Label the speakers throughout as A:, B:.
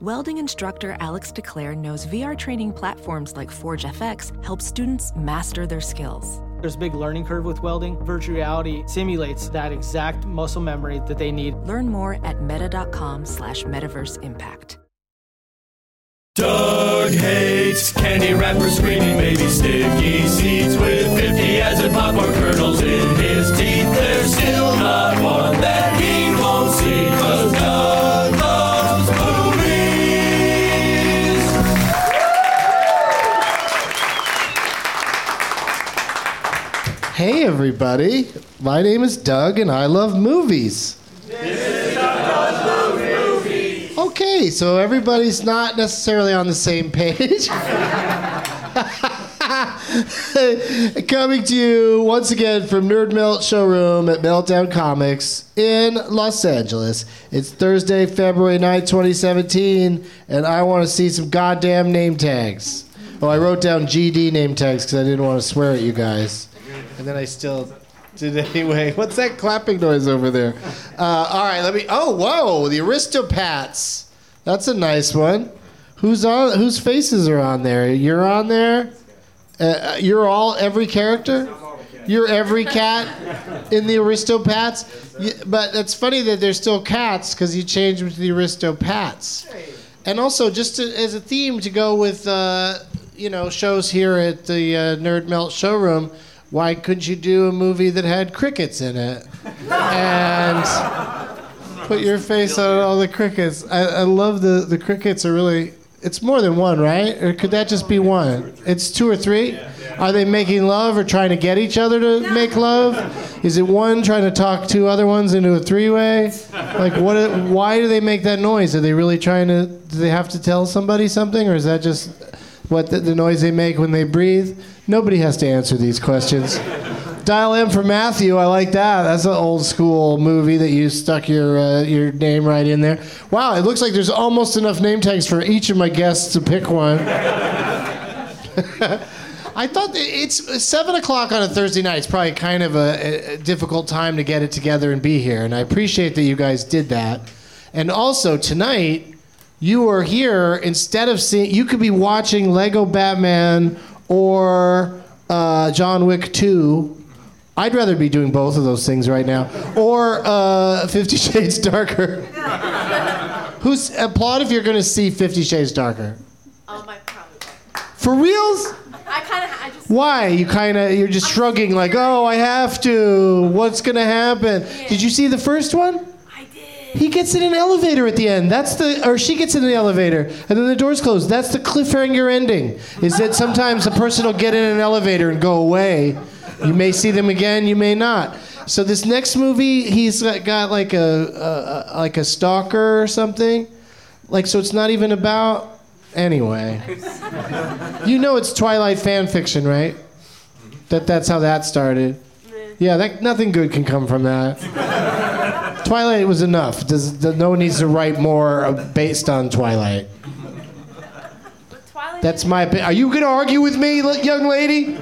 A: Welding instructor Alex DeClaire knows VR training platforms like Forge FX help students master their skills.
B: There's a big learning curve with welding. Virtual reality simulates that exact muscle memory that they need.
A: Learn more at meta.com slash metaverse impact.
C: Doug hates candy wrappers, screaming baby sticky seeds with 50 acid popcorn kernels in his teeth. There's still not one that he won't see, cause Doug loves movies.
D: Hey, everybody. My name is Doug, and I love movies. This is Doug Loves Movies. Okay, so everybody's not necessarily on the same page. Coming to you once again from Nerd Melt Showroom at Meltdown Comics in Los Angeles. It's Thursday, February 9th, 2017, and I want to see some goddamn name tags. Oh, I wrote down GD name tags because I didn't want to swear at you guys. And then I still did it anyway. What's that clapping noise over there? Uh, all right, let me. Oh, whoa, the Aristopats. That's a nice one. Who's on? Whose faces are on there? You're on there. Uh, you're all every character. You're every cat in the Aristopats. Y- But it's funny that they're still cats because you changed them to the Aristopats. And also, just to, as a theme to go with, uh, you know, shows here at the uh, Nerd Melt showroom, why couldn't you do a movie that had crickets in it? and put your face on all the crickets. I, I love the, the crickets are really. It's more than one, right? Or could that just be one? It's Oh, two or three? Are they making love or trying to get each other to make love? Is it one trying to talk two other ones into a three way? Like, what? i- why do they make that noise? Are they really trying to. Do they have to tell somebody something? Or is that just what the, the noise they make when they breathe? Nobody has to answer these questions. Dial M for Matthew. I like that. That's an old school movie that you stuck your uh, your name right in there. Wow, it looks like there's almost enough name tags for each of my guests to pick one. I thought that it's uh, seven o'clock on a Thursday night. It's probably kind of a, a difficult time to get it together and be here. And I appreciate that you guys did that. And also tonight, you are here instead of seeing. You could be watching Lego Batman or uh, John Wick Two. I'd rather be doing both of those things right now, or uh, Fifty Shades Darker. Who's applaud if you're going to see Fifty Shades Darker?
E: Um, I probably won't.
D: For reals?
E: I kind of, I just,
D: Why? You kind of you're just shrugging like, "Oh, I have to. What's going to happen?" Did you see the first one?
E: I did.
D: He gets in an elevator at the end. That's the, or she gets in the elevator, and then the doors close. That's the cliffhanger ending. Is that sometimes a person will get in an elevator and go away. You may see them again, you may not. So this next movie, he's got got like a, a, a like a stalker or something. Like so, it's not even about anyway. you know, it's Twilight fan fiction, right? That that's how that started. Yeah, that nothing good can come from that. Twilight was enough. Does, does no one needs to write more uh, based on Twilight?
E: But Twilight,
D: That's my opinion. Are you gonna argue with me, li- young lady?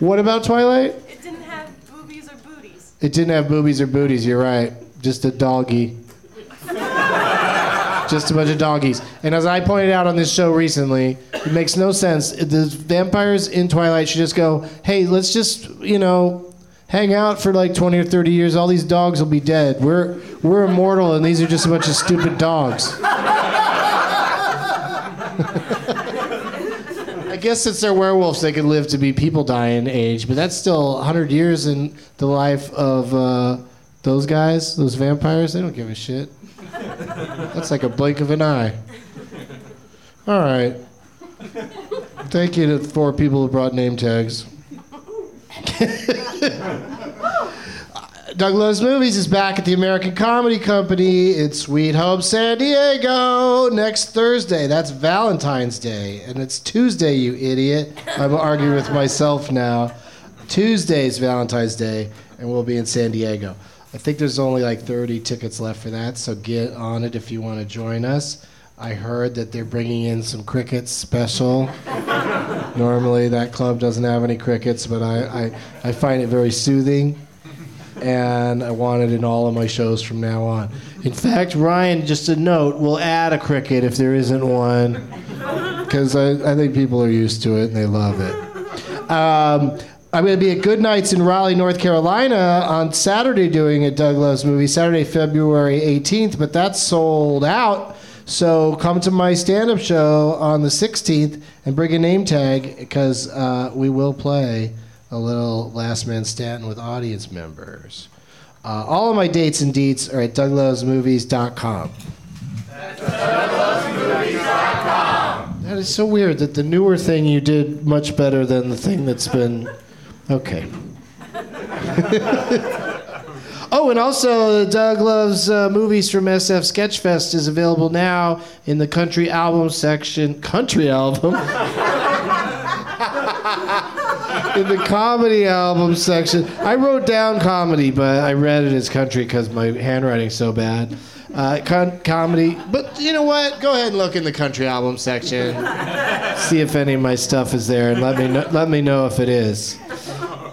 D: What about Twilight?
E: it didn't have boobies or booties.
D: It didn't have boobies or booties. You're right. Just a doggy. Just a bunch of doggies. And as I pointed out on this show recently, it makes no sense. The vampires in Twilight should just go, "Hey, let's just you know." Hang out for like 20 or 30 years. All these dogs will be dead. We're we're immortal, and these are just a bunch of stupid dogs. I guess since they're werewolves, they could live to be people dying age, but that's still 100 years in the life of uh, those guys, those vampires. They don't give a shit. That's like a blink of an eye. All right. Thank you to the four people who brought name tags. Doug Loves Movies is back at the American Comedy Company in Sweet Home, San Diego, next Thursday. That's Valentine's Day, and it's Tuesday, you idiot. I'm arguing with myself now. Tuesday is Valentine's Day, and we'll be in San Diego. I think there's only like 30 tickets left for that, so get on it if you want to join us. I heard that they're bringing in some crickets special. Normally, that club doesn't have any crickets, but I, I, I find it very soothing and I want it in all of my shows from now on. In fact, Ryan, just a note, will add a cricket if there isn't one, because I, I think people are used to it and they love it. Um, I'm going to be at Good Nights in Raleigh, North Carolina on Saturday doing a Doug Loves movie, Saturday, February 18th, but that's sold out. So come to my stand up show on the 16th and bring a name tag because uh, we will play a little Last Man Standing with audience members. Uh, all of my dates and deets are at douglovesmovies.com. That is so weird that the newer thing you did much better than the thing that's been. Okay. oh, and also Doug Loves uh, Movies from SF Sketchfest is available now in the country album section. Country album? in the comedy album section. I wrote down comedy, but I read it as country because my handwriting's so bad. Uh, con- comedy, but you know what? Go ahead and look in the country album section, see if any of my stuff is there, and let me know, let me know if it is.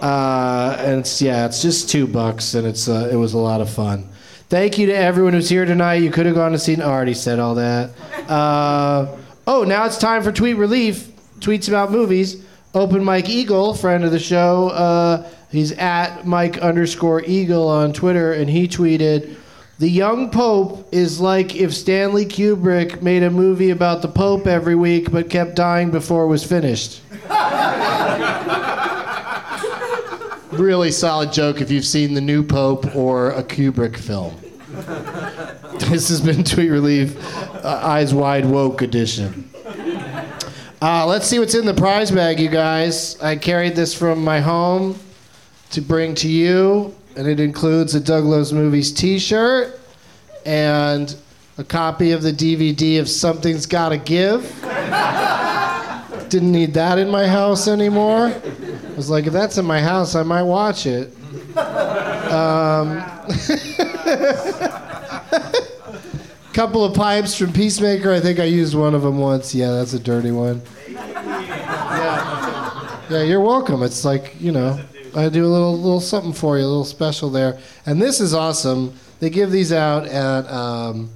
D: Uh, and it's, yeah, it's just two bucks, and it's uh, it was a lot of fun. Thank you to everyone who's here tonight. You could have gone to see. I already said all that. Uh, oh, now it's time for tweet relief. Tweets about movies. Open Mike Eagle, friend of the show. Uh, he's at Mike underscore Eagle on Twitter, and he tweeted, "The young Pope is like if Stanley Kubrick made a movie about the Pope every week, but kept dying before it was finished." really solid joke if you've seen the new Pope or a Kubrick film. this has been Tweet Relief, uh, Eyes Wide Woke edition. Uh, let's see what's in the prize bag, you guys. I carried this from my home to bring to you, and it includes a Doug Loves Movies t shirt and a copy of the DVD of Something's Gotta Give. Didn't need that in my house anymore. I was like, if that's in my house, I might watch it. Um, couple of pipes from Peacemaker. I think I used one of them once. Yeah, that's a dirty one. Yeah, you're welcome. It's like you know, I do a little little something for you, a little special there. And this is awesome. They give these out at um,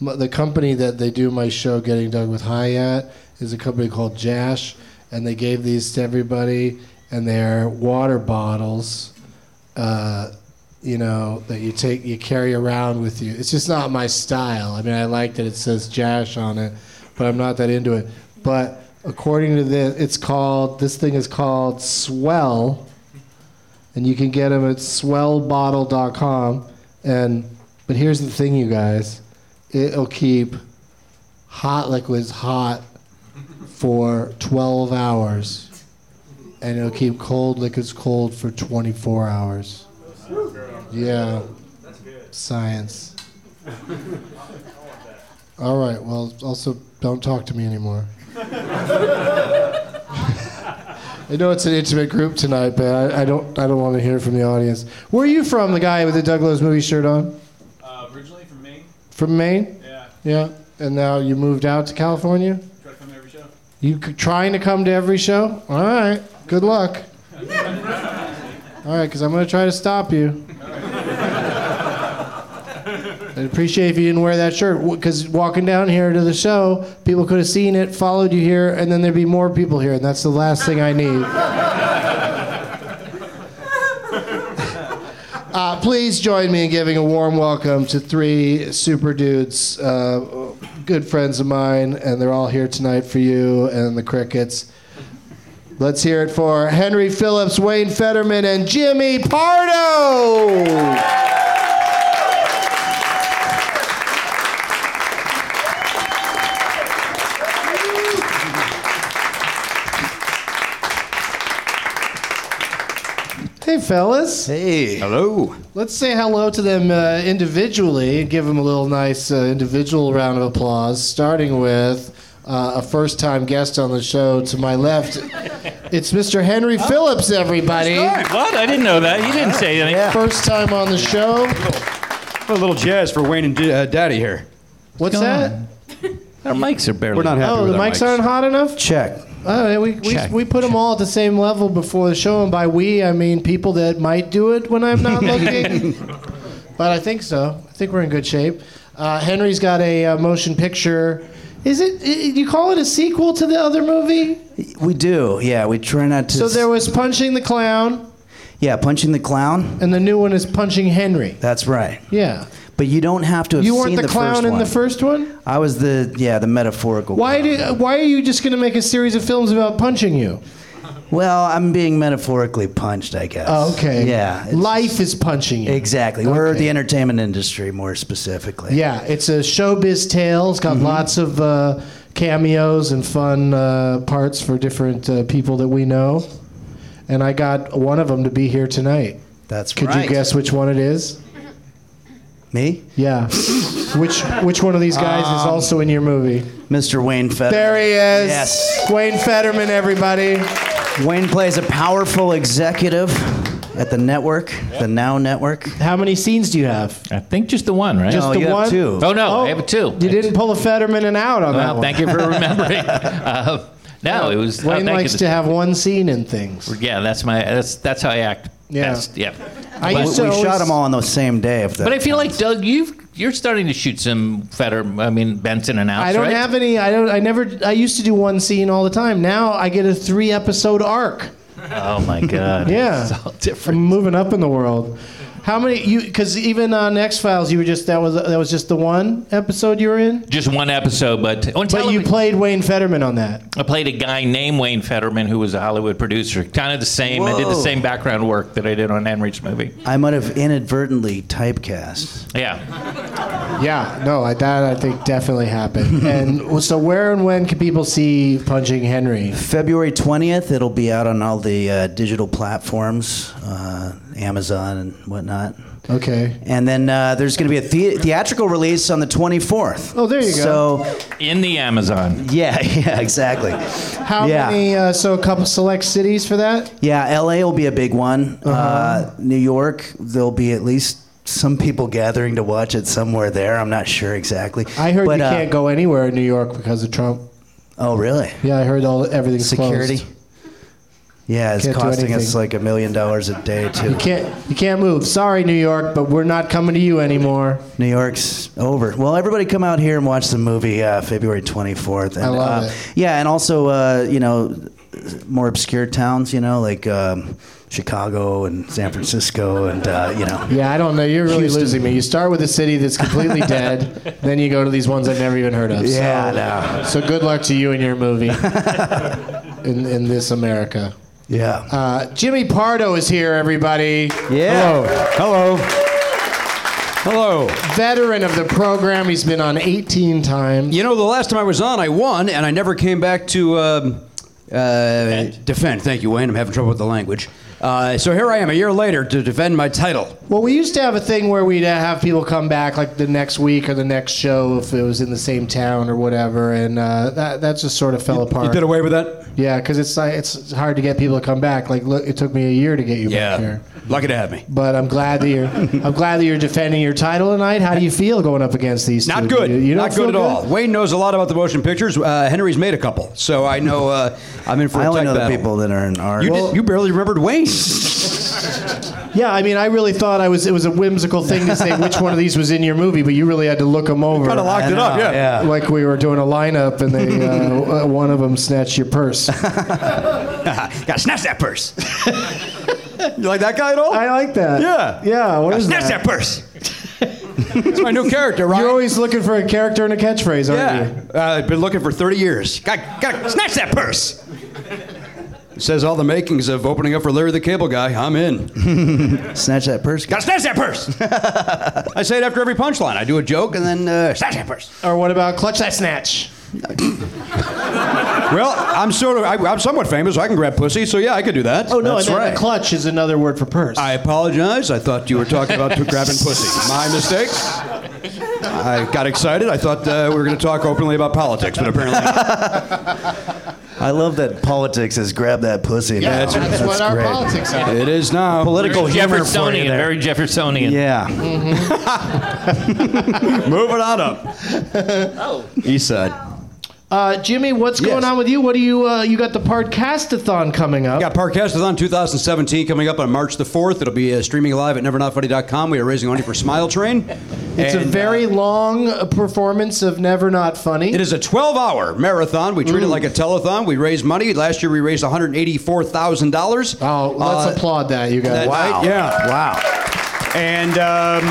D: m- the company that they do my show, Getting Done with High at, is a company called Jash, and they gave these to everybody. And they're water bottles uh, you know, that you take you carry around with you. It's just not my style. I mean, I like that it says Jash on it, but I'm not that into it. But according to this, it's called this thing is called Swell, and you can get them at swellbottle.com. And but here's the thing, you guys, it'll keep hot liquids hot for 12 hours and it'll keep cold liquids cold for 24 hours. Yeah. Science. All right. Well, also don't talk to me anymore. I know it's an intimate group tonight, but I, I don't. I don't want to hear from the audience. Where are you from? The guy with the Doug Loves movie shirt on?
F: Uh, originally from Maine,
D: From Maine?
F: yeah.
D: Yeah. And now you moved out to California.
F: Try to come to every show.
D: You c- trying to come to every show? All right. Good luck. All right, because I'm going to try to stop you. I'd appreciate if you didn't wear that shirt, because walking down here to the show, people could have seen it, followed you here, and then there'd be more people here, and that's the last thing I need. Uh, please join me in giving a warm welcome to three super dudes, uh, good friends of mine, and they're all here tonight for you and the Crickets. Let's hear it for Henry Phillips, Wayne Fetterman, and Jimmy Pardo. Hey, fellas.
G: Hey. Hello.
D: Let's say hello to them uh, individually and give them a little nice uh, individual round of applause, starting with uh, a first time guest on the show to my left. It's Mr. Henry Phillips, everybody.
H: What? I didn't know that. You didn't say anything.
D: First time on the show.
G: A little jazz for Wayne and D- uh, Daddy here.
D: What's that?
H: Our mics are barely.
G: We're not happy
D: Oh,
G: with
D: the
G: our
D: mics aren't hot enough?
G: Check.
D: Oh, yeah, we, we,
G: Check,
D: we put them all at the same level before the show, and by we, I mean people that might do it when I'm not looking. but I think so. I think we're in good shape. Uh, Henry's got a uh, motion picture. Is it, i you call it a sequel to the other movie?
I: We do, yeah. We try not to.
D: So there was Punching the Clown,
I: yeah, punching the clown.
D: and the new one is Punching Henry.
I: That's right.
D: Yeah.
I: But you don't have to. Have
D: You
I: seen
D: weren't the, clown
I: first
D: in
I: one.
D: the first one?
I: I was the yeah the metaphorical.
D: Why,
I: clown.
D: do, why are you just going to make a series of films about punching you?
I: Well, I'm being metaphorically punched, I guess.
D: Oh, okay.
I: Yeah. it's-
D: Life is punching you.
I: Exactly. We're
D: Okay.
I: the entertainment industry, more specifically.
D: Yeah, it's a showbiz tale. It's got lots of uh, cameos and fun uh, parts for different uh, people that we know. And I got one of them to be here tonight.
I: That's
D: Could
I: right.
D: you guess which one it is?
I: me,
D: Yeah. which which one of these guys is also in your movie?
I: Mr. Wayne Fetterman?
D: There he is.
I: Yes.
D: Wayne Fetterman, everybody.
I: Wayne plays a powerful executive at the network, the Now Network.
D: How many scenes do you have?
H: I think just the one, right?
D: Just
I: No,
D: the
I: you have
D: one?
I: two.
H: oh no, I have a two.
D: You didn't pull a Fetterman and out on that
H: Well,
D: one.
H: thank you for remembering. uh, no, it was. oh,
D: Wayne
H: thank you.
D: likes to have one scene in things.
H: Yeah, that's my. That's that's how I act.
D: Yeah.
H: Best. Yeah.
D: I
H: But-
I: We,
D: used to
I: we
D: always-
I: shot them all on the same day. If that,
H: But I feel like Doug, you've you're starting to shoot some Fetter. I mean Benson and outs,
D: I don't
H: right?
D: have any. I don't. I never. I used to do one scene all the time. Now I get a three episode arc.
H: Oh my god.
D: Yeah.
H: It's all
D: I'm
H: different.
D: moving up in the world. How many you? Because even on X Files, you were just that was that was just the one episode you were in.
H: Just one episode, but on
D: But you
H: television-
D: played Wayne Fetterman on that.
H: I played a guy named Wayne Fetterman who was a Hollywood producer. Kind of the same. I did the
I: Whoa.
H: same background work that I did on Henry's movie.
I: I might have inadvertently typecast.
H: Yeah.
D: Yeah. No, I, that I think definitely happened. and so, where and when can people see Punching Henry?
I: February 20th, it'll be out on all the uh, digital platforms, uh, Amazon and whatnot.
D: Okay.
I: And then uh, there's going to be a the- theatrical release on the 24th.
D: Oh, there you
I: so,
D: go.
H: In the Amazon.
I: yeah, yeah, exactly.
D: How
I: Yeah.
D: many? Uh, so, a couple select cities for that.
I: Yeah, LA will be a big one.
D: Uh-huh.
I: uh New York, there'll be at least some people gathering to watch it somewhere there. I'm not sure exactly.
D: I heard
I: But,
D: you
I: uh,
D: can't go anywhere in New York because of Trump.
I: Oh, really?
D: Yeah, I heard all everything's
I: Security.
D: closed.
I: Yeah, it's
D: Can't do
I: costing us
D: anything.
I: like a million dollars a day too.
D: You can't you can't move. Sorry, New York, but we're not coming to you anymore.
I: New York's over. Well, everybody come out here and watch the movie uh, February 24th. And,
D: I love
I: uh,
D: it.
I: Yeah, and also, uh, you know,
J: more obscure towns, you know, like um, Chicago and San Francisco, and uh, you know.
D: Yeah, I don't know. You're really
J: Houston.
D: losing me. You start with a city that's completely dead, then you go to these ones I've never even heard of.
J: Yeah,
D: so, So good luck to you and your movie in, in this America.
J: Yeah.
D: Uh, Jimmy Pardo is here, everybody.
C: Yeah. Hello. Hello.
D: Veteran of the program. He's been on 18 times.
C: You know, the last time I was on, I won, and I never came back to um, uh, defend. Thank you, Wayne. I'm having trouble with the language. Uh, so here I am, a year later, to defend my title.
D: Well, we used to have a thing where we'd have people come back like the next week or the next show if it was in the same town or whatever, and uh, that that just sort of fell apart.
C: You did away with that?
D: yeah, because it's like it's hard to get people to come back. Like, look, it took me a year to get you back
C: Yeah.
D: here,
C: Lucky to have me.
D: but I'm glad that you're I'm glad that you're defending your title tonight. How do you feel going up against these?
C: Not
D: two?
C: good.
D: You, you don't
C: Not good
D: feel
C: at all. Wayne knows a lot about the motion pictures. Uh, Henry's made a couple, so I know uh, I'm in for
J: I
C: a
J: only
C: tight
J: know the
C: battle.
J: people that are in art.
C: You, did, you barely remembered Wayne.
D: Yeah, I mean, I really thought I was. It was a whimsical thing to say which one of these was in your movie, but you really had to look them over.
C: Kinda locked it up,
J: know, yeah.
C: yeah.
D: Like we were doing a lineup, and they uh, one of them snatched your purse.
C: Gotta snatch that purse. you like that guy at all?
D: I like that.
C: Yeah.
D: Yeah. What is
C: snatch
D: that?
C: that purse. That's my new character, right?
D: You're always looking for a character and a catchphrase,
C: yeah.
D: aren't
C: Uh, I've been looking for 30 years. Got, got snatch that purse. It says all the makings of opening up for Larry the Cable Guy. I'm in.
J: Snatch that purse.
C: Gotta snatch that purse. I say it after every punchline. I do a joke and then uh, snatch that purse.
D: you? Or what about clutch that snatch?
C: Well, I'm sort of, I, I'm somewhat famous. I can grab pussy, so yeah, I could do that.
D: Oh no,
C: That's
D: and then
C: right.
D: the clutch is another word for purse.
C: I apologize. I thought you were talking about grabbing pussy. My mistake. I got excited. I thought uh, we were going to talk openly about politics, but apparently not.
J: I love that politics is grab that pussy.
D: yeah,
J: now.
D: that's, what our
J: great.
D: politics are.
C: it is now.
J: Political humor for you
H: Jeffersonian,
J: there.
H: very Jeffersonian.
J: Yeah.
C: Moving on up. East side.
D: Uh, Jimmy, what's
C: Yes.
D: going on with you? What do you? Uh, you got the podcastathon coming up.
C: We got Parkastathon 2017 coming up on March the 4th. It'll be uh, streaming live at nevernotfunny.com. We are raising money for Smile Train.
D: It's a
C: And,
D: very long uh, performance of Never Not Funny.
C: It is a 12 hour marathon. We treat it like a telethon. We raise money. Last year we raised $184,000.
D: Oh, let's
C: Uh,
D: applaud that, you guys.
C: that
J: Wow.
C: night. Yeah.
J: Wow.
C: And um,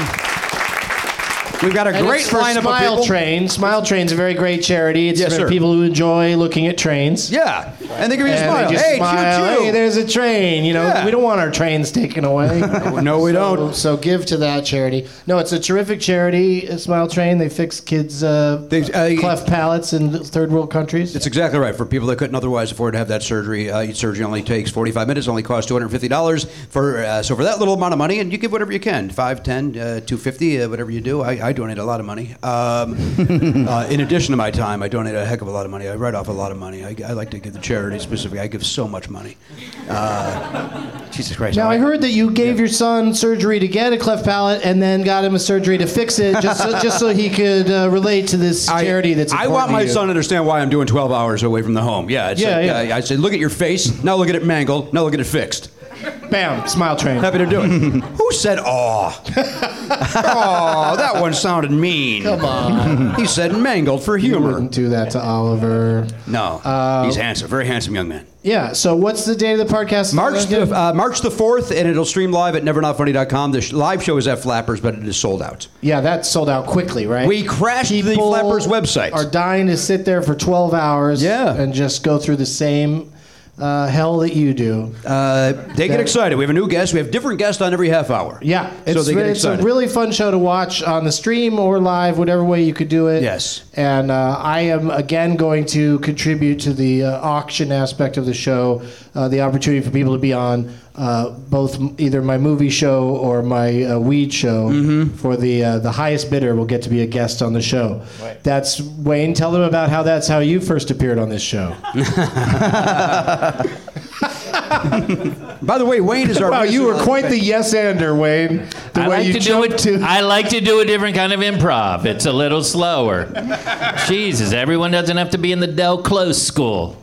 C: we've got a
D: And
C: great
D: it's for
C: lineup
D: Smile
C: of people.
D: Train. Smile Train's a very great charity. It's
C: Yes,
D: for
C: sir.
D: people who enjoy looking at trains.
C: Yeah. And they give you a
D: And
C: smile.
D: they just
C: hey,
D: smile.
C: choo choo.
D: Hey, there's a train. You know,
C: Yeah.
D: we don't want our trains taken away.
C: no, we
D: So-
C: don't.
D: So give to that charity. No, it's a terrific charity, uh, Smile Train. They fix kids' uh,
C: They- uh,
D: cleft palates in third world countries.
C: That's exactly right. For people that couldn't otherwise afford to have that surgery, uh, each surgery only takes 45 minutes, only costs $250. For uh, so for that little amount of money, and you give whatever you can, five, ten, uh, 250, uh, whatever you do. I, I donate a lot of money. Um, uh, in addition to my time, I donate a heck of a lot of money. I write off a lot of money. I, I like to give the charity specifically. I give so much money. Uh, Jesus Christ!
D: now I heard that you gave your son surgery to get a cleft palate, and then got him a surgery to fix it, just so, just so he could uh, relate to this
C: I-
D: charity. That's
C: I
D: important
C: want
D: to
C: my
D: you.
C: son to understand why I'm doing 12 hours away from the home. Yeah, it's
D: Yeah,
C: like,
D: yeah.
C: uh, I say, look at your face. Now look at it mangled. Now look at it fixed.
D: Bam! Smile Train.
C: Happy to do it. Who said aw? aw, that one sounded mean. Come on. He said mangled for
D: You
C: humor.
D: wouldn't do that to Oliver.
C: No, he's handsome, very handsome young man.
D: Yeah. So what's the date of the podcast?
C: March the,
D: again?
C: uh, March the 4th, and it'll stream live at nevernotfunny.com. The sh- live show is at Flappers, but it is sold out.
D: Yeah, that sold out quickly, right?
C: We crashed the Flappers website.
D: Are dying to sit there for 12 hours
C: Yeah.
D: and just go through the same uh, hell that you do.
C: Uh, they get
D: That-
C: excited. We have a new guest. We have different guests on every half hour.
D: yeah, it's,
C: so they get
D: it's a
C: excited.
D: really fun show to watch on the stream or live, whatever way you could do it.
C: Yes.
D: And uh, I am again going to contribute to the uh, auction aspect of the show, uh, the opportunity for people to be on uh, both m- either my movie show or my uh, weed show. For the uh, the highest bidder will get to be a guest on the show. That's Wayne. Tell them about how that's how you first appeared on this show.
C: By the way, Wayne is our.
D: wow, you were quite the yes-ander, Wayne. The
H: I
D: way
H: like
D: you
H: to do it.
D: jumped to.
H: I like to do a different kind of improv. It's a little slower. Jesus, everyone doesn't have to be in the Del Close school.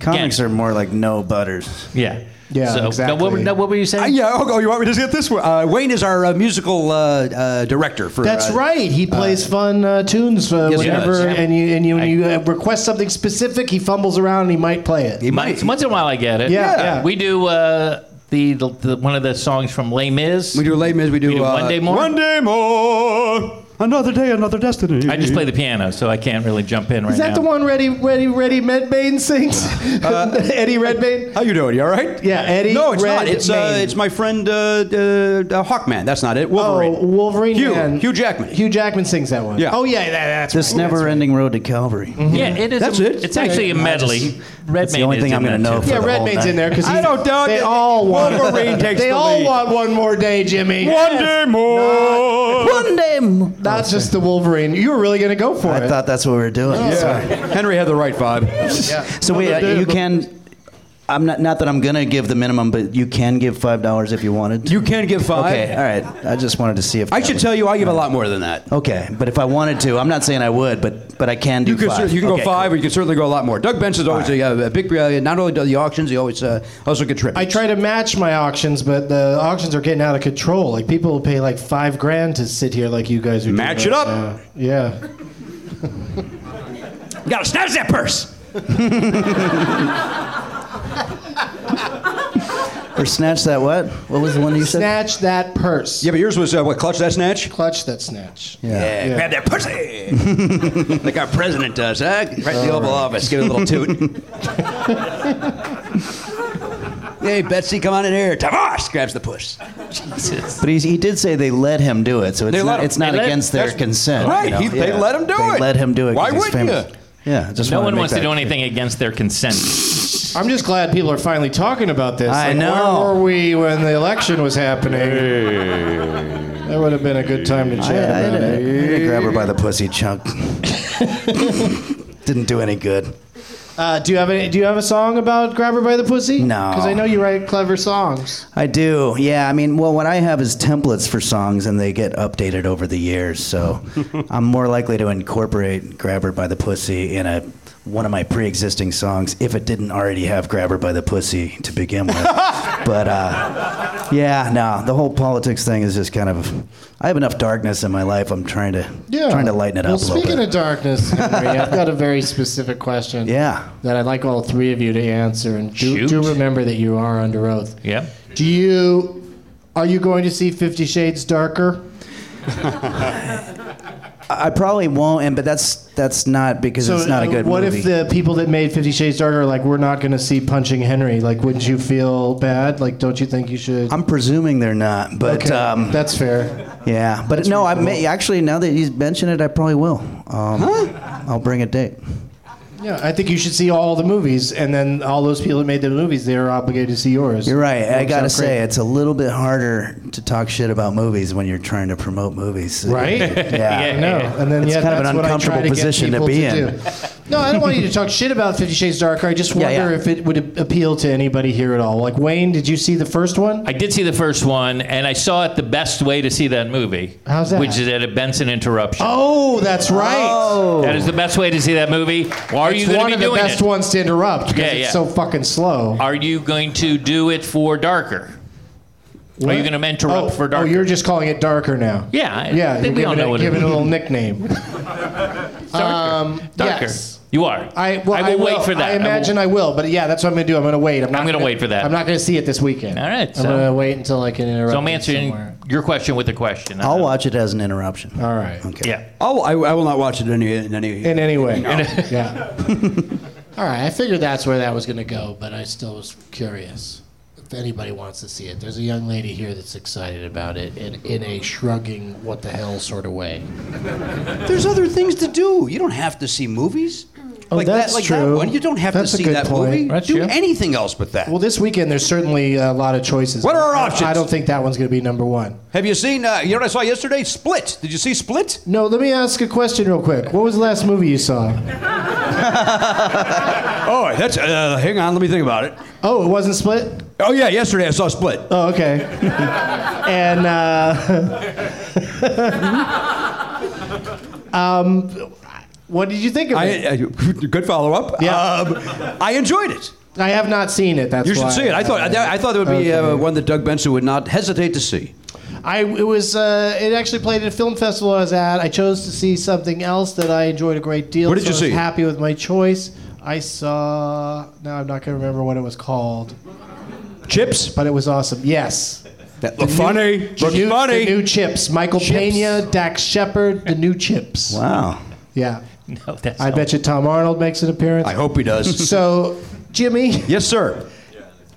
J: Comics are more like no butters.
H: Yeah.
D: Yeah,
H: so,
D: exactly.
H: Now, what, were- now, what were you saying?
C: Uh, yeah. Oh, oh, you want me to get this one? Uh, Wayne is our uh, musical uh, uh, director for.
D: That's
C: uh,
D: right. He plays fun uh, tunes uh,
C: Yes, he
D: whenever,
C: does.
D: and you and you, when you uh, request something specific, he fumbles around and he might play it.
H: Once, once in a while, I get it.
D: Yeah, Yeah. yeah.
H: We do uh, the, the, the one of the songs from Les Mis.
C: We do Les Mis. We do, uh,
H: One Day More.
C: One day more. Another day, another destiny.
H: I just play the piano, so I can't really jump in right
D: Is that
H: now.
D: the one Ready, Ready, Ready Medbane sings?
C: Uh,
D: Eddie Redmayne?
C: How you doing? You all right?
D: Yeah, Eddie
C: No, it's not. It's uh,
D: Redmayne.
C: it's my friend uh, uh, uh, Hawkman. That's not it. Wolverine.
D: Oh, Wolverine
C: Hugh.
D: Man.
C: Hugh Jackman.
D: Hugh Jackman sings that one.
C: Yeah.
D: Oh, yeah, that, that's
I: This
D: right.
I: never-ending road to Calvary.
H: Mm-hmm. Yeah, it is.
C: That's
H: a-
C: it.
H: It's actually a
I: I
H: medley.
I: just-
H: Redmayne
I: that's the only
H: is
I: thing
H: in
I: I'm gonna
H: that,
I: know for
H: too.
D: Yeah,
I: the whole
D: Redmayne's
I: night.
D: in there because
C: I don't doubt
D: they
C: it.
D: all want.
C: Wolverine takes
D: they
C: the
D: all
C: lead.
D: want one more day, Jimmy.
C: One day more.
I: One day. m-
D: Not just the Wolverine. You were really gonna go for
I: I
D: it.
I: thought that's what we were doing.
C: Yeah. Henry had the right vibe.
I: So wait,
D: Another
I: uh,
D: day,
I: you
D: but-
I: can. I'm not not that I'm gonna give the minimum, but you can give five dollars if you wanted. to.
C: You can give five.
I: Okay, all right. I just wanted to see if
C: I
I: that
C: should
I: was-
C: tell you, I give a lot more than that.
I: Okay, but if I wanted to, I'm not saying I would, but but I can do
C: You can,
I: five.
C: cer- you can
I: Okay,
C: go five, or you can certainly go a lot more. Doug Benson's always
I: All right.
C: a, uh, a big. Uh, not only does the auctions, he always uh, also contributes.
D: I try to match my auctions, but the auctions are getting out of control. Like people will pay like five grand to sit here, like you guys are.
C: Match
D: doing
C: it up.
D: right now. Yeah.
C: You gotta snatch that purse.
I: cool. Or snatch that what? What was the one you said?
D: Snatch that purse.
C: Yeah, but yours was uh, what? Clutch that snatch.
D: Clutch that snatch.
C: Yeah, grab that pussy. like our president does, huh? Right in the Oval Office. Give it a little toot. hey, Betsy, come on in here. Tavares grabs the puss.
I: But he's, he did say they let him do it, so it's
C: They let
I: not,
C: him.
I: it's not
H: They let-
I: against their
C: that's-
I: consent.
C: right,
I: you know?
C: he- they let him do
I: They
C: it.
I: let him do it. 'cause
C: Why
I: he's
C: wouldn't
I: famous.
C: you?
I: Yeah, just
H: No
I: wanted
H: one
I: to make
H: wants to
I: that
H: do anything against their consent.
D: I'm just glad people are finally talking about this.
I: I
D: Like,
I: know.
D: Where were we when the election was happening? That would have been a good time to
I: I, I,
D: chat about
I: didn't, I
D: it.
I: didn't grab her by the pussy chunk. didn't do any good.
D: Uh, do you have any, Do you have a song about "Grab Her by the Pussy"?
I: No.
D: because I know you write clever songs.
I: I do. Yeah, I mean, well, what I have is templates for songs, and they get updated over the years. So I'm more likely to incorporate "Grab Her by the Pussy" in a one of my pre-existing songs if it didn't already have "Grab Her by the Pussy" to begin with. but uh, yeah, no, the whole politics thing is just kind of. I have enough darkness in my life. I'm trying to trying to lighten it
D: well,
I: up a little
D: speaking
I: bit.
D: of darkness, Henry, I've got a very specific question.
I: yeah.
D: That I'd like all three of you to answer, and do,
H: Shoot.
D: do remember that you are under oath.
H: yep.
D: Do you? Are you going to see Fifty Shades Darker?
I: I probably won't, and but that's that's not because it's not a
D: uh,
I: good
D: what
I: movie.
D: if the people that made Fifty Shades Darker are like, we're not going to see Punching Henry? Like, wouldn't you feel bad? Like, don't you think you should?
I: I'm presuming they're not, but
D: Okay,
I: um,
D: that's fair.
I: Yeah, but no, I may, actually now that he's mentioned it, I probably will. Um, I'll bring a date.
D: Yeah, I think you should see all the movies, and then all those people that made the movies, they are obligated to see yours.
I: You're right. I
D: Works
I: gotta
D: out
I: say,
D: great.
I: it's a little bit harder to talk shit about movies when you're trying to promote movies.
D: Right?
I: Yeah.
D: I know. And then
I: It's
D: yeah,
I: kind of an
D: that's what I try
I: uncomfortable
D: to get
I: position to
D: people
I: be in.
D: do. No, I don't want you to talk shit about Fifty Shades Darker. I just
I: Yeah,
D: wonder
I: yeah.
D: if it would a- appeal to anybody here at all. Like Wayne, did you see the first one?
H: I did see the first one, and I saw it the best way to see that movie.
D: How's that?
H: Which is at a Benson interruption.
D: Oh, that's right.
I: Oh,
H: That is the best way to see that movie. Are
D: Oh. it's
H: you going
D: one
H: to
D: of
H: be
D: the
H: doing
D: best
H: it?
D: ones to interrupt because
H: Yeah,
D: it's
H: yeah.
D: so fucking slow.
H: Are you going to do it for darker? Are you going to
D: Oh,
H: interrupt for
D: oh,
H: darker?
D: you're just calling it darker now.
H: Yeah, I
D: yeah. You're
H: think we all
D: giving
H: know
D: it,
H: what it
D: giving
H: is.
D: it a little nickname. Um,
H: darker. darker.
D: yes.
H: You are.
D: I, well,
H: will wait for that.
D: I
H: will-
D: imagine I will, but yeah, that's what I'm going to do. I'm going to wait. I'm, not
H: I'm gonna
D: gonna-
H: wait for that.
D: I'm not going to see it this weekend.
H: All right,
D: I'm
H: so-
D: going to wait until I can interrupt.
H: so I'm
D: it
H: answering
D: somewhere.
H: your question with a question. Uh,
I: I'll watch it as an interruption.
D: All right.
I: Okay.
H: Yeah.
C: I'll, I, I will not watch it any, in any.
D: In any way. yeah. All right. I figured that's where that was going to go, but I still was curious if anybody wants to see it. There's a young lady here that's excited about it in, in a shrugging, what the hell sort of way.
C: There's other things to do. You don't have to see movies.
D: Oh,
C: like
D: that's
C: that, like
D: true.
C: that one. You don't have
D: That's a
C: to see
D: good
C: that
D: point.
C: movie.
D: That's
C: do
D: true.
C: anything else but that.
D: Well, this weekend there's certainly a lot of choices.
C: What are our
D: I-
C: options?
D: I don't think that one's going to be number one.
C: have you seen? Uh, you know what I saw yesterday? Split. Did you see Split?
D: No, let me ask a question real quick. What was the last movie you saw?
C: Oh, that's. Uh, hang on. Let me think about it.
D: Oh, it wasn't Split.
C: Oh yeah, yesterday I saw Split.
D: Oh, okay. and uh, um, what did you think of
C: I,
D: it?
C: I- uh, good follow up.
D: Yeah.
C: Um, I enjoyed it.
D: I have not seen it. That's
C: you should
D: why
C: see it. I thought I, I thought it would be uh, one that Doug Benson would not hesitate to see.
D: I it was uh, it actually played at a film festival I was at. I chose to see something else that I enjoyed a great deal.
C: What did
D: so
C: you
D: I was
C: see?
D: Happy with my choice. I saw. Now I'm not going to remember what it was called.
C: Chips,
D: but it was awesome. Yes.
C: That
D: The new- the new, The new chips. Michael Pena, Dax Shepard, the new chips.
J: Wow.
D: Yeah.
H: No, that's
D: I bet you Tom Arnold makes an appearance.
C: I hope he does.
D: So, Jimmy,
C: yes, sir.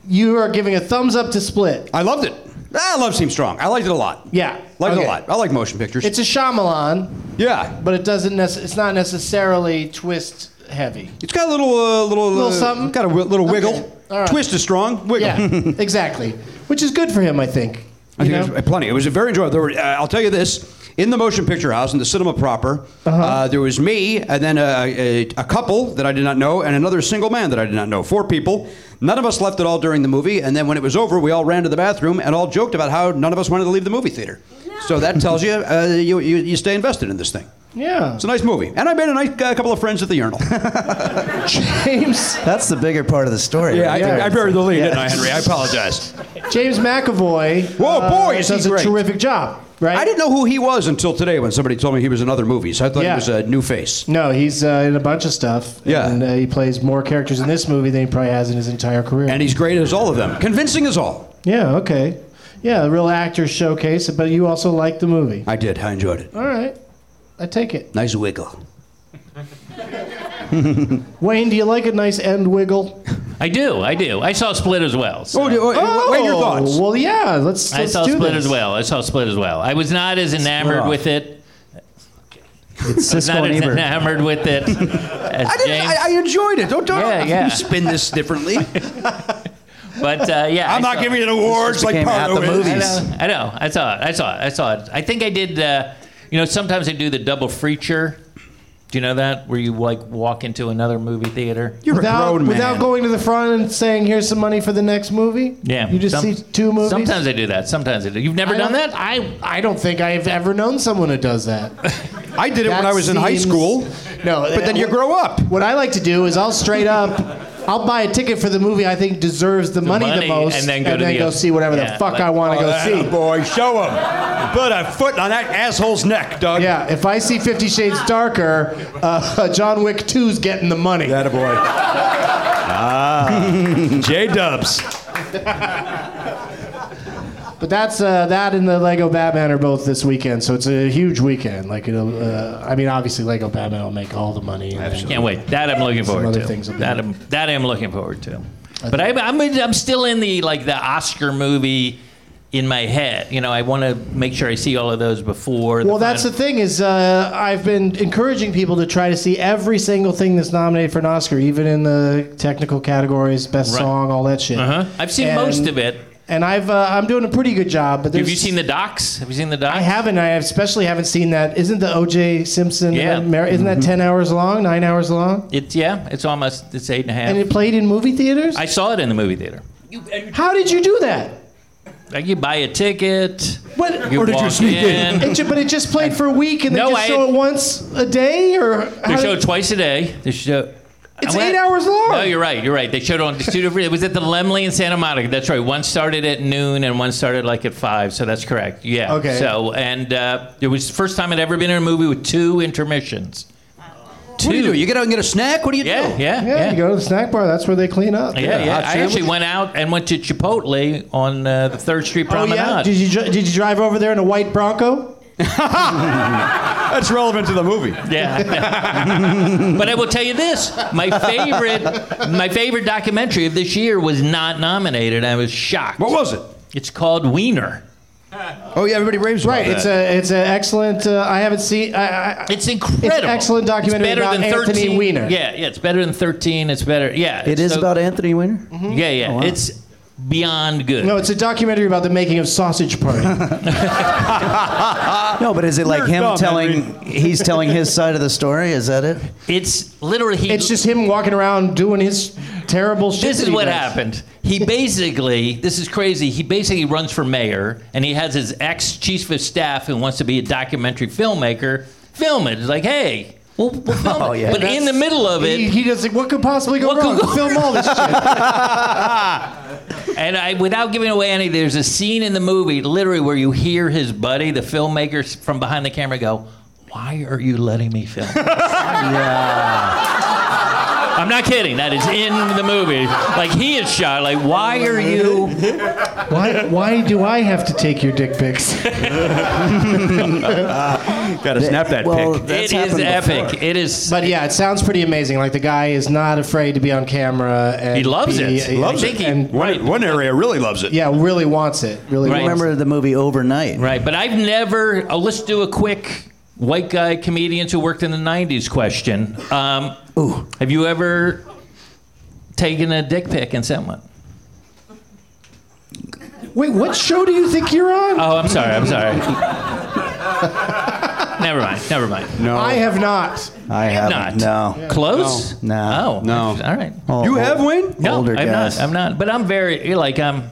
D: you are giving a thumbs up to Split.
C: I loved it. I Ah, love Seem Strong. I liked it a lot.
D: Yeah.
C: Liked it
D: Okay.
C: a lot. I like motion pictures.
D: It's a Shyamalan,
C: yeah.
D: but it doesn't. Nece- it's not necessarily twist heavy.
C: It's got a little, uh, little,
D: Little
C: uh,
D: something?
C: Got a wi- little wiggle.
D: All right.
C: Twist is strong. Wiggle.
D: Yeah, exactly. Which is good for him, I think.
C: I
D: You
C: think it
D: know?
C: was plenty. It was very enjoyable. There were, uh, I'll tell you this: in the motion picture house, in the cinema proper, uh there was me, and then a, a, a couple that I did not know, and another single man that I did not know. Four people. None of us left at all during the movie, and then when it was over, we all ran to the bathroom and all joked about how none of us wanted to leave the movie theater. So that tells you, uh, you, you you stay invested in this thing.
D: Yeah.
C: It's a nice movie, and I made a nice uh, couple of friends at the urinal.
D: James
J: That's the bigger part of the story.
C: yeah, I,
J: right
C: think
J: there.
C: I buried the lead, didn't I, Henry? I apologize. Uh,
D: James McAvoy.
C: Whoa, boy, is he
D: does a
C: great.
D: terrific job, right?
C: I didn't know who he was until today when somebody told me he was in other movies. I thought
D: Yeah.
C: he was a new face.
D: No, he's uh, in a bunch of stuff.
C: Yeah.
D: and uh, he plays more characters in this movie than he probably has in his entire career.
C: And he's great as all of them. Convincing as all.
D: yeah, okay, yeah, a real actor showcase. But you also like the movie.
C: I did. I enjoyed it.
D: All right, I take it.
C: Nice wiggle.
D: Wayne, do you like a nice end wiggle?
H: I do. I do. I saw Split as well. so-
C: Oh, do- oh, wait, your thoughts.
D: Well, yeah, let's.
H: I
D: let's
H: saw
D: do
H: Split
D: this.
H: as well. I saw Split as well. I was not as enamored
J: off.
H: with it.
J: It's
H: I was
J: Siskel
H: not
J: and
H: as
J: Ebert.
H: enamored with it as
C: I, didn't,
H: James.
C: I, I enjoyed it. Don't, don't
H: Yeah, yeah.
C: you spin this differently.
H: but uh, yeah,
C: I'm
H: I
C: not
H: saw-
C: giving it awards like
J: became at
C: Pardo
J: the
C: is.
H: I
J: movies.
H: know. I know. I saw it. I saw it. I saw it. I think I did. Uh, you know, sometimes I do the double feature. Do you know that where you like walk into another movie theater?
C: You're
D: Without,
C: a grown man.
D: without going to the front and saying, "Here's some money for the next movie."
H: Yeah.
D: you just
H: Some-
D: see two movies.
H: Sometimes I do that. Sometimes I do. You've never
D: I
H: done
D: don't-
H: that?
D: I I don't think I've ever known someone who does that.
C: I did it when
D: That
C: I was in high
D: seems-
C: school.
D: No, uh,
C: But then you grow up.
D: What I like to do is I'll straight up, I'll buy a ticket for the movie I think deserves the, money,
H: money,
D: the most,
H: and then go to the-
D: see whatever
H: yeah,
D: the fuck
H: like-
D: I want to
C: Oh,
D: go
C: that
D: see.
C: boy, show him. Put a foot on that asshole's neck, Doug.
D: Yeah, if I see Fifty Shades Darker, uh, John Wick 2's getting the money.
C: That a boy. ah, J Dubs.
D: But that's uh, that and the Lego Batman are both this weekend, so it's a huge weekend. Like, it'll, uh, I mean, obviously Lego Batman will make all the money. and then-
H: Can't wait. That I'm looking forward
D: other
H: to.
D: things will be
H: that
D: good.
H: I'm, that I'm looking forward to. But I, I'm I'm still in the like the Oscar movie in my head. You know, I want to make sure I see all of those before.
D: Well, that's the
H: final-
D: thing is uh, I've been encouraging people to try to see every single thing that's nominated for an Oscar, even in the technical categories, best
H: Right.
D: song, all that shit.
H: Uh-huh. I've seen
D: And-
H: most of it.
D: and I've uh, I'm doing a pretty good job. But
H: Have
D: there's-
H: you seen the docs? Have you seen the docs?
D: I haven't. I especially haven't seen that. Isn't the O.J. Simpson?
H: Yeah.
D: Amer- Isn't that ten hours long? Nine hours long?
H: It's yeah. It's almost it's eight and a half.
D: And it played in movie theaters.
H: I saw it in the movie theater.
D: How did you do that?
H: Like you buy a ticket.
D: What?
H: You
C: Or did you
H: walk
C: sneak
H: in.
D: It ju- but it just played for a week, and they
H: No,
D: just
H: I-
D: show it once a day, or
H: They
D: how
H: show
D: did-
H: twice a day. They show.
D: It's
H: I went-
D: eight hours long.
H: No, you're right. You're right. They showed on two different. It was at the Lemley in Santa Monica. That's right. One started at noon and one started like at five. So that's correct. Yeah.
D: Okay.
H: So and uh, it was the first time I'd ever been in a movie with two intermissions. Two.
C: What do you do? You get out and get a snack? What do you do?
H: yeah, yeah,
D: yeah, you go to the snack bar. That's where they clean up.
H: Yeah, yeah.
C: hot
H: I actually
C: sandwich.
H: went out and went to Chipotle on uh, the Third Street Promenade.
D: Oh, Did you dri- did you drive over there in a white Bronco?
C: That's relevant to the movie.
H: Yeah. but I will tell you this: my favorite, my favorite documentary of this year was not nominated. I was shocked.
C: What was it?
H: It's called Wiener.
C: Oh, yeah, everybody raves
D: Right.
C: about
D: It's
C: that.
D: a it's an excellent. Uh, I haven't seen. I, I,
H: It's incredible.
D: excellent documentary
H: better
D: about
H: than
D: Anthony
H: 13.
D: Weiner.
H: Yeah, yeah. It's better than thirteen. It's better. Yeah.
J: It is
H: so-
J: about Oh, Anthony Weiner.
H: Yeah, yeah. It's beyond good.
D: no, it's a documentary about the making of Sausage Party.
J: No, but is it like
C: You're
J: him
C: dumb,
J: telling he's telling his side of the story? Is that it?
H: It's literally he
D: It's just him walking around doing his terrible shit.
H: This
D: that
H: is
D: he
H: what
D: does.
H: happened. He basically, this is crazy. He basically runs for mayor, and he has his ex chief of staff who wants to be a documentary filmmaker film it. It's like, hey, Well, well film it. But in the middle of it,
D: Oh, he, he does like, what could possibly go wrong? Film all this shit.
H: and I, without giving away any, there's a scene in the movie, literally, where you hear his buddy, the filmmaker, s- from behind the camera go, "Why are you letting me film?" this?" I'm not kidding. That is in the movie. Like he is shot. Like, why are you?
D: Why, why do I have to take your dick pics?
C: Gotta snap that pic.
H: It is epic. It is.
D: But yeah, it sounds pretty amazing. Like the guy is not afraid to be on camera. And
H: He loves
D: be-
H: it. Loves
D: and-
H: it.
D: and-
C: One, one area really loves it.
D: yeah, really wants it. Really
H: Right.
D: wants
I: Remember the movie Overnight?
H: Right, but I've never. Oh, let's do a quick white guy comedians who worked in the '90s question. Um, Ooh, have you ever taken a dick pic and sent one?
D: it. Wait, what show do you think you're on?
H: Oh, I'm sorry. I'm sorry. never mind. Never mind.
I: No,
D: I have not.
I: I
H: Not
I: haven't. No,
H: close.
I: no,
H: Oh, no. All right.
I: Oh,
C: You
I: oh,
C: have Wayne?
H: No,
I: Older
H: I'm
I: guys.
H: not. I'm not. But I'm very like um, I'm.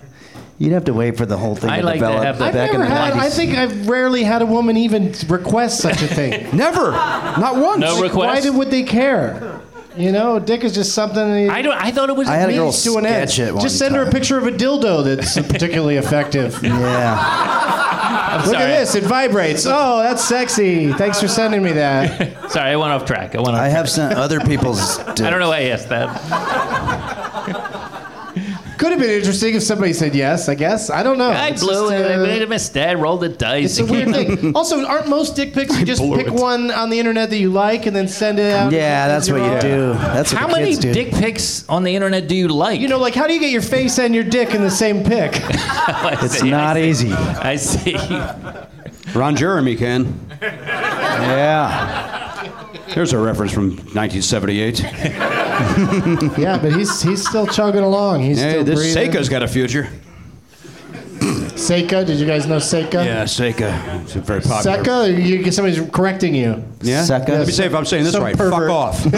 I: You'd have to wait for the whole thing
H: I
I: to
H: like to
I: develop.
H: have the-
D: I've
I: back in
D: never
I: the
D: had.
I: 90s.
D: I think I've rarely had a woman even request such a thing.
C: Never. Not once.
H: No request.
D: Why did, would they care? You know, dick is just something. That
H: I don't. I thought it was.
I: I had a
H: me.
I: girl
D: It's to an end.
I: sketch it one
D: Just send her a
I: time.
D: picture of a dildo that's particularly effective.
I: Yeah.
H: I'm
D: Look
H: sorry.
D: at this, it vibrates. Oh, that's sexy. Thanks for sending me that.
H: Sorry, I went off track. I went. Off
I: I have sent other people's.
H: I don't know why I asked that.
D: Could have been interesting if somebody said yes, I guess. I don't know.
H: I
D: It's
H: blew
D: just,
H: it. I
D: uh,
H: made a mistake. Rolled the dice.
D: It's a weird thing. Also, aren't most dick pics you just
C: blew
D: pick
C: it.
D: one on the internet that you like and then send it out?
I: Yeah, that's what you do. That's what
H: How
I: the
H: many
I: kids do.
H: dick pics on the internet do you like?
D: You know, like how do you get your face and your dick in the same pic?
I: It's not easy.
H: I see.
C: Ron Jeremy can.
I: Yeah.
C: There's a reference from 1978.
D: yeah, but he's he's still chugging along. He's
C: Hey,
D: still
C: this
D: breathing.
C: Seika's got a future.
D: Seika, did you guys know Seika?
C: Yeah, Seika. It's a very popular.
D: Seika, you, somebody's correcting you.
C: Yeah.
I: Seika?
C: Let me say if I'm saying this
D: Some
C: right. Fuck
D: pervert.
C: off.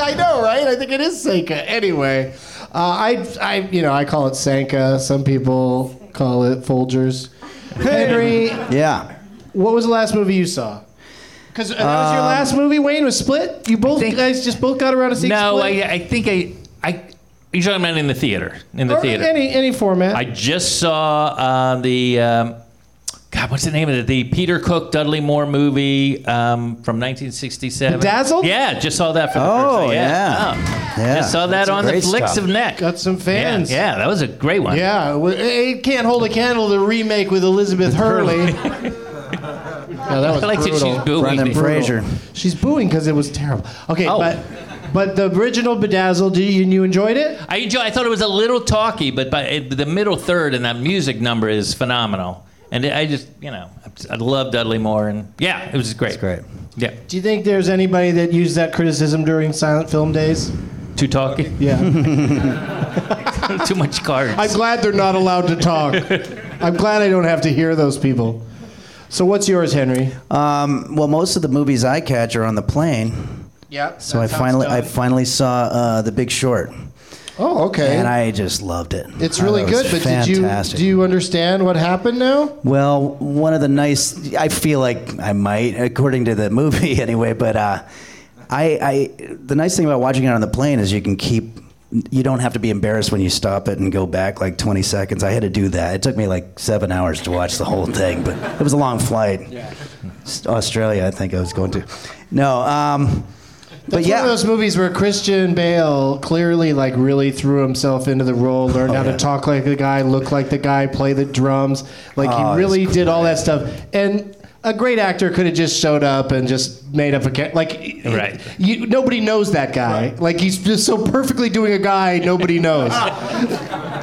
D: I know, right? I think it is Seika. Anyway, uh, I, I, you know, I call it Sanka. Some people call it Folgers. Henry,
I: Yeah.
D: what was the last movie you saw? Um, Because uh, that was your last movie. Wayne was Split. You both
H: think-
D: guys just both got around to seeing
H: No, I,
D: Split.
H: I think I, I. You're talking about in the theater. In the
D: or
H: theater.
D: Any any format.
H: I just saw uh, the. Um, God, what's the name of it? The Peter Cook Dudley Moore movie um, from 1967.
D: Bedazzled?
H: Yeah, just saw that for the first
I: Oh
H: time.
I: yeah.
H: Oh.
I: Yeah.
H: Just saw that
I: That's
H: on the
I: great
H: flicks
I: stuff.
H: of net.
D: got some
H: yeah,
D: fans.
H: yeah, that was a great one.
D: Yeah, well, it it can't hold a candle to the remake with Elizabeth Hurley. yeah, that was
H: I like that
D: brutal.
H: she's booing
I: Brendan
H: me.
I: Fraser.
D: She's booing because it was terrible. Okay,
H: Oh.
D: but but the original Bedazzled, do you, you enjoyed it?
H: I enjoy. I thought it was a little talky, but by it, the middle third and that music number is phenomenal. And I just, you know, I love Dudley Moore, and yeah, it was great.
I: It's great.
H: Yeah,
D: Do you think there's anybody that used that criticism during silent film days?
H: too talky,
D: Yeah.
H: too much cards.
D: I'm glad they're not allowed to talk. I'm glad I don't have to hear those people. So what's yours, Henry?
I: Um, well, most of the movies I catch are on the plane,
D: Yeah.
I: so I finally I finally saw uh, The Big Short,
D: Oh, okay.
I: and I just loved it.
D: it's
I: I
D: really
I: thought it
D: good,
I: was
D: but
I: fantastic.
D: did you do you understand what happened now?
I: Well, one of the nice, I feel like I might, according to the movie anyway, but uh, I, I, the nice thing about watching it on the plane is you can keep, you don't have to be embarrassed when you stop it and go back like 20 seconds. I had to do that. It took me like seven hours to watch the whole thing, but it was a long flight. Yeah. Australia, I think I was going to. No, um, but
D: It's
I: yeah.
D: one of those movies where Christian Bale clearly like really threw himself into the role, learned
I: Oh,
D: how to
I: yeah.
D: talk like the guy, look like the guy, play the drums. Like
I: Oh,
D: he
I: he's
D: really did all that stuff. And a great actor could have just showed up and just made up a ca- like
H: Right.
D: you, nobody knows that guy. Like he's just so perfectly doing a guy nobody knows.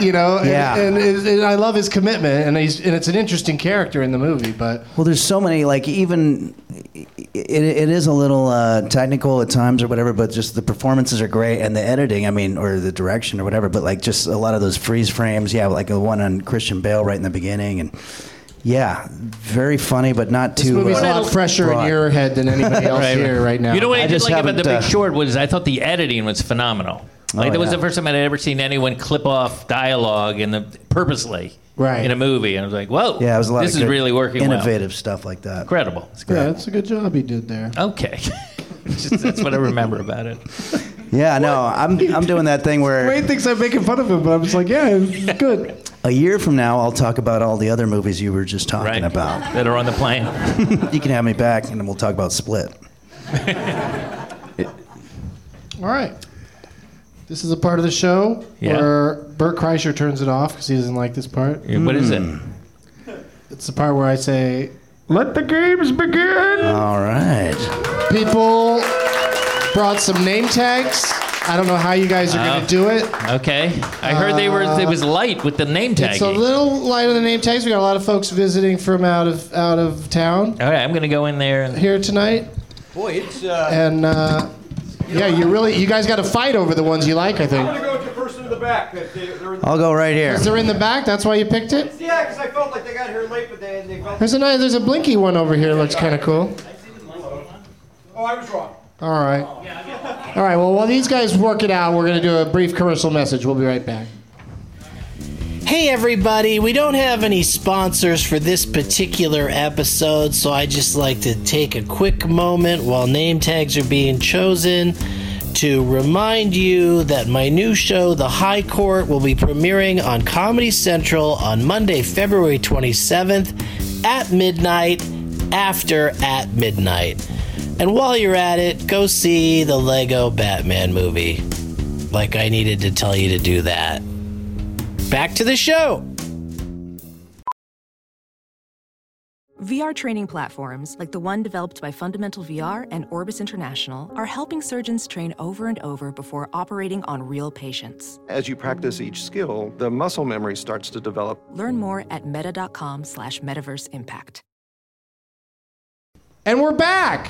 D: you know, and,
I: Yeah.
D: and, it- and I love his commitment, and he's and it's an interesting character in the movie, but.
I: Well, there's so many. Like even it, it is a little uh, technical at times or whatever, but just the performances are great and the editing. I mean, or the direction or whatever. But like just a lot of those freeze frames. Yeah, like the one on Christian Bale right in the beginning and. Yeah, very funny, but not
D: This
I: too.
D: movie's
I: uh,
D: a lot fresher
I: broad.
D: in your head than anybody else here right now.
H: You know what I,
I: I
H: did
I: just
H: like about The
I: haven't,
H: Big
I: uh,
H: Short was I thought the editing was phenomenal. Like
I: Oh,
H: that was
I: yeah.
H: the first time I'd ever seen anyone clip off dialogue and the, purposely.
D: right.
H: in a movie, and I was like, whoa,
K: Yeah, it was a lot
H: this
K: of
H: is
K: good
H: really working well.
K: innovative stuff like that.
H: Incredible.
D: Yeah, that's a good job he did there.
H: Okay. Just, that's what I remember about it.
K: Yeah, no, I'm I'm doing that thing where
D: Wayne thinks I'm making fun of him, but I'm just like, yeah, it's good.
K: a year from now I'll talk about all the other movies you were just talking about.
H: That are on the plane.
K: you can have me back, and then we'll talk about Split.
D: All right. This is a part of the show
K: Yeah.
D: where Bert Kreischer turns it off because he doesn't like this part.
H: Yeah, what is it?
D: It's the part where I say, "Let the games begin."
K: All right.
D: People brought some name tags. I don't know how you guys are going
H: Oh.
D: to do it.
H: Okay. I heard they were. It was light with the name tag.
D: Uh, It's a little light on the name tags. We got a lot of folks visiting from out of out of town
H: All right, I'm gonna go in there and
D: here tonight,
I: Boy, it's. Uh,
D: and uh, yeah, you really you guys got to fight over the ones you like. I think.
L: go with the person in the back. That they, they're in
K: I'll go right here.
D: Because they're in the back. That's why you picked it.
L: yeah, because I felt like they got here late, but they, they felt.
D: There's a nice, there's a blinky one over here. Looks kind of cool.
L: Oh, I was wrong.
D: All right. All right. Well, while these guys work it out, we're gonna do a brief commercial message. We'll be right back.
C: Hey, everybody, we don't have any sponsors for this particular episode, so I just like to take a quick moment while name tags are being chosen to remind you that my new show, The High Court, will be premiering on Comedy Central on Monday, February 27th at midnight after at midnight. And while you're at it, go see the Lego Batman movie. Like I needed to tell you to do that. Back to the show.
M: VR training platforms, like the one developed by Fundamental VR and Orbis International, are helping surgeons train over and over before operating on real patients.
N: As you practice each skill, the muscle memory starts to develop.
M: Learn more at meta.com slash metaverse impact.
D: And we're back.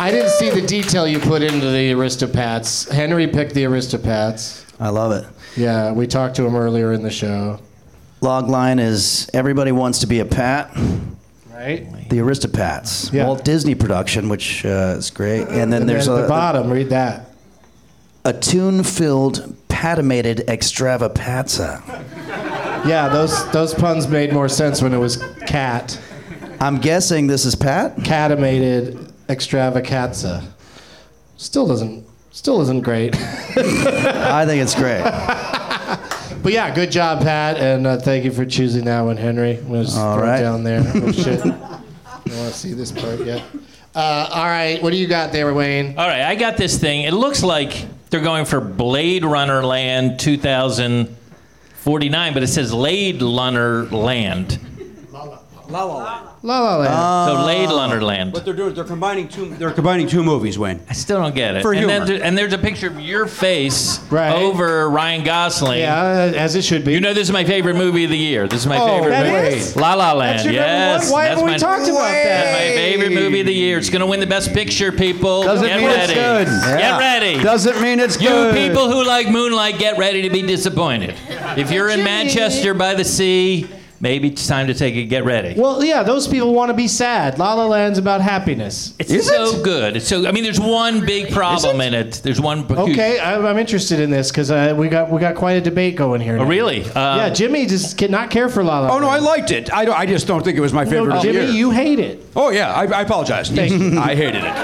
D: I didn't see the detail you put into the Aristopats. Henry picked the Aristopats.
K: I love it.
D: Yeah, we talked to him earlier in the show.
K: Log line is everybody wants to be a Pat.
D: Right.
K: The Aristopats, Walt Disney production, which uh, is great. And then
D: And
K: there's
D: then at
K: a,
D: the bottom. Read that.
K: a tune-filled, patimated extravaganza.
D: Yeah, those those puns made more sense when it was cat.
K: I'm guessing this is Pat.
D: Catamated extravaganza. Still doesn't still isn't great.
K: I think it's great.
D: But yeah, good job, Pat, and uh, thank you for choosing that one, Henry. I'm gonna just
K: All
D: throw it
K: right.
D: down there. Oh shit! I want to see this part yet. Uh, all right, what do you got there, Wayne?
H: All right, I got this thing. It looks like they're going for Blade Runner Land 2049, but it says Lade Runner Land.
I: La La Land.
D: La La Uh,
H: so Lade Runner Land.
I: What they're doing is they're combining two. They're combining two movies, Wayne.
H: I still don't get it.
I: For
H: and,
I: humor.
H: then there- and there's a picture of your face over Ryan Gosling.
D: Yeah, uh, as it should be.
H: You know, this is my favorite movie of the year. This is my
D: Oh,
H: favorite
D: that
H: movie.
D: is?
H: La La Land.
D: That's your number
H: yes.
D: one? Why
H: that's
D: haven't we
H: my-
D: talked about that?
H: That's my favorite movie of the year. It's going to win the best picture, people.
O: Doesn't
H: get
O: mean it's
H: ready.
O: good.
H: Get
O: Yeah.
H: ready.
O: Doesn't mean it's
H: you
O: good.
H: people who like Moonlight, get ready to be disappointed. If you're in Manchester by the sea, maybe it's time to take a get ready.
D: Well, yeah, those people want to be sad. La La Land's about happiness.
H: It's so good. It's so. I mean, there's one big problem in it. There's one. huge-
D: Okay, I'm, I'm interested in this because uh, we got we got quite a debate going here.
H: Oh,
D: now.
H: really? Um,
D: yeah, Jimmy just did not care for La La.
I: Oh no,
D: Land.
I: I liked it. I, don't- I just don't think it was my favorite.
D: No,
I: of
D: Jimmy,
I: the year.
D: you hate it.
I: Oh yeah, I, I apologize.
D: Thank you.
I: I hated it.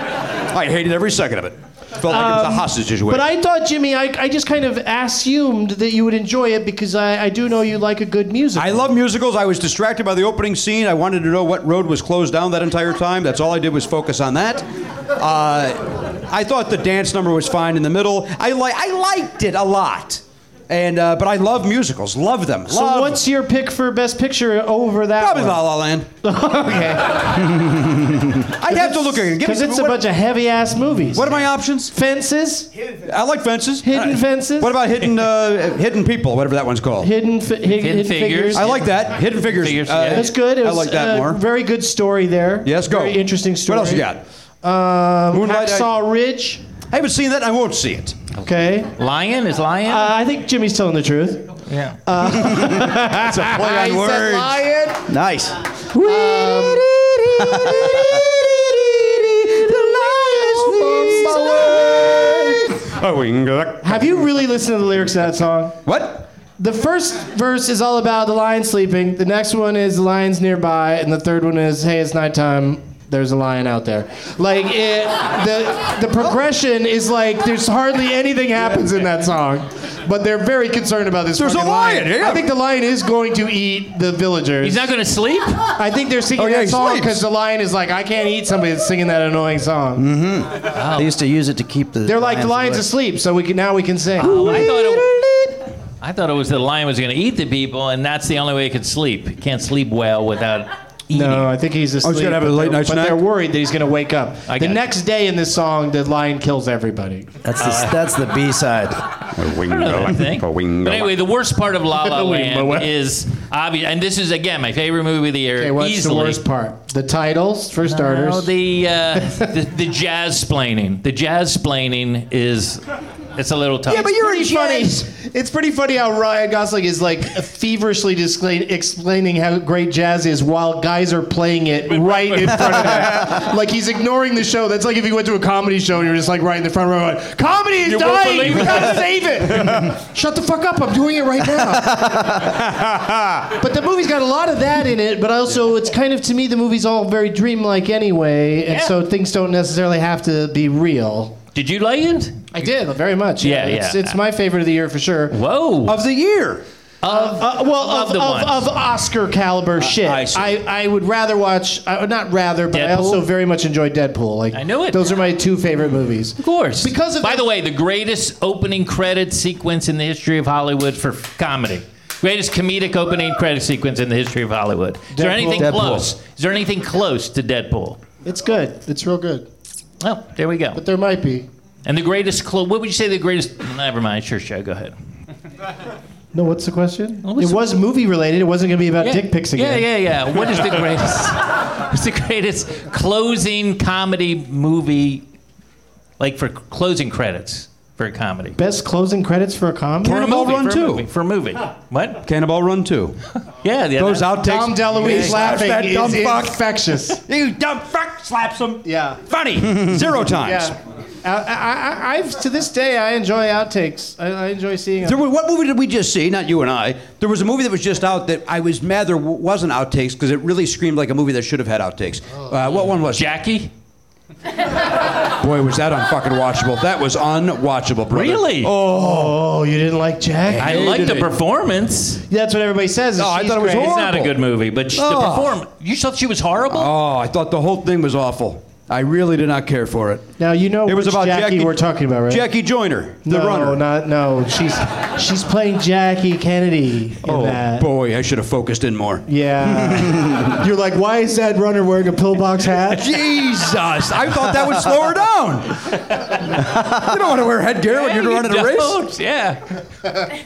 I: I hated every second of it. Felt like it was a
D: Um,
I: hostage situation.
D: But I thought, Jimmy, I, I just kind of assumed that you would enjoy it because I, I do know you like a good musical.
I: I love musicals. I was distracted by the opening scene. I wanted to know what road was closed down that entire time. That's all I did was focus on that. Uh, I thought the dance number was fine in the middle. I like I liked it a lot, and uh, but I love musicals. Love them.
D: So
I: love
D: what's your pick for Best Picture over that
I: probably
D: one?
I: La La Land?
D: okay.
I: I'd have to look again. Give me-
D: Because it's a
I: what-
D: bunch of heavy-ass movies.
I: What are my options?
D: Fences?
I: I like fences. Uh,
D: Hidden fences?
I: What about hidden uh, hidden people? Whatever that one's called.
D: Hidden, fi- hid- hidden, figures.
I: I like that. Hidden figures. uh,
D: That's good. It was uh,
I: I like that
D: a
I: more.
D: Very good story there.
I: Yes, go.
D: Very interesting story.
I: What else you got?
D: Um,
I: Moonlight, I-
D: Hacksaw Ridge.
I: I haven't seen that. and I won't see it.
D: Okay.
H: Lion is
D: Uh,
H: lion.
D: I think Jimmy's telling the truth. Uh,
H: yeah.
I: That's a play
D: I
I: on
D: said
I: words.
D: lion.
K: Nice.
I: Um,
D: Have you really listened to the lyrics to that song?
I: What?
D: The first verse is all about the lion sleeping. The next one is the lion's nearby, and the third one is hey, it's nighttime. There's a lion out there. Like it, the the progression is like there's hardly anything happens in that song, but they're very concerned about this.
I: There's a
D: fucking
I: lion, yeah.
D: I think the lion is going to eat the villagers.
H: He's not going to sleep.
D: I think they're singing
H: Oh, yeah,
D: that
H: he
D: song
H: sleeps.
D: because the lion is like, I can't eat somebody that's singing that annoying song. Mm-hmm.
J: They used to use it to keep the.
D: They're like the lion's
J: awake.
D: asleep, so we can now we can sing.
H: I thought it, I thought it was the lion was going to eat the people, and that's the only way it could sleep. It can't sleep well without eating.
D: No, I think he's asleep.
I: gonna have a
D: but
I: late
D: they're-
I: night
D: But
I: snack?
D: they're worried that he's going to wake up.
H: I
D: the
H: got you.
D: next day in this song, the lion kills everybody.
J: That's the, that's the B side.
H: Oh, I don't know that thing. But anyway, the worst part of La La
D: Wingo
H: Land
D: Land.
H: is obvious, and this is again my favorite movie of the year.
D: Okay, what's
H: easily.
D: the worst part? The titles for
H: No,
D: starters.
H: the, uh, the the jazz splaining. The jazz splaining is it's a little tough.
D: yeah, but you're pretty funny. It's pretty funny how Ryan Gosling is like feverishly disclaim, explaining how great jazz is while guys are playing it right in front of him. like he's ignoring the show. That's like if you went to a comedy show and you're just like right in the front row, like, comedy is
P: You won't
D: dying.
P: believe
D: We
P: it."
D: gotta save it. Shut the fuck up. I'm doing it right now. but the movie's got a lot of that in it. But also, it's kind of to me the movie's all very dreamlike anyway, and so things don't necessarily have to be real.
H: Did you like it?
D: I did very much.
H: Yeah,
D: It's,
H: yeah.
D: it's my favorite of the year for sure.
H: Whoa.
D: Of the year. Of, uh, well,
H: of
D: of,
H: the
D: of,
H: ones.
D: of Oscar caliber shit.
H: I see.
D: I, I would rather watch, I, not rather, but I
H: Deadpool?
D: also very much enjoy Deadpool. Like I
H: knew it.
D: Those are my two favorite movies. Of
H: course.
D: Because of
H: By the way, the greatest opening credit sequence in the history of Hollywood for f- comedy. Greatest comedic opening credit sequence in the history of Hollywood. Is there
D: Deadpool.
H: anything
D: Deadpool.
H: close? Is there anything close to Deadpool?
D: It's good. It's real good.
H: Oh, there we go.
D: But there might be.
H: And the greatest clo- what would you say the greatest never mind, sure show, go ahead.
D: No, what's the question?
H: what's
D: it
H: the-
D: was movie related. It wasn't going to be about dick pics
H: Yeah,
D: again.
H: yeah, yeah. What is the greatest what's the greatest closing comedy movie like for closing credits for a comedy?
D: Best closing credits for a comedy?
H: For a
I: Cannonball
H: movie,
I: Run
H: for a
I: 2.
H: movie, for a movie. What?
I: Cannonball Run 2.
H: Yeah, yeah.
I: Those outtakes.
D: Tom DeLuise
I: Slaps
D: laughing
I: that
D: is
I: dumb fuck.
D: infectious.
I: You dumb fuck slaps him.
D: Yeah.
I: Funny. Zero times.
D: Yeah. I, I, I, I've to this day I enjoy outtakes. I, I enjoy seeing.
I: There were, what movie did we just see? Not you and I. There was a movie that was just out that I was mad there w- wasn't outtakes because it really screamed like a movie that should have had outtakes. Uh, what one was it?
H: Jackie?
I: Boy, was that unfucking watchable. That was unwatchable, brother.
H: Really?
D: Oh, you didn't like Jack?
H: I like the performance.
D: That's what everybody says. is
I: No, I
D: she's
I: thought it was
D: great.
H: It's not a good movie, but sh- the
I: Oh.
H: perform. You thought she was horrible.
I: Oh, I thought the whole thing was awful. I really did not care for it.
D: Now you know
I: It was
D: Oh, which
I: about
D: Jackie,
I: Jackie-
D: we're talking about, right?
I: Jackie Joyner, the
D: no,
I: runner.
D: not no. She's she's playing Jackie Kennedy in
I: oh
D: that.
I: boy, I should have focused in more.
D: yeah. You're like, why is that runner wearing a pillbox hat?
I: Jesus, I thought that would slow her down. you don't want to wear headgear when you're running a race.
H: Don't, Yeah.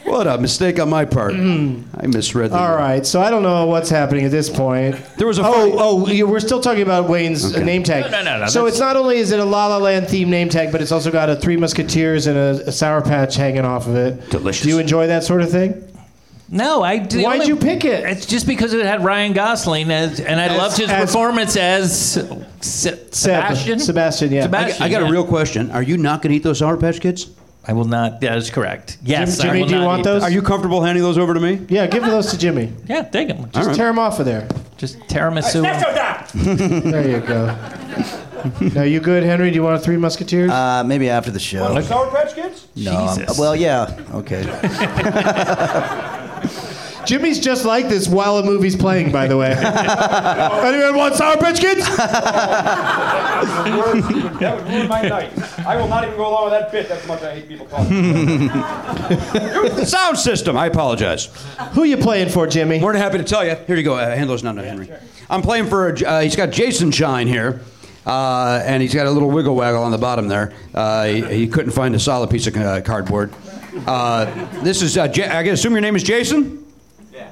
I: What a mistake on my part. I misread. The
D: All right, so I don't know what's happening at this point.
I: There was a funny-
D: oh oh, you- we're still talking about Wayne's uh name tag.
H: No, no, no, no,
D: So
H: that's-
D: it's not only is it a La La Land themed name tag, but it's also got a Three Musketeers and a, a Sour Patch hanging off of it.
I: Delicious.
D: Do you enjoy that sort of thing?
H: No, I. the
D: Why'd you pick it?
H: It's just because it had Ryan Gosling, as, and I
D: As-
H: loved his
D: as-
H: performance as Se- Sebastian.
D: Sebastian, yeah.
H: Sebastian.
I: I got a
H: yeah.
I: real question. Are you not going to eat those Sour Patch Kids?
H: I will not. That is correct. Yes.
D: Jimmy,
H: I will
D: do you
H: not
D: want
H: eat
D: those?
I: Are you comfortable handing those over to me?
D: Yeah, give those to Jimmy.
H: them. Yeah, take them.
D: Just
I: right.
D: tear them off of there.
H: Just tiramisu.
D: There you go. now you good, Henry? Do you want a Three Musketeers?
J: Uh, maybe after the show.
Q: Sour Patch Kids?
J: no, I'm-
H: Jesus.
J: well, yeah. Okay.
D: Jimmy's just like this while a movie's playing, by the way. Anyone want Sour Patch Kids?
Q: That would ruin- that would ruin my night. I will not even go along with that bit. That's how much I hate people calling. me.
I: Sound system. I apologize.
D: Who you playing for, Jimmy?
I: More than happy to tell you. Here you go. Uh, hand those down to Henry. I'm playing for. A, uh, he's got Jason Shine here, uh, and he's got a little wiggle waggle on the bottom there. Uh, he, he couldn't find a solid piece of uh, cardboard. Uh, this is. Uh, J- I can assume your name is Jason.
Q: Yeah.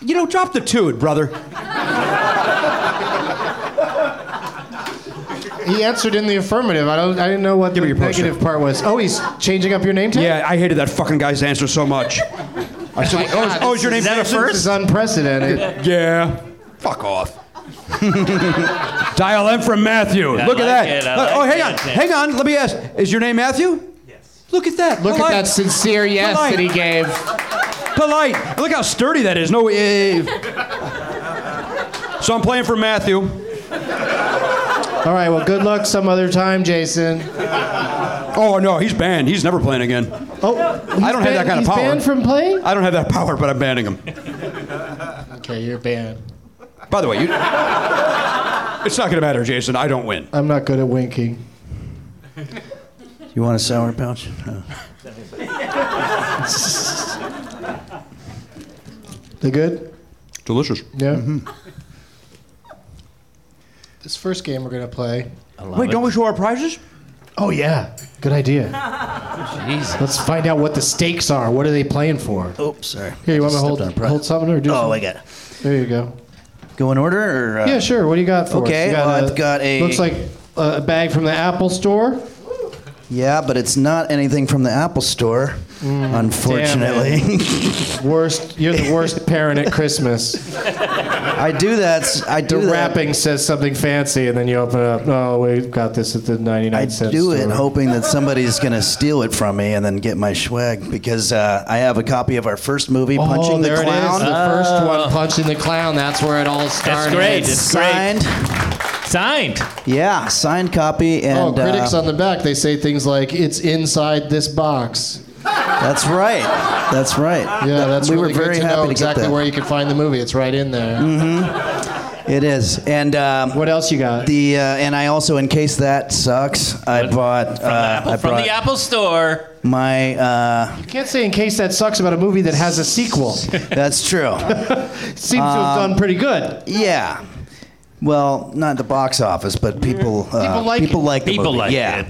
I: You know, drop the tood, brother.
D: He answered in the affirmative. I don't. I didn't know what
I: Give me
D: the
I: your poster.
D: negative part was. Oh, he's changing up your name tag.
I: Yeah, I hated that fucking guy's answer so much. I said, oh, is, oh, is your name Jason?
D: This is unprecedented.
I: Yeah. Fuck off. Dial M from Matthew.
H: I
I: Look at
H: like
I: that.
H: it, I
I: oh,
H: like
I: hang
H: it.
I: on. Hang on. Let me ask. Is your name Matthew? Yes. Look at that.
R: Look
I: polite.
R: at that sincere yes
I: Polite.
R: that he gave.
I: Polite. Look how sturdy that is. No. eh. So I'm playing for Matthew.
D: All right, well, good luck some other time, Jason.
I: Oh no, he's banned. He's never playing again.
D: Oh,
I: I don't have that kind of
D: he's
I: power.
D: banned from playing?
I: I don't have that power, but I'm banning him.
D: Okay, you're banned.
I: By the way, you, it's not going to matter, Jason. I don't win.
D: I'm not good at winking.
C: You want a sour pouch? Oh.
D: They good?
I: Delicious.
D: Yeah. Mm-hmm. This first game we're gonna play.
I: Wait, don't we show our prizes?
D: Oh yeah, good idea. Let's find out what the stakes are. What are they playing for?
C: Oops, Oh, sorry.
D: Here, you want
C: Just
D: me to hold,
C: stepped on a
D: hold something or do?
C: Oh,
D: something?
C: I got it.
D: There you go.
C: Go in order, or uh,
D: yeah, sure. What do you got for
C: okay,
D: us? You
C: well,
D: a-
C: I've got a-
D: Looks like a bag from the Apple Store.
C: Yeah, but it's not anything from the Apple Store,
Q: Mm.
C: unfortunately.
D: worst. You're the worst parent at Christmas.
C: I do that. s- I do
D: The
C: that.
D: wrapping says something fancy, and then you open it up. Oh, we've got this at the 99
C: I
D: cent
C: do it
D: store."
C: hoping that somebody's going to steal it from me and then get my swag because uh, I have a copy of our first movie,
D: Oh,
C: Punching
D: there
C: the Clown.
D: It is. The first one, Punching the Clown. That's where it all started.
C: signed.
H: Signed.
C: Yeah, signed copy. And
D: oh, critics
C: uh,
D: on the back, they say things like, it's inside this box.
C: That's right. That's right.
D: Yeah, that's
C: Ah, we
D: really
C: were very
D: good to
C: happy
D: know
C: to
D: exactly
C: get that. Mm.
D: where you can find the movie. It's right in there.
C: Mm-hmm. It is. And um,
D: what else you got?
C: The uh, and I also, in case that sucks, I bought. From, uh, I
H: From
C: brought
H: the Apple Store.
C: my. Uh,
D: You can't say in case that sucks about a movie that has a sequel.
C: That's true.
D: Seems to have
C: Um,
D: done pretty
C: uh,
D: good.
C: Yeah. Well, not the box office, but people uh,
D: People like it.
C: the
D: People
C: movie.
D: like
C: yeah.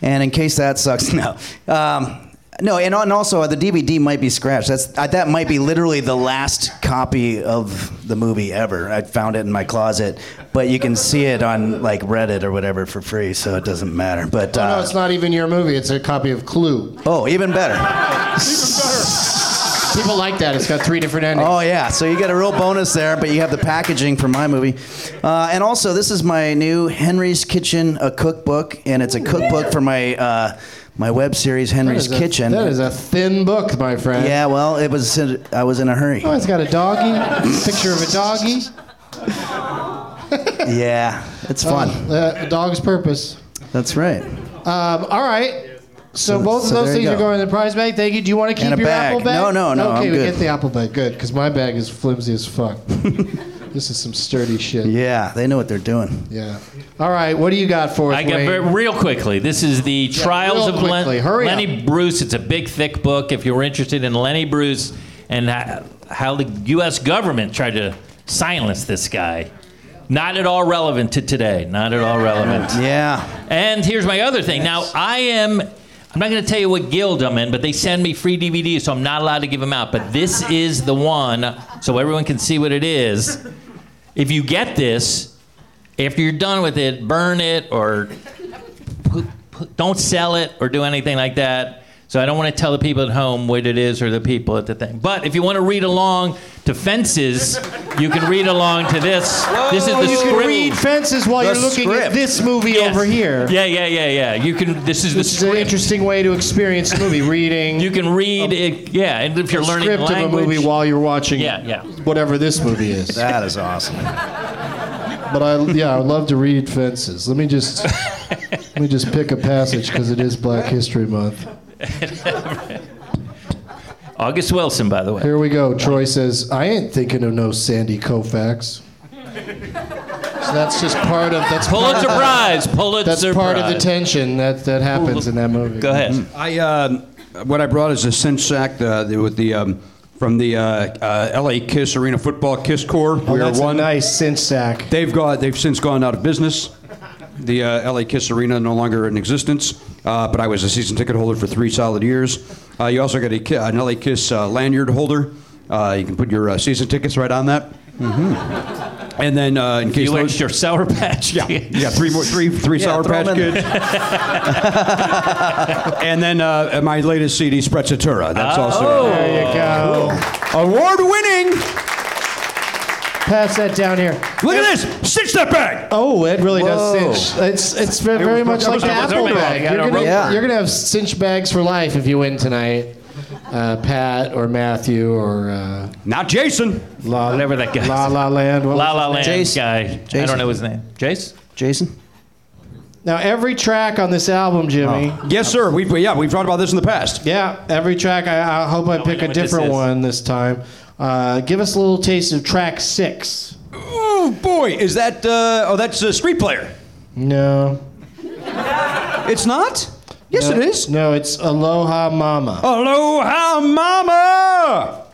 C: And in case that sucks, no. Um, no, and, and also uh, the DVD might be scratched. That's uh, that might be literally the last copy of the movie ever. I found it in my closet, but you can see it on like Reddit or whatever for free, so it doesn't matter. But
D: Oh, no,
C: uh,
D: it's not even your movie. It's a copy of Clue.
C: oh, even better.
D: People like that. It's got three different endings.
C: Oh yeah, so you get a real bonus there, but you have the packaging for my movie, uh, and also this is my new Henry's Kitchen, a cookbook, and it's a cookbook for my uh, my web series Henry's
D: That is a-
C: Kitchen.
D: that is a thin book, my friend.
C: Yeah, well, it was I was in a hurry.
D: Oh, it's got a doggy. picture of a doggy.
C: yeah, it's fun.
D: Oh, uh, a dog's purpose.
C: That's right.
D: Um, all right. So,
C: So-
D: both
C: so
D: of those
C: there you
D: things are
C: go.
D: going in the prize bag. Thank you. Do you want to keep
C: And a
D: your
C: bag.
D: apple bag?
C: No, no, no,
D: Okay,
C: I'm
D: we
C: good.
D: get the apple bag. Good, because my bag is flimsy as fuck. this is some sturdy shit.
C: Yeah, they know what they're doing.
D: Yeah. All right. What do you got for us,
H: I got
D: Wayne?
H: very, real quickly. This is the Trials
D: real
H: of Len-
D: quickly. Hurry up.
H: Lenny Bruce. It's a big, thick book. If you're interested in Lenny Bruce and ho- how the U.S. government tried to silence this guy, not at all relevant to today. Not at all relevant.
C: Yeah.
H: And here's my other thing. Now I am. I'm not going to tell you what guild I'm in, but they send me free DVDs, so I'm not allowed to give them out. But this is the one, so everyone can see what it is. If you get this, after you're done with it, burn it or pu- pu- don't sell it or do anything like that. So I don't want to tell the people at home what it is or the people at the thing. But if you want to read along to fences, you can read along to this. this is
D: Oh,
H: the
D: you
H: script.
D: can read fences while you're looking at this movie over here.
H: Yeah, yeah, yeah, yeah. You can. This is the
D: This is an interesting way to experience a movie. Reading. You
H: can read it. Yeah, and if you're
D: a
H: learning
D: script
H: language,
D: of a movie while you're watching.
H: Yeah, yeah.
D: Whatever this movie is.
C: That is awesome.
D: But I yeah, I would love to read fences. Let me just let me just pick a passage because it is Black History Month.
H: August Wilson, by the way.
D: Here we go. Troy says, "I ain't thinking of no Sandy Koufax." So that's just part of that's part
H: Pulitzer
D: of-
H: Prize. Pulitzer
D: That's part of the Mm-hmm.
H: Prize.
D: tension that that happens in that movie.
H: Go ahead.
I: I um, what I brought is a cinch sack uh, the- with the um, from the uh, uh, L.A. Kiss Arena Football Kiss Corps.
D: Oh, that's a nice cinch sack.
I: They've got they've since gone out of business. The uh, LA Kiss Arena no longer in existence, uh, but I was a season ticket holder for three solid years. Uh, you also got a, ki- an LA Kiss uh, lanyard holder. Uh, you can put your uh, season tickets right on that. And then uh, in case
H: You
I: those-
H: etched your Sour Patch. Yeah,
I: yeah, three more, three, three
H: Yeah,
I: Sour
H: throw
I: Patch
H: 'em in
I: Kids. and then uh, my latest CD,
D: Oh.
I: Sprezzatura. That's also
D: There you go.
I: award-winning
D: Pass that down here.
I: Look at this. Cinch that bag.
D: Oh, it really
I: Whoa.
D: does cinch. It's it's ve-
I: It
D: very
I: was-
D: much like
I: that was-
D: the
I: that was
D: apple
I: everything.
D: bag.
I: I
D: You're
I: don't
D: gonna,
I: remember.
D: you're gonna have cinch bags for life if you win tonight, uh, Pat or Matthew or uh,
I: not Jason.
D: La, Whatever
H: that guy.
D: La La Land. what
H: La
D: was
H: La Land
D: his name?
H: guy. I don't know his name. Jace?
I: Jason.
D: Now every track on this album, Jimmy.
I: Yes, sir. We, we- yeah, we've talked about this in the past.
D: Yeah, every track. I, I hope I pick
I: know
D: a
I: what this
D: different
I: is.
D: one this time. Uh, give us a little taste of track six.
I: Oh boy, is that? Uh, oh, that's a street player.
D: No.
I: It's not. Yes,
D: No.
I: it is.
D: No, it's Aloha Mama.
I: Aloha Mama.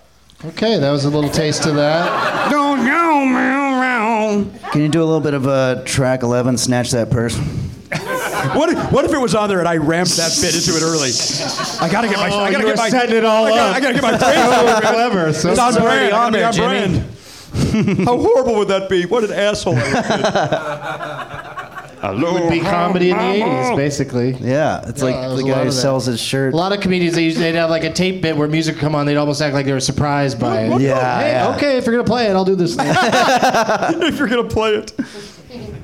D: Okay, that was a little taste of that.
I: Don't know me around.
J: Can you do a little bit of uh, track 11, Snatch That Purse?
I: What if, what if it was on there and I ramped that bit into it early? I gotta get my.
D: Oh,
I: I gotta
D: you were
I: get my.
D: setting it all
I: I gotta,
D: up.
I: I gotta get my.
D: So
I: brain-
D: clever, so
I: it's on
D: clever.
I: brand.
D: On
I: On
D: there,
I: on brand. How horrible would that be? What an asshole!
D: It would be comedy in the 80s, basically.
J: Yeah, it's
D: Yeah,
J: like
D: there's
J: the
D: a lot
J: guy who
D: of that.
J: sells his shirt.
D: A lot of comedians, they used, they'd have like a tape bit where music would come on, they'd almost act like they were surprised by it.
J: Yeah,
D: Hey,
J: yeah.
D: okay, if you're going to play it, I'll do this.
I: if you're gonna play it.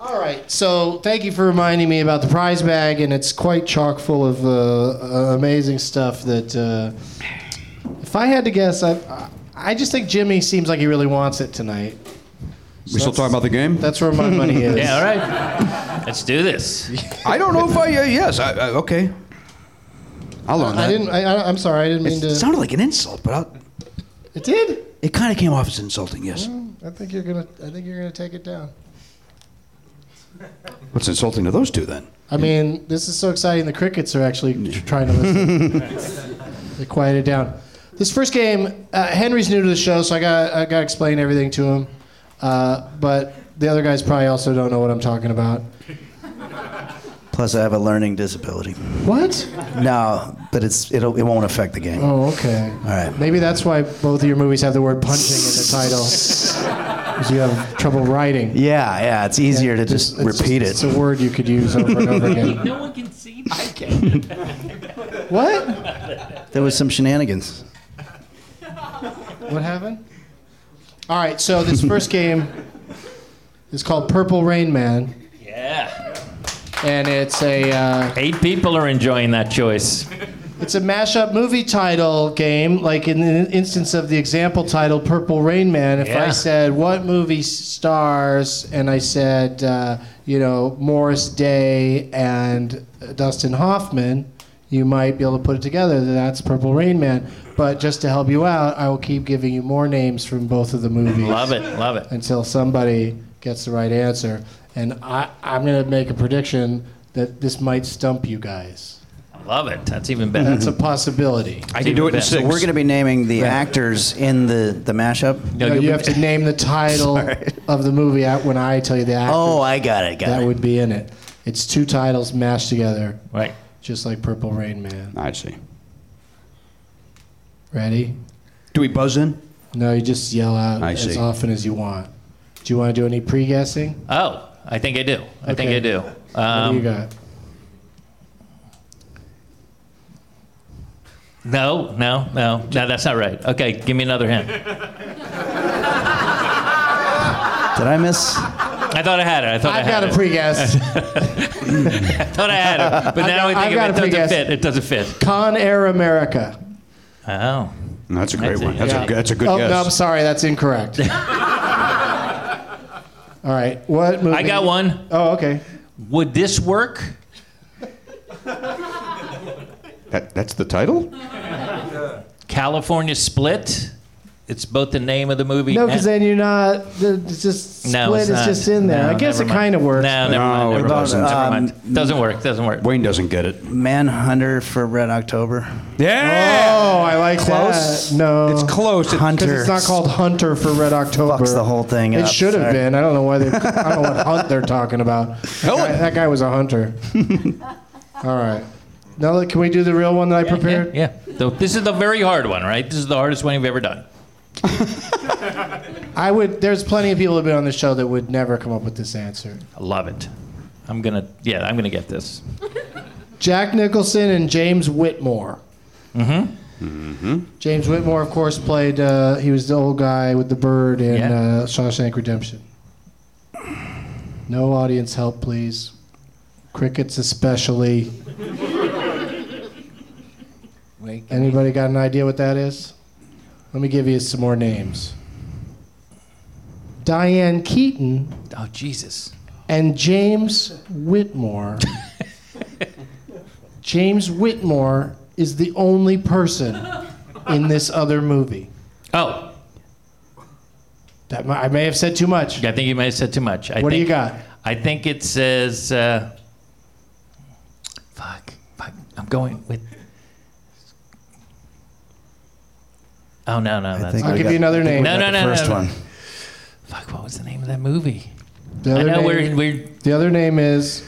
D: All right, so thank you for reminding me about the prize bag, and it's quite chock full of uh, uh, amazing stuff that. Uh, if I had to guess, I, I- I just think Jimmy seems like he really wants it tonight.
I: We still talking about the game?
D: That's where my money is.
H: Yeah, all right. Let's do this.
I: I don't know if I. Uh, yes. I, I, okay. I'll own that.
D: I didn't. I, I, I'm sorry. I didn't mean
I: It
D: to.
I: sounded like an insult, but I'll,
D: It did.
I: it kind of came off as insulting. Yes.
D: I think you're gonna. I think you're gonna take it down.
I: What's insulting to those two then?
D: I mean, this is so exciting. The crickets are actually tr- trying to listen. they quieted down. This first game, uh, Henry's new to the show, so I got I got to explain everything to him. Uh, but the other guys probably also don't know what I'm talking about.
J: Plus, I have a learning disability.
D: What?
J: No, but it's it'll, it won't affect the game.
D: Oh, okay.
J: All right.
D: Maybe that's why both of your movies have the word punching in the title, because you have trouble writing.
J: Yeah, yeah, it's easier to just,
D: It's
J: repeat
D: just-
J: it.
D: It's a word you could use over and over again.
H: No one can see me. I can.
D: What?
J: There was some shenanigans.
D: What happened? All right, so this first game is called Purple Rain Man.
H: Yeah.
D: And it's a uh,
H: Eight people are enjoying that choice.
D: it's a mashup movie title game. Like in the instance of the example title Purple Rain Man, if I
H: Yeah.
D: said what movie stars, and I said uh, you know Morris Day and Dustin Hoffman, you might be able to put it together. that That's Purple Rain Man. But just to help you out, I will keep giving you more names from both of the movies.
H: Love it. Love it.
D: until somebody gets the right answer. And I, I'm going to make a prediction that this might stump you guys.
H: Love it. That's even better.
D: That's a possibility.
I: I can do it in
J: So
I: six.
J: we're going to be naming the actors in the, the mashup.
H: No,
D: No,
H: you'll
D: you
H: be-
D: have to name the title of the movie at, when I tell you the actor
J: Oh, I got it. Got
D: that
J: it.
D: would be in it. It's two titles mashed together,
H: Right.
D: just like Purple Rain Man.
I: I see.
D: Ready?
I: Do we buzz in?
D: No, you just yell out
I: I
D: as
I: see.
D: often as you want. Do you want to do any pre guessing?
H: Oh, I think I do. I think
D: Okay.
H: I do.
D: what do you
H: Um,
D: got?
H: no, no, no, no. That's not right. Okay, give me another hint.
J: Did I miss?
H: I thought I had it. I thought I
D: I've
H: had
D: got a
H: it.
D: pre guess.
H: I thought I had it, but
D: I've
H: now
D: got-
H: I
D: I've
H: think
D: got a
H: if it doesn't
D: pre-guess.
H: fit. It doesn't fit.
D: Con Air America.
H: Oh,
I: That's a great
H: That's a-
I: one. That's,
H: yeah.
I: a, that's a good
D: oh,
I: guess.
D: no, I'm sorry. That's incorrect. All right. What movie?
H: I got one.
D: Oh, okay.
H: Would this work?
I: That, that's the title?
H: California Split. It's both the name of the movie.
D: No,
H: and-
D: because then you're not. the- It's just split
H: No, it's
D: is
H: not.
D: just in there.
H: No,
D: I guess it
H: never mind.
D: kind of works.
H: No, never
I: No,
H: mind.
I: it
H: Never mind.
I: doesn't.
H: Never
J: Um,
H: mind. Doesn't work. Doesn't work.
I: Wayne doesn't get it.
J: Manhunter for Red October.
I: Yeah!
D: Oh, I like
J: Close.
D: that. No,
I: It's close. It-
D: because
J: Hunter.
D: it's not called Hunter for Red October.
J: Fucks the whole thing
D: It
J: up,
D: should have
J: sorry.
D: been. I don't know why they. I don't know what hunt they're talking about. That guy,
I: Helen.
D: that guy was a hunter. All right. Now, look, can we do the real one that I prepared?
H: Yeah. So this is the very hard one, right? This is the hardest one you've ever done.
D: I would. There's plenty of people who've been on the show that would never come up with this answer.
H: I love it. I'm gonna. Yeah, I'm gonna get this.
D: Jack Nicholson and James Whitmore. Mm-hmm. James Whitmore, of course, played. Uh, he was the old guy with the bird in
C: Yeah.
D: uh, Shawshank Redemption. No audience help, please. Crickets, especially. Anybody got an idea what that is? Let me give you some more names. Diane Keaton.
H: Oh Jesus.
D: And James Whitmore. James Whitmore is the only person in this other movie.
H: Oh.
D: That mi- I may have said too much.
H: I think you may have said too much. I
D: What do you
H: think-
D: got?
H: I think it says. Uh, fuck. Fuck. I'm going with. Oh no no! That's
D: I'll we give got- you another I think we
H: No
D: got
H: no
D: the
H: no no,
D: first
H: no.
D: one.
H: Fuck! What was the name of that movie?
D: The
H: I
D: other
H: know
D: name-
H: we're we're
D: The other name is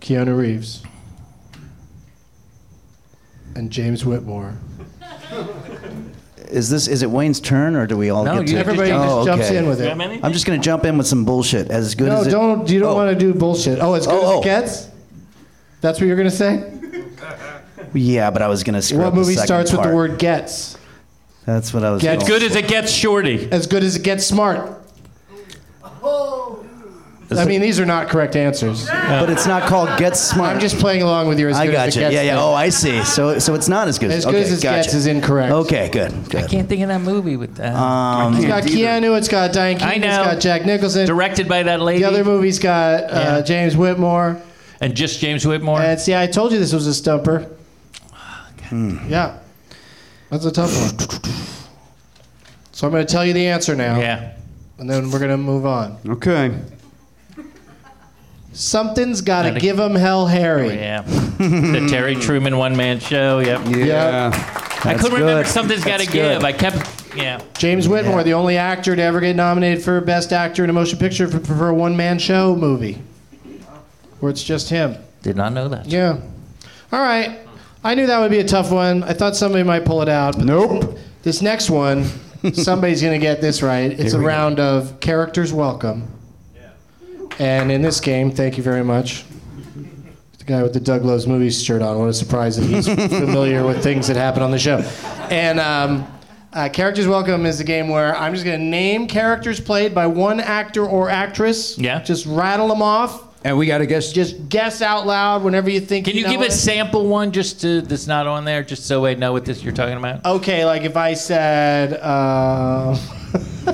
D: Keanu Reeves and James Whitmore.
J: Is this is it Wayne's turn or do we all
D: No,
J: get
D: you-
J: to
D: everybody just
I: Oh,
D: jumps in with it. Do you have anything?
J: I'm just gonna jump in with some bullshit. As good
D: Oh, no,
J: as it,
D: don't. You don't want to do bullshit. Oh, as good as it gets. That's what you're gonna say.
J: Yeah, but I was gonna screw
D: What
J: up the
D: movie
J: second
D: starts with the
J: part.
D: word gets?
J: That's what I was.
D: Gets
J: going
H: it gets, Shorty.
D: As good as it gets, smart. I mean, these are not correct answers.
J: But it's not called Get Smart.
D: I'm just playing along with your as
J: I
D: good
J: got
D: as it
J: you.
D: gets.
J: Yeah, yeah.
D: thing.
J: Oh, I see. So, so it's not as good.
D: As good
J: okay,
D: as it
J: gotcha.
D: gets is incorrect.
J: Okay, good.
H: I
J: good.
H: can't think of that movie with that.
J: Um,
D: It's got Keanu. It's got Diane
H: I
D: Keaton. It's
H: know.
D: got Jack Nicholson.
H: Directed by that lady.
D: The other movie's got uh, James Whitmore.
H: and just James Whitmore.
D: And see, I told you this was a stumper.
J: Hmm.
D: Yeah, that's a tough one. So I'm going to tell you the answer now.
H: Yeah.
D: And then we're going to move on.
I: Okay.
D: Something's got to
H: Gotta- Oh,
D: give 'em hell, Harry.
H: Yeah. the Terry Truman one man show. Yep.
D: Yeah.
H: I
D: That's
H: couldn't remember
D: good.
H: something's got to
D: That's good.
H: give. I kept. Yeah.
D: James Whitmore, the only actor to ever get nominated for Best Actor in a Motion Picture for, for a one man show movie where it's just him.
H: Did not know that.
D: Yeah. All right. I knew that would be a tough one. I thought somebody might pull it out. But nope. This next one, somebody's going to get this right. It's
J: Here
D: a
J: we go.
D: round of characters welcome. And in this game, thank you very much. The guy with the Doug Loves Movies shirt on. What a surprise that he's familiar with things that happen on the show. And um, uh, Characters Welcome is a game where I'm just going to name characters played by one actor or actress. Yeah. Just rattle them off.
I: And we got to guess.
D: Just guess out loud whenever you think
H: Can you
D: know
H: give
D: it.
H: a sample one just to that's not on there, just so I know what this you're talking about?
D: Okay, like if I said, uh,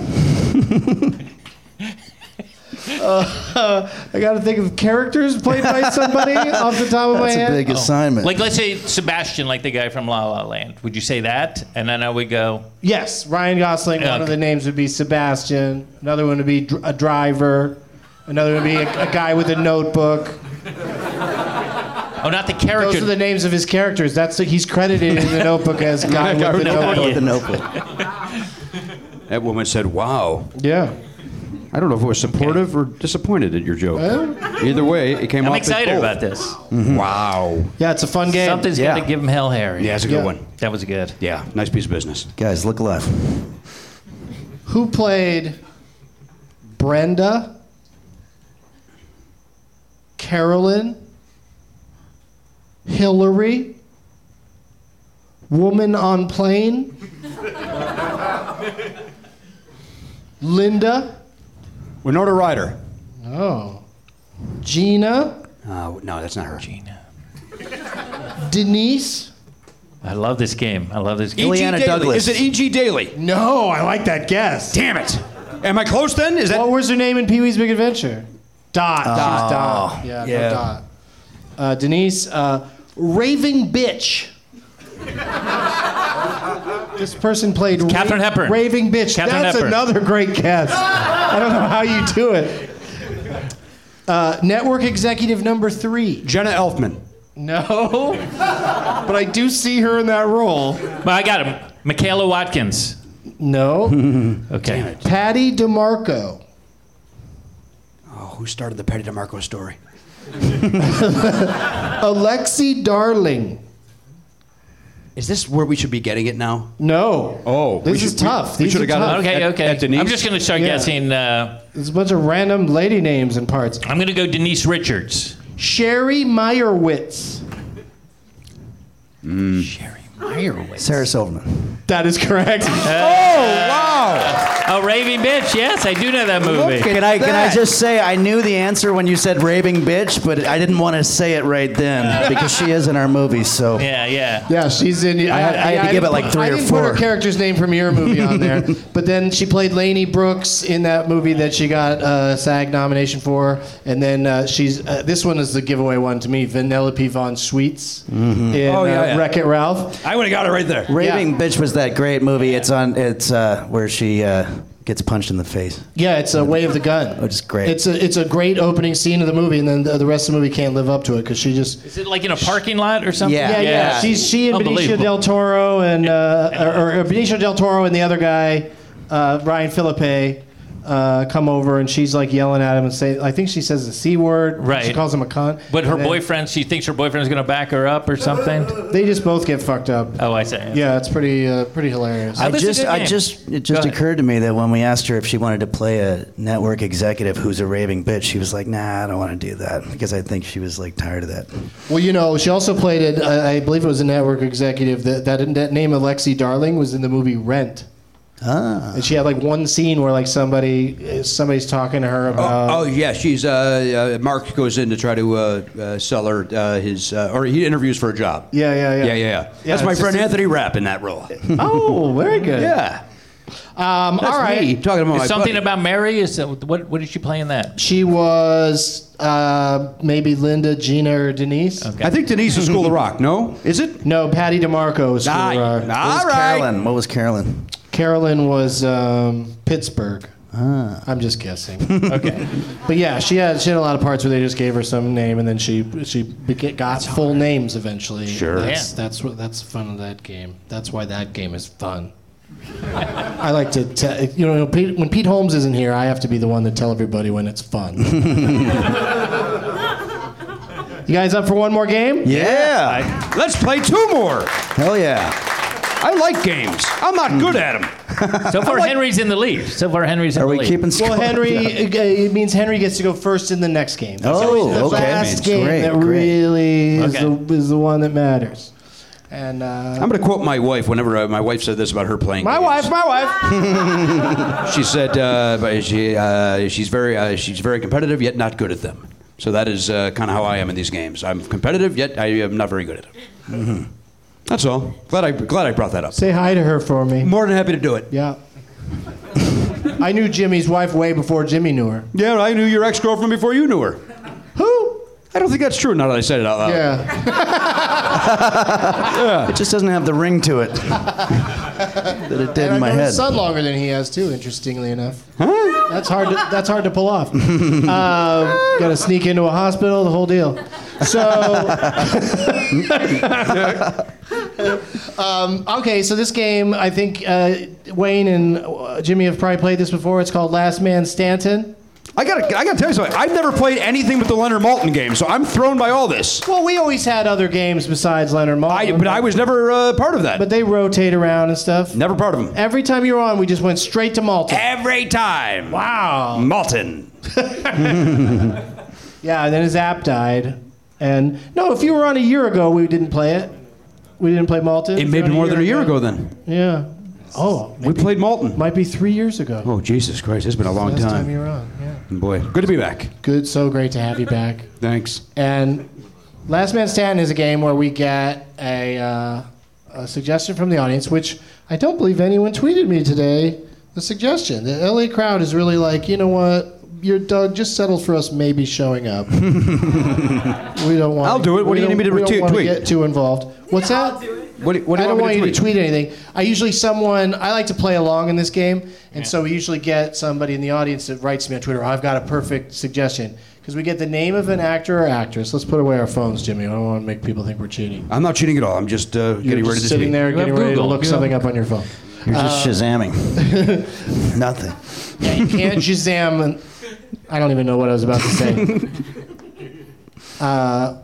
D: uh, I got to think of characters played by somebody off the top of my head.
J: big assignment.
H: Like let's say Sebastian, like the guy from La La Land. Would you say that? And then I would go.
D: Yes, Ryan Gosling. One of the names would be Sebastian. Another one would be dr- a driver. Another would be a, a guy with a notebook.
H: Oh, not the character.
D: Those are the names of his characters. That's he's credited in the notebook as guy with the notebook.
I: That woman said, "Wow."
D: Yeah.
I: I don't know if it was supportive or disappointed at your joke. Either way, it came
H: I'm
I: off.
H: excited about this.
I: Wow.
D: Yeah, it's a fun game.
H: Something's
I: Mm-hmm. Yeah.
H: gonna give him hell, Harry.
I: Yeah, it's a good one.
H: That was good.
I: Yeah, nice piece of business.
J: Guys, look left.
D: Who played Brenda, Carolyn, Hillary, Woman on Plane, Linda?
I: Winona Ryder.
D: Oh. Gina,
I: Oh no, that's not her.
D: Denise?
H: I love this game. I love this game.
I: Ileana Daily. Douglas. E Is it E E.G. Daily?
D: No, I like that guess.
I: Damn it. Am I close then? Is that
D: What was her name in Pee Wee's Big Adventure?
H: Oh.
D: Dot. She was Dot. Yeah, no
I: yeah.
D: Dot. Uh, Denise, uh, Raving Bitch. this person played
H: Katharine
D: Ra-
H: Hepburn.
D: Raving Bitch.
H: Katharine
D: That's
H: Hepburn.
D: another great guess. I don't know how you do it. Uh, network executive number three.
I: Jenna Elfman?
D: No. but I do see her in that role.
H: But I got him. Michaela Watkins.
D: No.
H: Okay.
D: Patty DeMarco.
I: Oh, who started the Petty DeMarco story?
D: Alexi Darling.
I: Is this where we should be getting it now?
D: No.
I: Oh,
D: This is tough. These are tough.
H: Okay, okay.
I: Denise?
H: I'm just gonna start
D: Yeah.
H: guessing. Uh,
D: There's a bunch of random lady names and parts.
H: I'm gonna go Denise Richards.
D: Sherry Meyerowitz.
J: Hmm.
H: Sherry
B: Fireways.
J: Sarah Silverman.
S: That is correct.
H: oh wow! A raving bitch. Yes, I do know that movie.
J: Can I can I just say I knew the answer when you said raving bitch, but I didn't want to say it right then because she is in our movie. So
H: yeah, yeah,
D: Yeah, she's in.
J: I had- I had to give it, like,
D: didn't-
J: three
D: I
J: or
D: didn't Put
J: four.
D: her character's name from your movie on there, but then she played Lainey Brooks in that movie that she got a SAG nomination for, and then uh, she's uh, this one is the giveaway one to me, Vanellope Von Sweets in
J: Oh, yeah,
D: uh,
J: yeah.
D: Wreck It Ralph.
I: I would have got it right there.
J: Raving bitch was that great movie. It's on. It's uh, where she uh, gets punched in the face.
D: Yeah, it's a way of the gun.
J: Which is great.
D: It's a it's a great opening scene of the movie, and then the, the rest of the movie can't live up to it because she just
H: Is it like in a parking lot or something?
D: Yeah, yeah. She's she and Benicio
H: Unbelievable.
D: del Toro and uh, or, or Benicio del Toro and the other guy, uh, Ryan Philippe, uh, come over and she's like yelling at him and say, I think she says the c word. She
H: Right.
D: calls him a cunt.
H: But her
D: And then
H: boyfriend, she thinks her boyfriend's going to back her up or something.
D: They just both get fucked up.
H: Oh, I see. Oh,
D: Yeah, it's pretty uh, pretty hilarious.
J: I just, I just, it just occurred to me that when we asked her if she wanted to play a network executive who's a raving bitch, she was like, "Nah, I don't want to do that," because I think she was like tired of that.
D: Well, you know, she also played it. I I believe it was a network executive. That that, that name Alexi Darling was in the movie Rent.
J: Ah.
D: And she had like one scene where like somebody somebody's talking to her about
I: Oh yeah, she's uh, uh, Mark goes in to try to uh, uh, sell her uh, his uh, or he interviews for a job.
D: Yeah, yeah, yeah.
I: yeah, yeah. That's
D: it's
I: my friend
D: just-
I: Anthony Rapp in that role.
D: Oh, very good.
I: Yeah.
D: Um,
I: That's
D: all right.
I: me talking about my
H: Is something
I: buddy.
H: about Mary? Is that, what? What did she play in that?
D: She was uh, maybe Linda, Gina, or Denise.
H: Okay. I think Denise
I: is School of Rock, No, is it?
D: No, Patty DeMarco uh, is School
I: Ah,
D: of Rock.
I: all What was right. Carolyn?
J: What was Carolyn?
D: Carolyn was um, Pittsburgh.
I: Ah.
D: I'm just guessing. okay, but yeah, she had she had a lot of parts where they just gave her some name and then she she beca- got full names eventually.
I: Sure.
D: that's
I: Yeah.
D: that's what that's fun of that game. That's why that game is fun. I like to tell you know Pete, when Pete Holmes isn't here, I have to be the one to tell everybody when it's fun. you guys up for one more game?
I: Yeah. Let's play two more. Hell yeah. I like games. I'm not good at them.
H: So far, Henry's in the lead. So far, Henry's in the lead.
D: Well, Henry, uh, it, it means Henry gets to go first in the next game. That's
H: Oh,
D: always the
H: okay.
D: last
H: Great,
D: game that
H: great.
D: really is,
I: Okay.
D: the, is the one that matters. And uh,
I: I'm going to quote my wife whenever uh, my wife said this about her playing.
D: my wife, my wife.
I: she said uh, but she, uh, she's very uh, she's very competitive yet not good at them. So that is uh, kind of how I am in these games. I'm competitive yet I am not very good at them. That's all. Glad I glad I brought that up.
D: Say hi to her for me.
I: More than happy to do it.
D: Yeah. I knew Jimmy's wife way before Jimmy knew her.
I: Yeah, I knew your ex girlfriend before you knew her.
D: Who?
I: I don't think that's true. Now that I said it out loud.
D: Yeah.
J: It just doesn't have the ring to it that it did
D: and I
J: in my
D: know
J: head.
D: his son longer than he has too. Interestingly enough, that's hard. To, that's hard to pull off. um, Got to sneak into a hospital, the whole deal. So, um, okay. So this game, I think uh, Wayne and uh, Jimmy have probably played this before. It's called Last Man Stanton.
I: I gotta, I gotta tell you something. I've never played anything but the Leonard Malton game, so I'm thrown by all this.
D: Well, we always had other games besides Leonard Maltin.
I: but I was never uh, part of that.
D: But they rotate around and stuff.
I: Never part of them.
D: Every time you were on, we just went straight to Malton.
I: Every time.
D: Wow.
I: Malton.
D: Yeah, and then his app died. And no, if you were on a year ago, we didn't play it. We didn't play Malton.
I: It may be more than a year ago then.
D: Yeah. Oh,
I: We played Malton.
D: Might be three years ago.
I: Oh Jesus Christ! It's been a long
D: last time.
I: time.
D: you were on. Yeah.
I: Boy, good to be back.
D: Good, so great to have you back.
I: Thanks.
D: And Last Man Standing is a game where we get a, uh, a suggestion from the audience, which I don't believe anyone tweeted me today. The suggestion. The LA crowd is really like, you know what? Your Doug just settled for us maybe showing up. we don't want.
I: I'll do it. What do you need me to
D: we don't
I: retweet-
D: wanna
I: tweet?
D: get too involved. What's that?
I: What do, what do
D: I
I: you
D: don't want
I: me
D: you to tweet anything. I usually someone I like to play along in this game, and so we usually get somebody in the audience that writes me on Twitter. I've got a perfect suggestion because we get the name of an actor or actress. Let's put away our phones, Jimmy. I don't want to make people think we're cheating.
I: I'm not cheating at all. I'm just uh,
D: You're
I: getting
D: just
I: ready to
D: sitting
I: tweet.
D: there getting ready to look something up on your phone.
J: You're just
D: Uh,
J: shazamming. Nothing.
D: Yeah, you can't Shazam. And I don't even know what I was about to say. uh,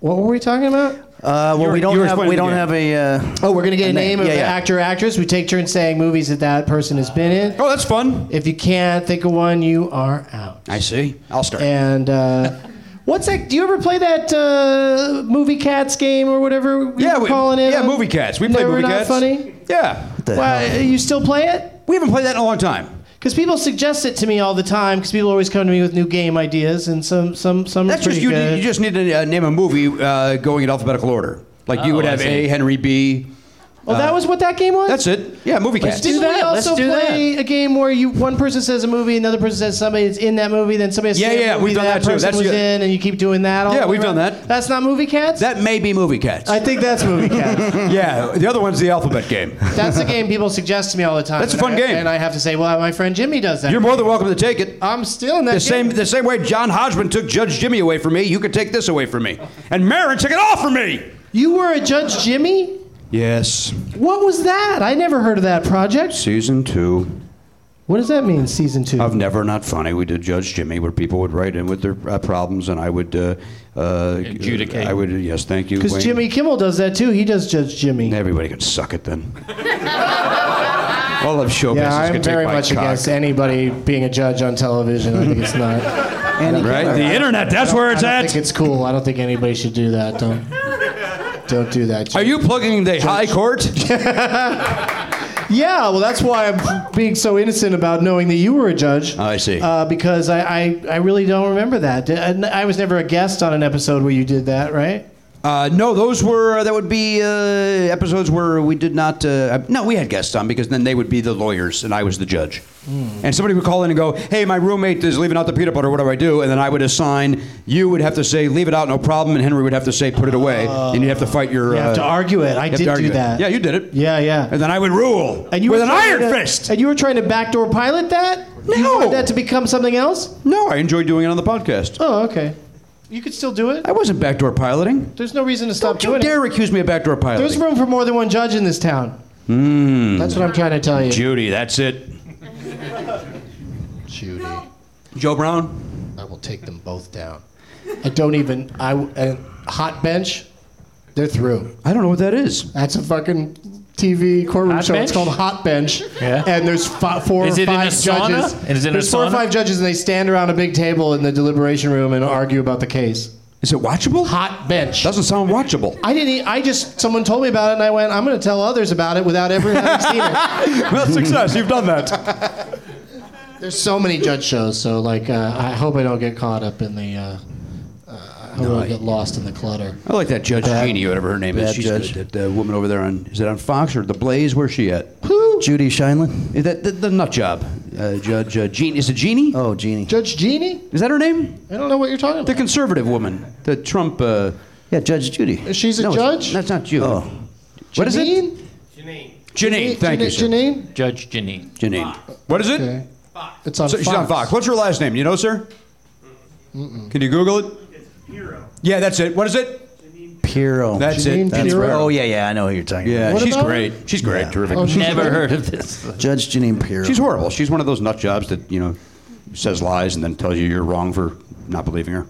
D: what were we talking about?
J: Uh, well, we don't have we don't have a. Uh,
D: oh, we're gonna get a name, of
J: yeah,
D: an
J: yeah.
D: actor or actress. We take turns saying movies that that person has been in.
I: Oh, that's fun.
D: If you can't think of one, you are out.
I: I see. I'll start.
D: And uh, What's that? Do you ever play that uh, movie cats game or whatever we
I: Yeah,
D: were
I: we-
D: calling it?
I: yeah,
D: on-
I: movie cats. We play
D: Never
I: movie
D: not
I: cats.
D: Funny.
I: Yeah.
D: Well, you still play it?
I: We haven't played that in a long time.
D: Because people suggest it to me all the time. Because people always come to me with new game ideas, and some some some
I: That's
D: are pretty
I: just you.
D: good.
I: You just need to uh, name a movie uh, going in alphabetical order. Like you
D: Oh,
I: would
D: I
I: have
D: see.
I: A. Henry B.
D: oh, that
I: uh,
D: was what that game was.
I: That's it. Yeah, movie
D: Let's
I: cats.
D: do that. We also play a game where you one person says a movie, another person says somebody that's in that movie, then somebody has to
I: Yeah,
D: say a
I: yeah,
D: movie
I: we've done that too.
D: person
I: That's
D: was
I: good.
D: in, and you keep doing that. All
I: Yeah,
D: the way
I: we've done
D: around.
I: that.
D: That's not movie cats.
I: That may be movie cats.
D: I think that's movie cats.
I: yeah, the other one's the alphabet game.
D: That's the game people suggest to me all the time.
I: That's a
D: and
I: fun
D: I-
I: game.
D: and I have to say, well, my friend Jimmy does that.
I: You're more than welcome to take it.
D: I'm still in that
I: The
D: game.
I: same, the same way John Hodgman took Judge Jimmy away from me, you could take this away from me. And Marin took it all from me!
D: You were a Judge Jimmy.
I: Yes.
D: What was that? I never heard of that project.
I: Season two
D: What does that mean, season two?
I: of Never Not Funny. We did Judge Jimmy, where people would write in with their uh, problems, and I would uh, uh,
H: Adjudicate.
I: I would, yes, thank you. Wayne.
D: Because Jimmy Kimmel does that too. He does Judge Jimmy.
I: Everybody could suck it then. All of show
D: Yeah,
I: business
D: I'm
I: could
D: very
I: take my
D: much
I: cock.
D: against anybody being a judge on television. I think it's not.
I: Right?
D: I-
I: The
D: I-
I: internet,
D: I
I: that's
D: don't-
I: where it's
D: I
I: at.
D: don't think it's cool. I don't think anybody should do that. Don't don't do that.
I: Are you plugging the high court?
D: Yeah, well, that's why I'm being so innocent about knowing that you were a judge.
I: Oh, I see.
D: Uh, because I, I, I really don't remember that. And I was never a guest on an episode where you did that, right?
I: Uh, no, those were that would be uh, episodes where we did not. Uh, no, we had guests on because then they would be the lawyers and I was the judge.
D: Hmm.
I: And somebody would call in and go, "Hey, my roommate is leaving out the peanut butter. What do I do?" And then I would assign. You would have to say, "Leave it out, no problem," and Henry would have to say, "Put it away." and you have to fight your.
D: Oh. You have to
I: uh,
D: argue it. I
I: you have to
D: did
I: argue
D: do
I: it.
D: that.
I: Yeah, you did it.
D: Yeah, yeah.
I: And then I would rule
D: And you
I: with
D: were
I: an
D: trying
I: iron
D: to-
I: fist.
D: And you were trying to backdoor pilot that? No. You wanted that to become something else?
I: No, I enjoyed doing it on the podcast.
D: Oh, okay. You could still do it.
I: I wasn't backdoor piloting.
D: There's no reason to stop
I: Don't you
D: doing it.
I: dare accuse me of backdoor piloting.
D: There's room for more than one judge in this town.
I: Mm.
D: That's what I'm trying to tell you.
I: Judy, that's it.
D: Judy.
I: Joe Brown.
D: I will take them both down. I don't even. I a hot bench. They're through.
I: I don't know what that is.
D: That's a fucking TV courtroom
H: Hot
D: show. It's
H: bench?
D: called Hot Bench.
H: Yeah.
D: And there's fi- four
H: Is
D: or
H: it in
D: five
H: a sauna?
D: judges.
H: And is it in a
D: there's four or
H: sauna?
D: five judges, and they stand around a big table in the deliberation room and argue about the case.
I: Is it watchable?
D: Hot bench.
I: Doesn't sound watchable.
D: I didn't. e- I just someone told me about it, and I went. I'm going to tell others about it without ever having seen it.
I: well, success. You've done that.
D: There's so many judge shows, so like uh, I hope I don't get caught up in the. Uh, uh, I hope I don't get lost in the clutter.
I: I like that Judge
J: Bad-
I: Jeannie, whatever her name is.
J: bad
I: She's
J: judge.
I: good. That uh, woman over there on is it on Fox or The Blaze? Where's she at?
J: Judy Shineland.
I: Is that the, the nut job? Uh, Judge uh, Jean is it Jeannie?
J: Oh, Jeannie.
D: Judge Jeannie?
I: Is that her name?
D: I don't know what you're talking
I: The
D: about.
I: conservative woman, the Trump. Uh,
J: Yeah, Judge Judy.
D: She's a
I: no, it's-
D: judge.
I: That's not you.
J: Oh.
I: What is it?
D: Janine?
I: Janine. Thank you, sir.
D: Janine.
H: Judge Janine.
I: Janine. What is it?
D: Okay. It's on
I: So
D: Fox.
I: She's on Fox. What's her last name? You know, sir? Can you Google it? Yeah, that's it. What is it?
J: Pirro.
I: That's
D: Janine
I: it. That's
D: Pirro.
I: right.
J: Oh yeah, yeah, I know who you're talking
I: Yeah,
J: about.
D: What
I: she's
D: about
I: great. She's great. Terrific.
D: Oh,
I: She's
H: Never heard of this. Oh,
J: Judge Janine Pirro.
I: She's horrible. She's one of those nut jobs that you know says lies and then tells you you're wrong for not believing her.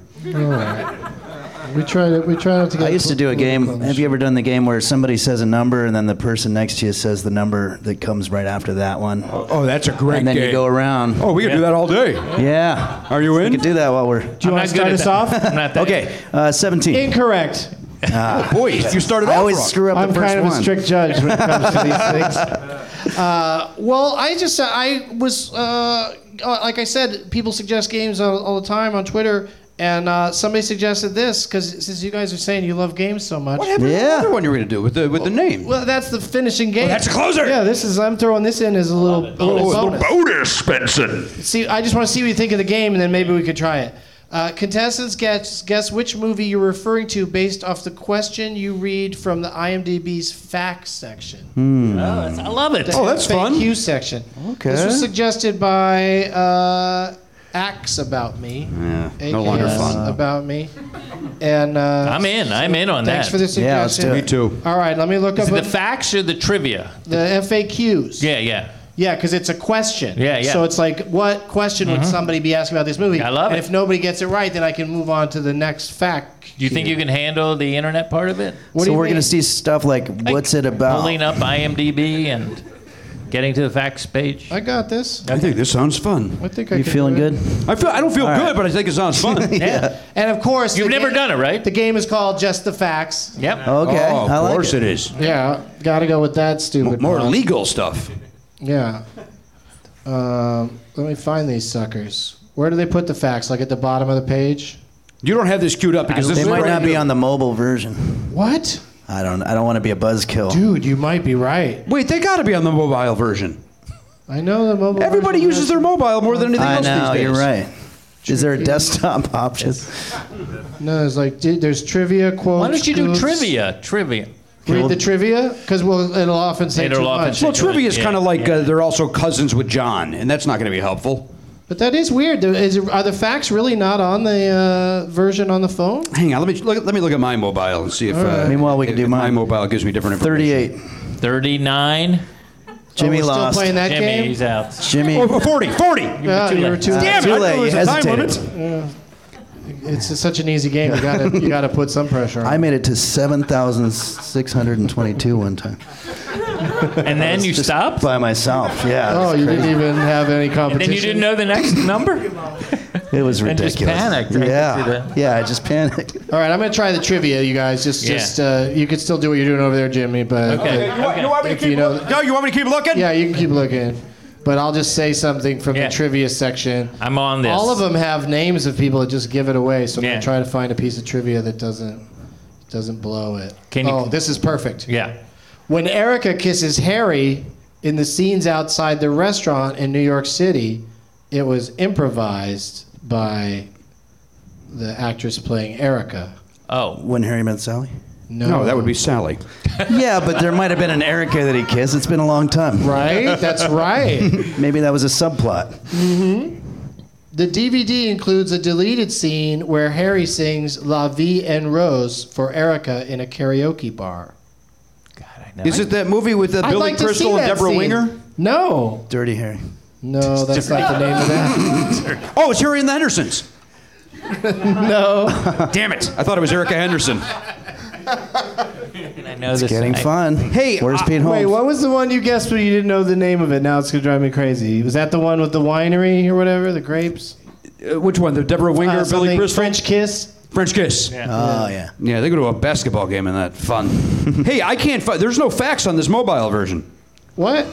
D: We try to. We try not to get.
J: I used to do a game. Have you ever done the game where somebody says a number and then the person next to you says the number that comes right after that one?
I: Oh, that's a great
J: and then you go around.
I: Oh, we could do that all day.
J: Yeah.
I: Are you
J: We
I: in?
J: could do that while we're.
D: Do you want to start us off?
H: I'm not that
J: Okay, uh, 17.
D: Incorrect.
I: Boy, you started
J: I
I: off
J: always
I: wrong.
J: screw up
D: I'm
J: the first
D: kind of
J: one.
D: a strict judge when it comes to these things. Uh, well, I just I was uh, like I said, people suggest games all, all the time on Twitter, and uh, somebody suggested this because since you guys are saying you love games so much.
I: What happened to the
J: Yeah.
I: other one you were going to do with the with the name?
D: Well, that's the finishing game.
I: Oh, that's a closer. Oh,
D: Yeah, this is. I'm throwing this in as a little, a little bonus.
I: bonus, Benson.
D: See, I just want to see what you think of the game, and then maybe we could try it. Uh, contestants guess guess which movie you're referring to based off the question you read from the IMDb's facts section.
H: I love it.
I: Hmm. Oh, that's
D: Thank
I: fun.
D: you section.
J: Okay.
D: This was suggested by uh, Axe About Me.
I: Yeah,
D: AKS
I: no longer fun.
D: About Me. And uh,
H: I'm in. I'm in on
D: Thanks
H: that.
D: for the suggestion.
J: Yeah, let's do
I: Me too.
D: All right, let me look
H: Is
D: up
H: it
D: the,
H: the facts or the trivia?
D: the FAQs.
H: Yeah, yeah.
D: Yeah, because it's a question.
H: Yeah, yeah.
D: So it's like, what question would somebody be asking about this movie?
H: I love
D: and
H: it.
D: if nobody gets it right, then I can move on to the next fact.
H: Do you think you can handle the internet part of it?
D: What
J: so
D: do you
J: we're going to see
D: think?
J: stuff like what's it about?
H: Pulling up IMDb and Getting to the facts page.
D: I got this.
I: I think this sounds fun.
D: I think I You can feeling do it.
I: good? I feel. I don't feel
D: All
I: good,
D: right.
I: but I think it sounds fun.
D: And of course,
H: you've never done it, right?
D: The game is called Just the Facts.
H: Yep.
D: Okay,
I: Oh, of
D: I like
I: course
D: it.
I: it is.
D: Yeah, gotta go with that stupid.
I: More
D: one.
I: legal stuff.
D: Yeah. Um, let me find these suckers. Where do they put the facts? Like at the bottom of the page?
I: You don't have this queued up
D: because this
J: they
D: is
J: might
D: brand
J: not
D: new.
J: be on the mobile version.
D: What?
J: I don't. I don't want to be a buzzkill.
D: Dude, you might be right.
I: Wait, they got to be on the mobile version.
D: I know the mobile.
I: Everybody
D: version
I: uses
D: has-
I: their mobile more than anything
J: I
I: else
J: know.
I: these days.
J: You're right. Is there a desktop option?
D: No, there's like d- there's trivia quotes.
H: Why don't you do
D: groups.
H: trivia? Trivia.
D: Read the trivia because we'll, it'll often say
H: It'll
D: too
H: often
D: much.
H: say
I: Well, trivia is kind of like uh, they're also cousins with John, and that's not going to be helpful.
D: But that is weird. Do- Is, are the facts really not on the uh, version on the phone?
I: Hang on, let me look, let me look at my mobile and see if.
D: All right.
I: Uh, Meanwhile, we can do mine. My mobile gives me different information.
J: 38.
H: 39.
J: Jimmy
D: we're still
J: lost.
D: playing that
H: Jimmy,
D: game?
H: he's out.
J: Jimmy.
I: Oh, 40, 40.
D: Yeah, you were too
I: Damn it!
J: Too
I: I knew
J: late,
I: there was
J: you
I: a time
J: hesitated.
I: limit.
D: It's just such an easy game. You gotta you gotta put some pressure on.
J: I made it to 7,622 one time.
H: And then you stopped?
J: By myself, yeah. it
D: Oh,
J: was
D: you
J: crazy.
D: didn't even have any
H: And
D: competition.
H: then you didn't know the next number?
J: It was
H: and
J: ridiculous.
H: just panicked. I can see
J: Yeah.
H: that.
J: Yeah, I just panicked.
D: All right, I'm gonna try the trivia, you guys. Just
J: Yeah.
D: just uh, you could still do what you're doing over there, Jimmy. But
H: Okay.
D: but
I: You want, you want me to
D: If
I: keep?
D: you know-
I: look- no, you want me to keep looking?
D: yeah, you can keep looking. But I'll just say something from the trivia section.
H: I'm on this.
D: All of them have names of people that just give it away. So I'm
H: Yeah.
D: gonna try to find a piece of trivia that doesn't doesn't blow it.
H: Can you-
D: oh, this is perfect.
H: Yeah.
D: When Erica kisses Harry in the scenes outside the restaurant in New York City, it was improvised by the actress playing Erica.
H: Oh.
J: When Harry met Sally?
D: No,
I: No, that would be Sally.
J: yeah, but there might have been an Erica that he kissed. It's been a long time.
D: Right? That's right.
J: Maybe that was a subplot.
D: The DVD includes a deleted scene where Harry sings La Vie en Rose for Erica in a karaoke bar.
I: Is it that movie with uh,
D: I'd
I: Billy
D: like to see
I: Crystal and
D: that
I: Deborah
D: scene.
I: Winger?
D: No.
J: Dirty Harry.
D: No, that's not the name of that.
I: Oh, it's Harry and the Hendersons.
D: no.
I: Damn it! I thought it was Erica Henderson.
H: I know
J: It's
H: this.
J: getting
H: I-
J: fun.
I: Hey,
J: where's
I: uh,
J: Pete Holmes?
D: Wait, what was the one you guessed but you didn't know the name of it? Now it's going to drive me crazy. Was that the one with the winery or whatever? The grapes?
I: Uh, which one? The Deborah Winger,
D: Uh,
I: Billy
D: something-
I: Crystal,
D: French Kiss?
I: French Kiss.
J: Oh yeah.
I: Yeah, they go to a basketball game and that fun. hey, I can't. Fi- There's no facts on this mobile version.
D: What?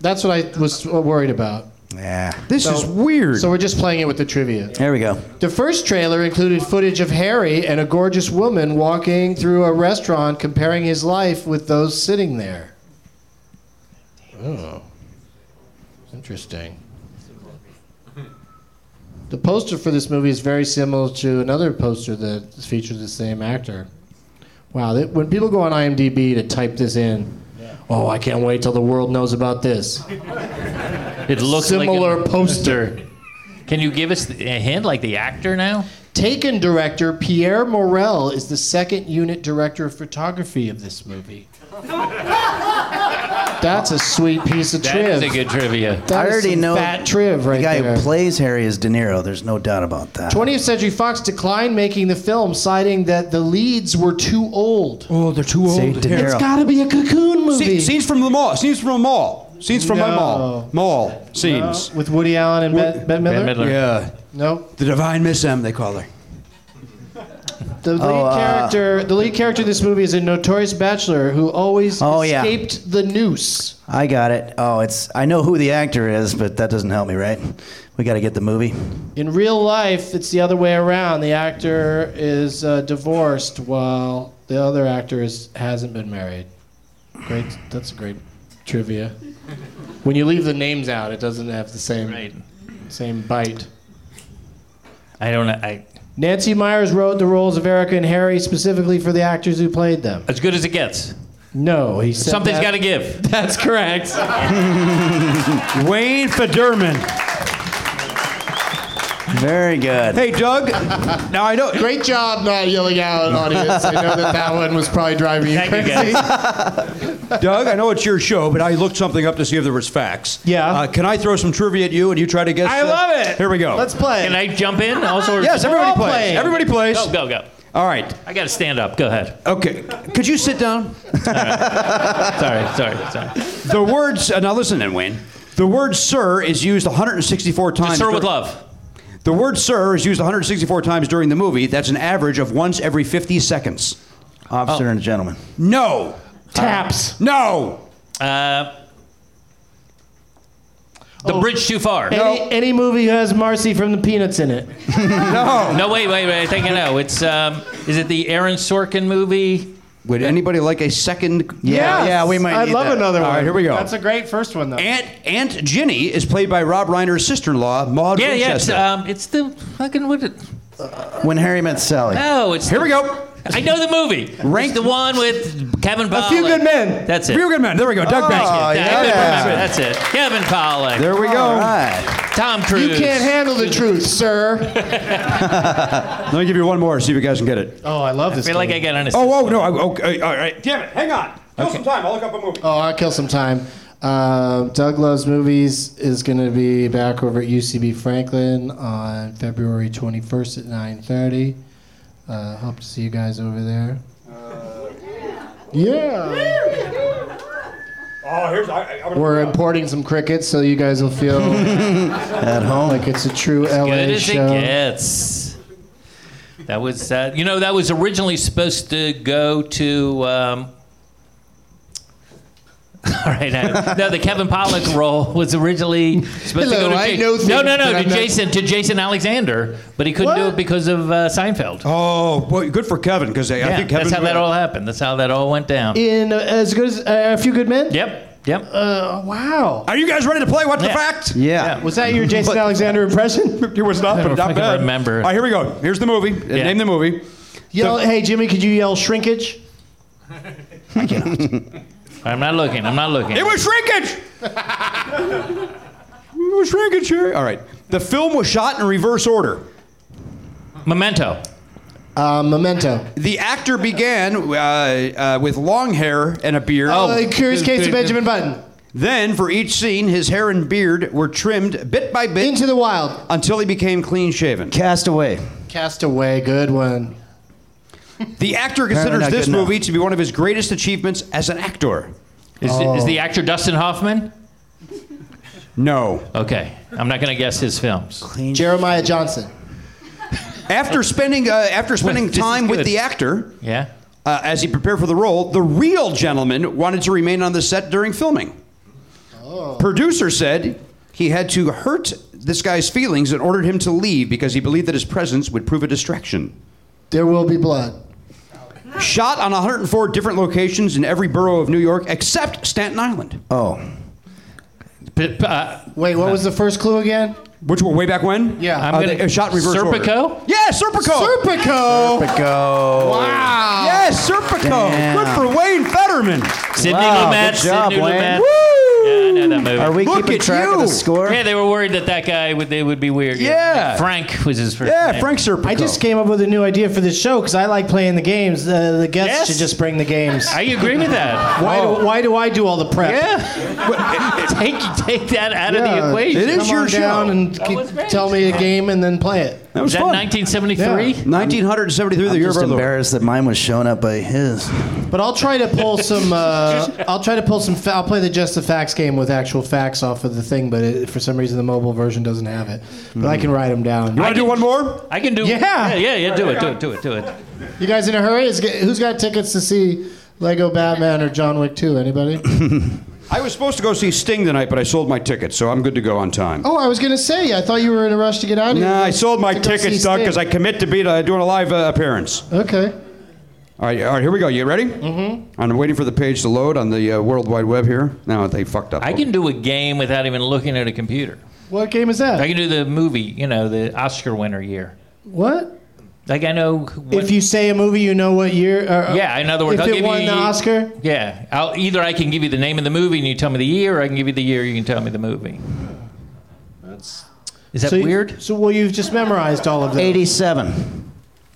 D: That's what I was worried about.
J: Yeah.
I: This
D: So-
I: is weird.
D: So we're just playing it with the trivia.
J: There we go.
D: The first trailer included footage of Harry and a gorgeous woman walking through a restaurant comparing his life with those sitting there. Oh. Interesting. The poster for this movie is very similar to another poster that features the same actor. Wow, that, when people go on IMDb to type this in, oh, I can't wait till the world knows about this.
H: It looks
D: Similar
H: like
D: poster.
H: Can you give us the- a hint, like the actor now?
D: Taken director Pierre Morel is the second unit director of photography of this movie. That's a sweet piece of
H: That
D: triv.
H: is a good trivia.
D: That
J: I
D: is
J: already
D: some
J: know
D: fat triv right
J: the guy
D: there.
J: who plays Harry is De Niro. There's no doubt about that.
D: 20th Century Fox declined making the film, citing that the leads were too old.
I: oh, they're too
J: See,
I: old.
J: De
I: Here.
J: Niro.
D: It's got to be a cocoon movie.
I: Se- scenes from the mall. Scenes from a mall. Scenes from my mall. Mall scenes.
D: With Woody Allen and
I: Wo-
D: Ben, ben Miller?
H: Ben Midler.
I: Yeah,
D: No.
I: the divine Miss M. They call her.
D: The lead
J: uh,
D: character, the lead character of this movie is a notorious bachelor who always
J: Oh, yeah.
D: escaped the noose.
J: I got it. Oh, it's I know who the actor is, but that doesn't help me, right? We got to get the movie.
D: In real life, it's the other way around. The actor is uh, divorced while the other actor is, hasn't been married. Great, that's a great trivia. When you leave the names out, it doesn't have the same
H: Right.
D: same bite.
H: I don't know. I,
D: Nancy Myers wrote the roles of Erica and Harry specifically for the actors who played them.
H: as good as it gets.
D: No, he said
H: Something's
D: that-
H: got to give.
D: That's correct.
I: Wayne Federman.
J: Very good.
I: Hey, Doug. Now I know.
D: Great job not yelling out, audience. I know that that one was probably driving you
H: Thank you,
D: crazy.
I: Doug, I know it's your show, but I looked something up to see if there was facts.
D: Yeah.
I: Uh, can I throw some trivia at you and you try to guess?
H: I love it.
I: Here we go.
D: Let's play.
H: Can I jump in also? or-
I: Yes, everybody
D: all
I: plays.
D: playing.
I: Everybody plays.
H: Go, go, go. All right. I got to stand up. Go ahead.
I: Okay. Could you sit down?
H: sorry, sorry, sorry.
I: The words. Uh, now listen, then, Wayne. The word "sir" is used 164 times.
H: Sir with
I: dur-
H: love.
I: The word "sir" is used 164 times during the movie. That's an average of once every 50 seconds.
J: Officer and gentleman.
I: No.
H: Taps.
I: no.
H: Uh, the
I: Oh.
H: bridge too far.
B: Any, any movie has Marcy from the Peanuts in it.
H: No. No, wait, wait, wait. I think I know. It's um, is it the Aaron Sorkin movie?
I: Would anybody like a second?
H: Yeah, yeah, we might
I: I
H: need that.
I: All right, here we go.
B: That's a great first one, though.
I: Aunt Aunt Ginny is played by Rob Reiner's sister-in-law, Maud
H: yeah, yeah. It's,
I: Winchester.
H: um, it's the fucking what? It,
J: When Harry Met Sally.
H: no, it's
I: here we go.
H: I know the movie. Rank the one with Kevin Pollak.
I: Few Good Men.
H: That's it.
I: Few Good Men. There we go. Doug
H: Thank
I: Benson.
H: you.
D: Oh,
H: I couldn't
I: Yeah.
H: remember. That's it. Kevin Pollak.
I: There we go.
H: Tom
D: You
H: Cruise.
D: can't handle the truth, sir.
I: Let me give you one more. See if you guys can get it.
B: Oh, I love
H: I
B: this.
H: feel like I
B: game.
H: got an.
I: Oh, oh no. I- Okay, all right.
Q: Damn it, hang on. Kill some time. I'll look up a movie.
D: Oh, I'll kill some time. Um, Doug Loves Movies is going to be back over at UCB Franklin on February 21st at 9.30. Uh, hope to see you guys over there. yeah.
Q: Oh, here's. I, I, I'm gonna-
D: We're importing some crickets so you guys will feel at home like it's a true LA
H: good as
D: show.
H: it gets. That was uh, you know that was originally supposed to go to. Um, all right, I, no, the Kevin Pollock role was originally supposed
D: Hello,
H: to go to
D: I
H: Ja-
D: know things
H: no, no,
D: that
H: no,
D: I'm
H: to
D: not-
H: Jason, to Jason Alexander, but he couldn't do it because of uh, Seinfeld.
I: Oh, boy, good for Kevin because I
H: yeah,
I: think Kevin.
H: that's how that all happened. That's how that all went down.
D: In uh, As Good as uh, A Few Good Men?
H: Yep, yep.
D: Uh, wow.
I: Are you guys ready to play? What the
H: Yeah.
I: fact?
J: Yeah.
D: Was that your Jason Alexander impression?
I: It was not,
H: I
I: but
H: don't
I: not
H: fucking
I: bad.
H: remember.
I: All right, here we go. Here's the movie.
H: Yeah.
I: Name the movie.
D: Yell, hey, Jimmy, could you yell shrinkage?
H: I'm not looking. I'm not looking.
I: It was shrinkage. it was shrinkage. Here. All right. The film was shot in reverse order.
H: Memento.
D: Uh, memento.
I: The actor began uh, uh, with long hair and a beard.
H: Oh,
D: Uh, Curious Case of Benjamin Button.
I: Then, for each scene, his hair and beard were trimmed bit by bit
D: Into the Wild.
I: until he became clean shaven.
J: Cast away.
D: Castaway, good one.
I: The actor
J: Apparently
I: considers
J: not
I: this
J: good enough.
I: movie to be one of his greatest achievements as an actor.
H: Is, is
J: Oh.
H: the actor Dustin Hoffman?
I: No.
H: Okay, I'm not going to guess his films.
D: Jeremiah Johnson.
I: After spending uh, after spending
H: This is
I: time with
H: good.
I: the actor
H: Yeah.
I: uh, as he prepared for the role, the real gentleman wanted to remain on the set during filming. Producer said he had to hurt this guy's feelings and ordered him to leave because he believed that his presence would prove a distraction.
D: There will be blood.
I: Shot on 104 different locations in every borough of New York except Staten Island.
D: Uh,
J: Oh.
H: P- p- uh,
D: Wait, what was the first clue again?
I: Which were way back when?
D: Yeah.
H: I'm
I: Uh,
H: gonna-
I: they- uh, shot reverse order.
H: Serpico?
I: Yeah, Serpico.
D: Serpico.
J: Go.
D: Wow.
I: Yes, Serpico.
J: Damn.
I: Good for Wayne Fetterman.
H: Sidney
J: Wow,
H: Lumet.
J: good job,
H: Sidney
J: Wayne.
H: Lumet.
I: Woo!
H: Yeah, I know that movie.
J: Are we
I: Look
J: keeping
I: at
J: track of
I: you.
J: the score?
H: Yeah, they were worried that that guy would they would be weird.
I: Yeah.
H: Frank was his first.
I: Yeah,
H: name.
I: Frank Serpico.
B: I just came up with a new idea for this show because I like playing the games. Uh, the guests
H: Yes.
B: should just bring the games.
H: I agree with that.
B: why,
I: Oh.
B: do, why do I do all the prep?
H: Yeah. take take that out of the equation.
I: it is
D: Come
I: your
D: on
I: show.
D: down and
H: That was
D: keep,
H: great.
D: tell me a game and then play it.
I: That was
H: Was that
I: fun.
H: 1973?
I: 1973, the
J: I'm
I: year
J: just
I: of our Lord.
J: embarrassed that mine was shown up by his.
D: But I'll try to pull some. Uh, I'll try to pull some. Fa- I'll play the just the facts game with actual facts off of the thing, but it, for some reason the mobile version doesn't have it. But I can write them down.
I: Hmm. You want to do one more?
H: I can do.
D: Yeah.
H: yeah, yeah, yeah, Do it, do it, do it, do it.
D: You guys in a hurry? Is, who's got tickets to see Lego Batman or John Wick 2? Anybody?
I: I was supposed to go see Sting tonight, but I sold my tickets, so I'm good to go on time.
D: oh, I was gonna say. I thought you were in a rush to get out of here.
I: Nah, I sold my
D: To go see
I: tickets, Doug,
D: Sting.
I: because I commit to be uh, doing a live uh, appearance.
D: Okay.
I: All right, all right, here we go. You ready? Mm-hmm. I'm waiting for the page to load on the uh, World Wide Web here. No, they fucked up.
H: I can do a game without even looking at a computer.
D: What game is that?
H: I can do the movie. You know, the Oscar winner year.
D: what?
H: Like I know. When,
D: If you say a movie, you know what year. Or,
H: Yeah, in other words,
D: if
H: I'll
D: it
H: give
D: won
H: you-
D: the Oscar.
H: Yeah. I'll, either I can give you the name of the movie and you tell me the year, or I can give you the year you can tell me the movie. Is that
D: so you-
H: weird?
D: so well, you've just memorized all of them.
J: 87.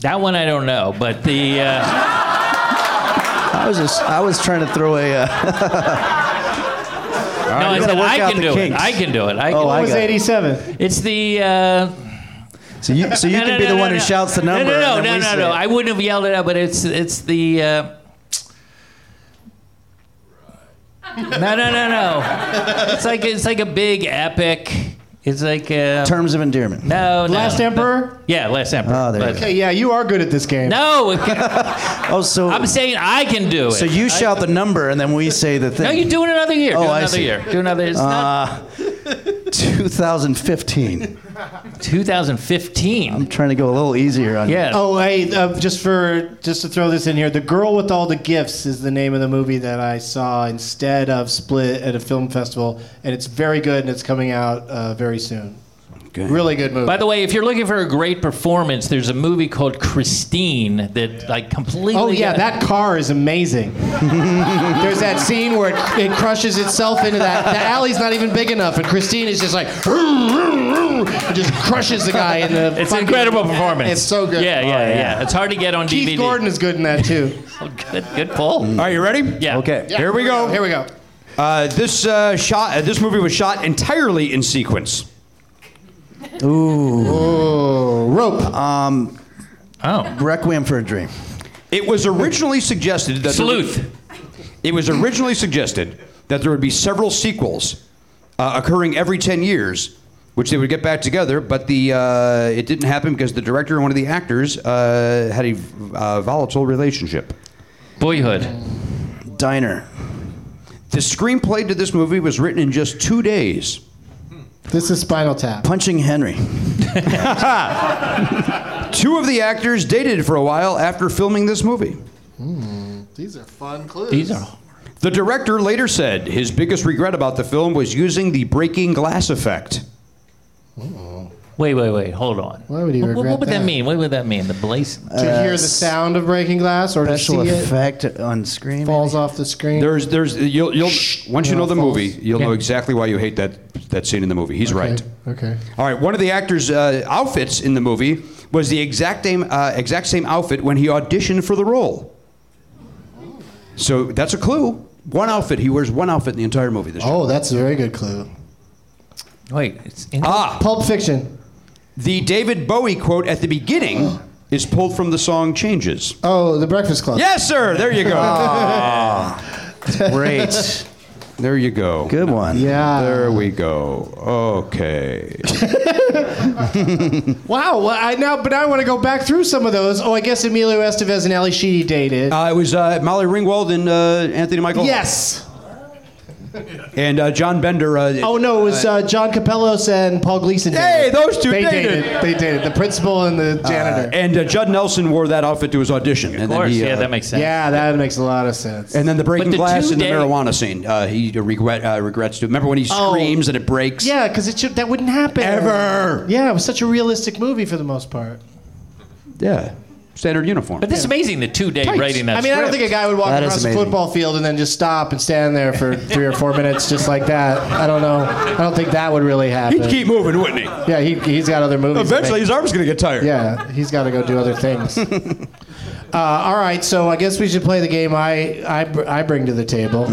H: that one I don't know, but the uh,
J: I was just, I was trying to throw a. Uh,
H: no, I
J: you
H: said
J: gotta work
H: I
J: out
H: can
J: the
H: do it.
J: kinks.
H: I can do it. I
J: Oh, I
H: can,
D: What was
J: got it.
D: eighty-seven?
H: It's the uh,
C: So you, so you
H: No,
C: can
H: no,
C: be
H: no,
C: the
H: no,
C: one
H: no.
C: who shouts the number.
H: No, no,
C: and
H: no,
C: then
H: no,
C: we
H: no,
C: say
H: no.
C: it.
H: I wouldn't have yelled it out, but it's it's the. Uh, no, no, no, no. It's like it's like a big epic. It's like uh,
C: terms of endearment.
H: No, no.
T: Last Emperor?
H: Yeah, last emperor. Oh, there
T: Okay, yeah, you are good at this game.
H: No.
C: oh, so
H: I'm saying I can do it.
C: So you
H: I-
C: shout the number and then we say the thing.
H: No, you do it another year.
C: Oh,
H: do
C: I
H: another
C: see.
H: year. Do another. It's not
C: Uh, 2015. Uh,
H: 2015. I'm
C: trying to go a little easier on you.
H: Yeah.
D: Oh, hey, uh, just for just to throw this in here, the girl with all the gifts is the name of the movie that I saw instead of Split at a film festival, and it's very good, and it's coming out uh, very soon. Really good movie.
H: By the way, if you're looking for a great performance, there's a movie called Christine that like completely.
D: Oh yeah, that car is amazing. There's that scene where it, it crushes itself into that. The alley's not even big enough, and Christine is just like, and just crushes the guy in the.
H: It's an
D: fucking-
H: incredible performance.
D: It's so good.
H: Yeah, yeah,
D: Oh,
H: yeah, It's hard to get on
D: Keith
H: DVD.
D: Gordon is good in that too.
H: Oh, Good, good pull.
I: Are you ready?
H: Yeah.
I: Okay.
D: Yeah,
I: Here we go.
D: Here we go.
I: Uh, this uh, shot. Uh, this movie was shot entirely in sequence.
C: Ooh.
D: Rope.
C: Um,
H: oh.
C: Requiem for a Dream.
I: It was originally suggested that there would- it was originally suggested that there would be several sequels uh, occurring every ten years, which they would get back together. But the uh, it didn't happen because the director and one of the actors uh, had a uh, volatile relationship.
H: Boyhood.
C: Diner.
I: The screenplay to this movie was written in just two days.
D: This is Spinal Tap.
C: Punching Henry.
I: Two of the actors dated for a while after filming this movie.
T: These are fun clues.
I: The director later said his biggest regret about the film was using the breaking glass effect.
H: Wait, wait, wait. Hold on.
D: Why would he
H: What, what
D: regret
H: would that?
D: that?
H: mean? What would that mean? The blaze.
D: to hear the sound of breaking glass or to see
C: Special
D: it
C: effect on screen.
D: falls off the screen.
I: There's, there's, you'll, you'll once you
D: No,
I: know the
D: false.
I: movie, you'll know
D: Yeah.
I: exactly why you hate that that scene in the movie. He's right.
D: okay.
I: All right, one of the actors' uh, outfits in the movie was the exact same uh, exact same outfit when he auditioned for the role. So that's a clue. One outfit. He wears one outfit in the entire movie. This
D: Oh, that's a very good clue.
H: Wait, it's
D: Oh.
I: ah,
D: Pulp Fiction.
I: The David Bowie quote at the beginning is pulled from the song Changes.
D: Oh, The Breakfast Club.
I: Yes, sir. There you go.
D: Ah.
I: Ah.
C: Great.
I: There you go.
C: Good one.
D: Yeah.
I: There we go. Okay.
D: Wow. Well, I now, but I want to go back through some of those. Oh, I guess Emilio Estevez and Ali Sheedy dated.
I: Uh, it was uh, Molly Ringwald and uh, Anthony Michael.
D: yes.
I: And uh, John Bender. Uh,
D: Oh no, it was uh, John Capellos and Paul Gleason.
I: Hey,
D: dated.
I: those two
D: They
I: dated.
D: They dated. The principal and the janitor.
I: and uh, Judd Nelson wore that outfit to his audition. Of and
H: course,
I: then he,
H: yeah,
I: uh,
H: that makes sense.
D: yeah, that makes a lot of sense.
I: And then the breaking
H: But the
I: glass
H: two
I: in the
H: day-
I: marijuana scene. Uh, he regret, uh, regrets to. Remember when he
D: Oh.
I: screams and it breaks?
D: Yeah, because it should, that wouldn't happen
I: Ever.
D: Yeah, it was such a realistic movie for the most part.
I: Yeah. Standard uniform.
H: But this is amazing. The two day rating that.
D: I mean, I don't
H: script.
D: think a guy would walk
I: That is
D: across a
I: amazing.
D: football field and then just stop and stand there for three or four minutes just like that. I don't know. I don't think that would really happen.
I: He'd keep moving, wouldn't he?
D: yeah, he, he's got other movies. to
I: Eventually,
D: make.
I: his arm's going to get tired.
D: Yeah, he's got to go do other things. uh, all right, so I guess we should play the game I I, br- I bring to the table.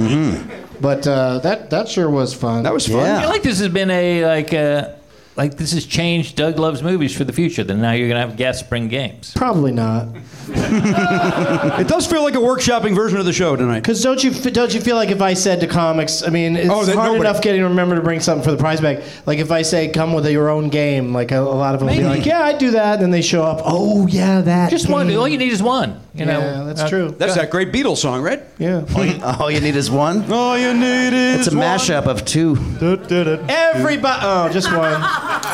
D: But uh, that that sure was fun.
I: Mm-hmm. That was fun.
H: I feel like this has been a like a like this has changed Doug Loves Movies for the future. Then now you're gonna have guests bring games.
D: Probably not,
I: It does feel like a workshopping version of the show tonight.
D: because don't you f- don't you feel like if I said to comics, I mean, it's
I: Oh, that
D: hard
I: nobody-
D: enough getting to remember to bring something for the prize bag. Like if I say come with your own game, like a, a lot of them will be like, yeah, I do that, and then they show up. Oh yeah, that.
H: Just one.
D: game."
H: All you need is one. You know.
D: Yeah, that's true.
I: That's that great Beatles song, right?
D: Yeah.
C: All you need is one.
I: All you need is
C: It's a mashup of two.
D: Everybody. Oh, just one.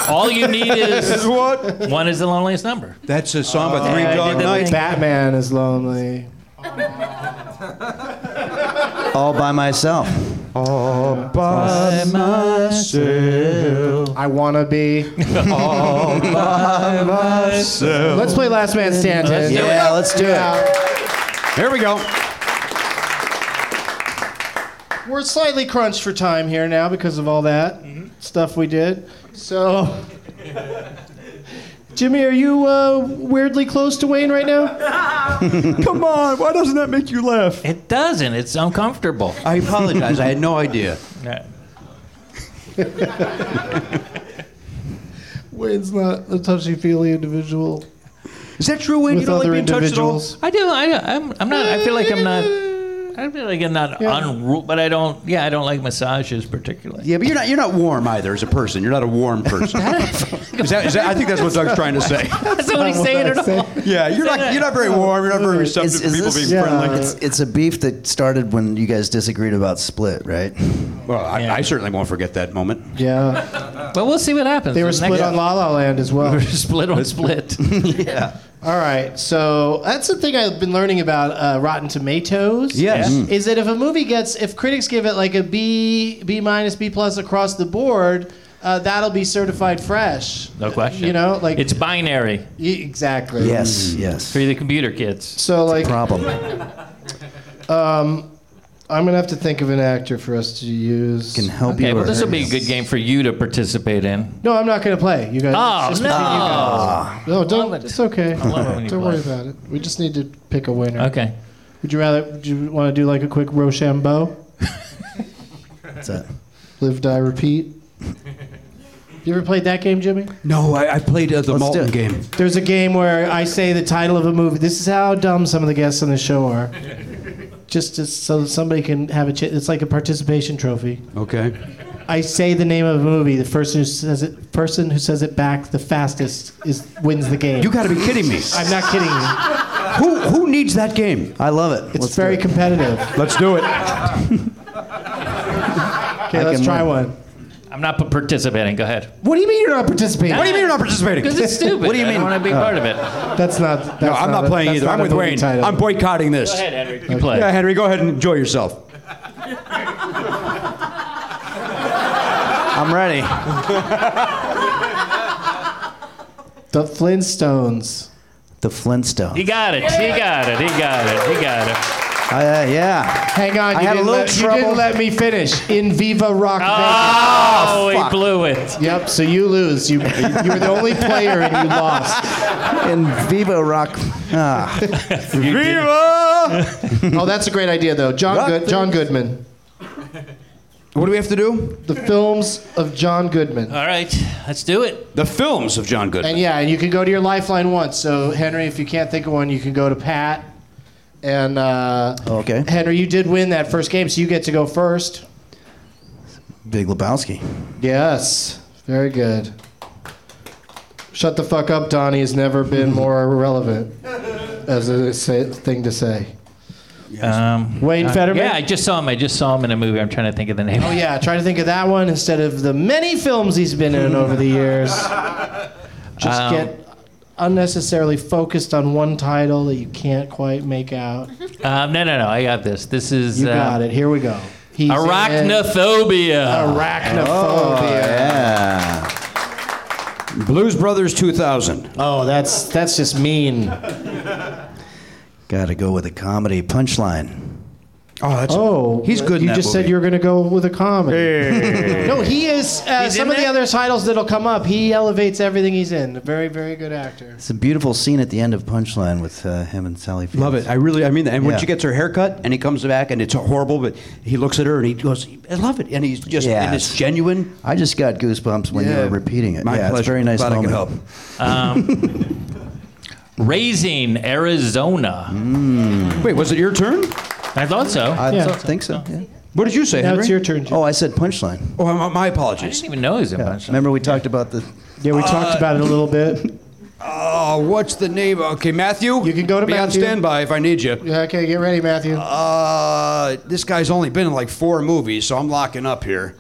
H: All you need is
I: what? Oh,
H: one is the loneliest number.
I: That's a song by Three
D: I
I: Dog
D: did
I: Night.
D: Batman is lonely.
C: All by myself.
I: All by myself.
D: I wanna be.
I: All by myself.
D: Let's play Last Man Standing.
C: Let's do it. Yeah, let's do it.
I: Here we go.
D: We're slightly crunched for time here now because of all that
C: Mm-hmm.
D: stuff we did. So, Jimmy, are you uh, weirdly close to Wayne right now?
I: Come on, why doesn't that make you laugh?
H: It doesn't. It's uncomfortable.
I: I apologize. I had no idea.
H: Yeah.
D: Wh-
U: Wayne's not a touchy feely individual.
I: Is that true,
U: Wayne?
I: You don't like being touched at all?
H: I do. I, I'm, I'm not. I feel like I'm not. I feel like I'm not
I: Yeah.
H: unruly, but I don't. Yeah, I don't like massages particularly.
I: Yeah, but you're not you're not warm either as a person. You're not a warm person. Is that- is that- I think that's what Doug's trying to say.
H: That's not what he's saying at all.
I: Yeah, you're not you're not very warm. You're not very receptive
C: Is-
I: to
C: is
I: people
C: this-
I: being friendly.
C: It's, it's a beef that started when you guys disagreed about split, right?
I: Well, I, I certainly won't forget that moment.
D: Yeah.
H: But we'll see what happens.
D: They were split on La La Land as well.
H: split on split.
I: yeah.
D: All right, so that's the thing I've been learning about uh, Rotten Tomatoes.
I: Yes.
H: Hmm.
I: Mhm.
D: is that if a movie gets, if critics give it like a B, B minus, B plus across the board, uh, that'll be certified fresh.
H: No question.
D: You know, like
H: it's binary.
D: Y- exactly.
I: Mm.
C: yes.
H: For the computer kids.
D: So like
C: problem.
D: Um, I'm gonna have to think of an actor for us to use. Can
C: help
H: Okay, well, this will be a good game for you to participate in.
D: No, I'm not gonna play. You guys.
H: Oh,
D: it's just between you guys. No, don't.
H: Love it.
D: It's okay.
H: I love it when you
D: Don't worry
H: play.
D: about it. We just need to pick a winner.
H: Okay.
D: Would you rather? Would you want to do like a quick Rochambeau?
C: What's that?
D: Live, die, repeat. You ever played that game, Jimmy?
I: No, I, I played uh, the Malton game.
D: There's a game where I say the title of a movie. This is how dumb some of the guests on the show are. Just to, so that somebody can have a chance. It's like a participation trophy.
I: Okay.
D: I say the name of a movie. The person who says it, person who says it back the fastest is wins the game.
I: You got to be kidding me.
D: I'm not kidding you.
I: Who who needs that game?
C: I love it.
D: It's very competitive.
I: Let's do it.
D: Okay, let's try one.
H: I'm not p- participating. Go ahead.
D: What do you mean you're not participating?
H: What do you mean you're not participating? 'Cause it's stupid.
I: What do you
H: I
I: mean?
H: don't wanna be
I: Oh.
H: part of it.
D: That's not. That's
I: no, I'm not,
D: a-
I: playing
D: that's
I: either.
D: not
I: I'm
D: a
I: with
D: movie
I: Wayne.
D: title.
I: I'm boycotting this.
H: Go ahead, Henry. You play.
I: Yeah, Henry, go ahead and enjoy yourself.
C: I'm ready.
D: The Flintstones.
C: The Flintstones.
H: He got it. He got it. He got it. He got it.
C: Uh, yeah.
D: Hang on,
C: I
D: you,
C: had a
D: didn't
C: little
D: let, you
C: trouble.
D: didn't let me finish. In Viva Rock
H: Ah! Oh,
D: Vegas.
H: he blew it.
D: Yep, so you lose. You, you were the only player and you lost.
C: In Vivo Rock. Ah.
I: Viva!
D: Oh, that's a great idea, though. John, Good, John Goodman.
I: What do we have to do?
D: The films of John Goodman.
H: All right, let's do it.
I: The films of John Goodman.
D: And yeah, and you can go to your lifeline once. So, Henry, if you can't think of one, you can go to Pat. And uh,
C: Okay.
D: Henry, you did win that first game, so you get to go first.
C: Big Lebowski.
D: Yes, very good. Shut the fuck up, Donnie has never been more relevant as a say, thing to say.
H: Um,
D: Wayne
H: uh,
D: Fetterman?
H: Yeah, I just saw him. I just saw him in a movie. I'm trying to think of the name.
D: Oh yeah, try to think of that one instead of the many films he's been in over the years. Just
H: Um,
D: get unnecessarily focused on one title that you can't quite make out.
H: Um, no, no, no. I got this. This is
D: You
H: uh,
D: got it. Here we go. He's in
H: arachnophobia.
D: Arachnophobia. Oh,
I: yeah. Blues Brothers 2000.
D: Oh, that's that's just mean.
C: Gotta go with a comedy punchline.
I: Oh, that's
D: Oh,
C: He's good in
D: You
C: that
D: just said
C: movie.
D: you were going to go with a comedy. no, he is. Uh,
H: He's
D: some
H: in
D: of the
H: that?
D: other titles that'll come up, he elevates everything he's in. A very, very good actor.
C: It's a beautiful scene at the end of Punchline with uh, him and Sally Fields.
I: Love it. I really, I mean that. And when
C: Yeah.
I: she gets her haircut and he comes back and it's horrible, but he looks at her and he goes, I love it. And he's just, and it's
C: Yes.
I: genuine.
C: I just got goosebumps when
I: Yeah.
C: you were repeating it.
I: My
C: yeah,
I: pleasure.
C: it's a very nice
I: Glad I could
C: moment.
I: help.
H: Raising Arizona.
I: Wait, was it your turn?
H: I thought so.
C: I
D: Yeah.
C: don't think so. Yeah.
I: What did you say,
D: Now
I: Henry?
D: it's your turn. Jim.
C: Oh, I said punchline.
I: Oh, my, my
H: I
I: apologies.
H: didn't even know he was in
C: Yeah.
H: Punch.
C: Remember we talked about the
D: Yeah, we talked about it a little bit.
I: Oh, what's the name? Okay, Matthew.
D: You can go to
I: be
D: Matthew.
I: on standby if I need you.
D: Yeah, okay, get ready, Matthew.
I: Uh, this guy's only been in like four movies, so I'm locking up here.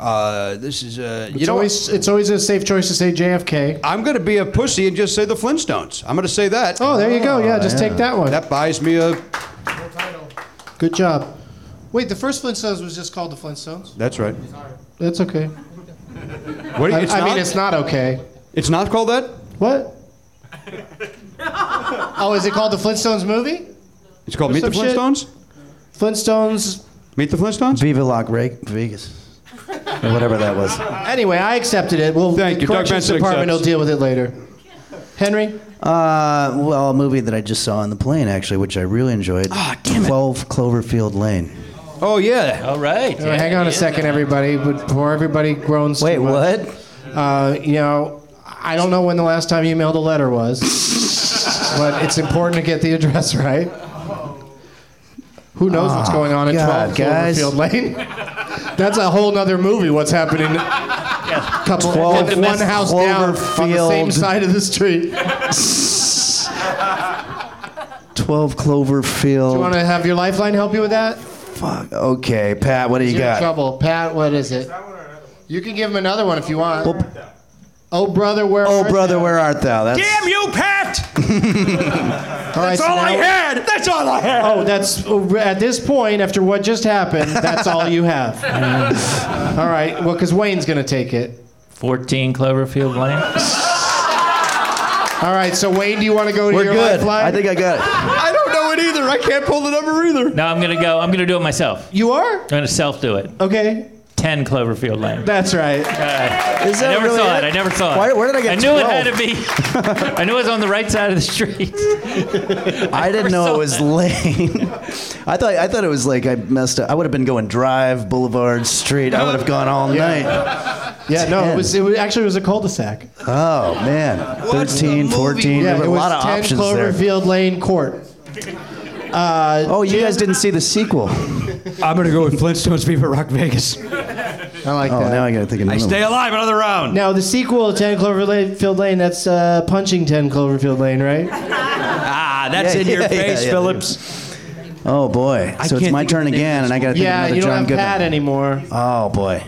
I: Uh, this is uh, you
D: it's,
I: know,
D: always, it's always a safe choice to say JFK.
I: I'm gonna be a pussy and just say the Flintstones. I'm gonna say that.
D: Oh, there you go. Yeah, just
C: yeah.
D: take that one.
I: That buys me a.
D: Good job. Wait, the first Flintstones was just called the Flintstones?
I: That's right.
D: That's okay.
I: What, do you-
D: I,
I: it's
D: I
I: not,
D: mean, it's not okay.
I: It's not called that.
D: What? oh, is it called the Flintstones movie?
I: It's called Meet the
D: Some shit.
I: Flintstones.
D: Flintstones.
I: Meet the Flintstones.
C: Viva Las Re- Vegas, or whatever that was.
D: Anyway, I accepted it. Well,
I: Thank
D: the
I: you. Doug
D: corrections
I: Benson
D: department
I: accepts.
D: will deal with it later. Henry,
C: Uh, well, a movie that I just saw on the plane actually, which I really enjoyed. Twelve Cloverfield Lane.
I: Ah, Oh yeah.
H: All right.
D: hang on a second, everybody. Before everybody groans.
C: Wait,
D: too much.
C: what?
D: Uh, you know, I don't know when the last time you mailed a letter was, but it's important to get the address right. Who knows what's
C: Oh,
D: going on at
C: God,
D: 12
C: guys.
D: Cloverfield Lane? That's a whole nother movie. What's happening? Couple
C: 12
D: one house down on the same
C: Cloverfield.
D: side of the street.
C: 12 Cloverfield.
D: You want to have your lifeline help you with that?
C: Fuck. Okay, Pat, what do you
D: You're in
C: got?
D: trouble, Pat. What is it? You can give him another one if you want. Oh brother, where?
C: Oh, brother, where art thou? That's
D: Damn you, Pat!
C: That's all I had.
D: That's all I had. Oh, that's at this point after what just happened. That's all you have. all right. Well, because Wayne's gonna take it.
H: 14 Cloverfield Lane.
D: All right. So Wayne, do you want to go to
H: We're
D: your
H: good.
D: lifeline?
H: I think I got it.
D: I don't know it either. I can't pull the number either.
H: No, I'm gonna go. I'm gonna do it myself.
D: You are? I'm
H: gonna self do it.
D: Okay.
H: Ten Cloverfield Lane.
D: That's right.
H: I never saw it? I never saw it.
D: Why- where did I
H: I
D: get
H: knew it
D: 12?
H: had to be. I knew it was on the right side of the street.
C: I didn't know it was lane. I thought I thought it was like I messed up. I would have been going drive, boulevard, street. I would have gone all night.
D: Yeah, no, it
C: Ten.
D: was, it was actually it was a cul-de-sac.
C: Oh man, 13, 14. there
D: Yeah,
C: were
D: it
C: a
D: was
C: lot of
D: 10
C: options there.
D: Cloverfield Lane Court. Uh,
C: oh, you guys didn't see the sequel.
I: I'm gonna go with Flintstones Viva Rock Vegas.
D: I like
C: oh,
D: that.
C: now I got to think of
I: I
C: another
I: stay
C: one.
I: alive another round.
D: Now the sequel, Ten Cloverfield Lane. That's uh, punching Ten Cloverfield Lane, right?
I: Ah, that's
C: Yeah,
I: in your
C: yeah, yeah,
I: face,
C: yeah.
I: Phillips.
C: Oh boy,
I: I
C: so it's
I: can't
C: my
I: think
C: turn
I: of the name
C: again,
I: of
C: and I got to think
D: yeah,
C: of another
D: you don't
C: John
D: have
C: Goodman.
D: Pat anymore.
C: Oh boy.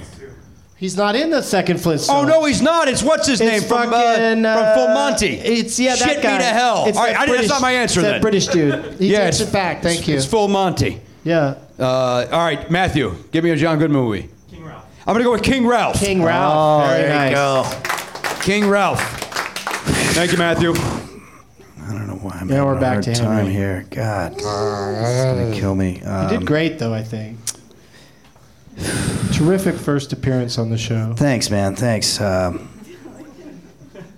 D: He's not in the second Flintstone.
I: Oh no, he's not. It's what's his
D: It's
I: name from
D: fucking,
I: uh,
D: uh,
I: from Full Monty.
D: It's yeah, that
I: Shit
D: guy.
I: me to hell.
D: It's
I: All
D: that
I: right, I-
D: British,
I: that's not my answer
D: it's
I: then.
D: That British dude. He
I: yeah,
D: takes
I: it's-
D: it back. Thank
I: it's-
D: you.
I: It's Full Monty.
D: Yeah.
I: Uh, all right, Matthew, give me a John Goodman movie. King Ralph. I'm gonna go with King Ralph.
D: King
C: Oh,
D: Ralph. Very nice.
C: uh,
I: King Ralph. Thank you, Matthew.
C: I'm
D: Now we're
C: having a
D: back
C: hard
D: to Henry.
C: time here. God, it's gonna kill me. Um,
D: He did great though, I think. Terrific first appearance on the show.
C: Thanks, man. Thanks. Um,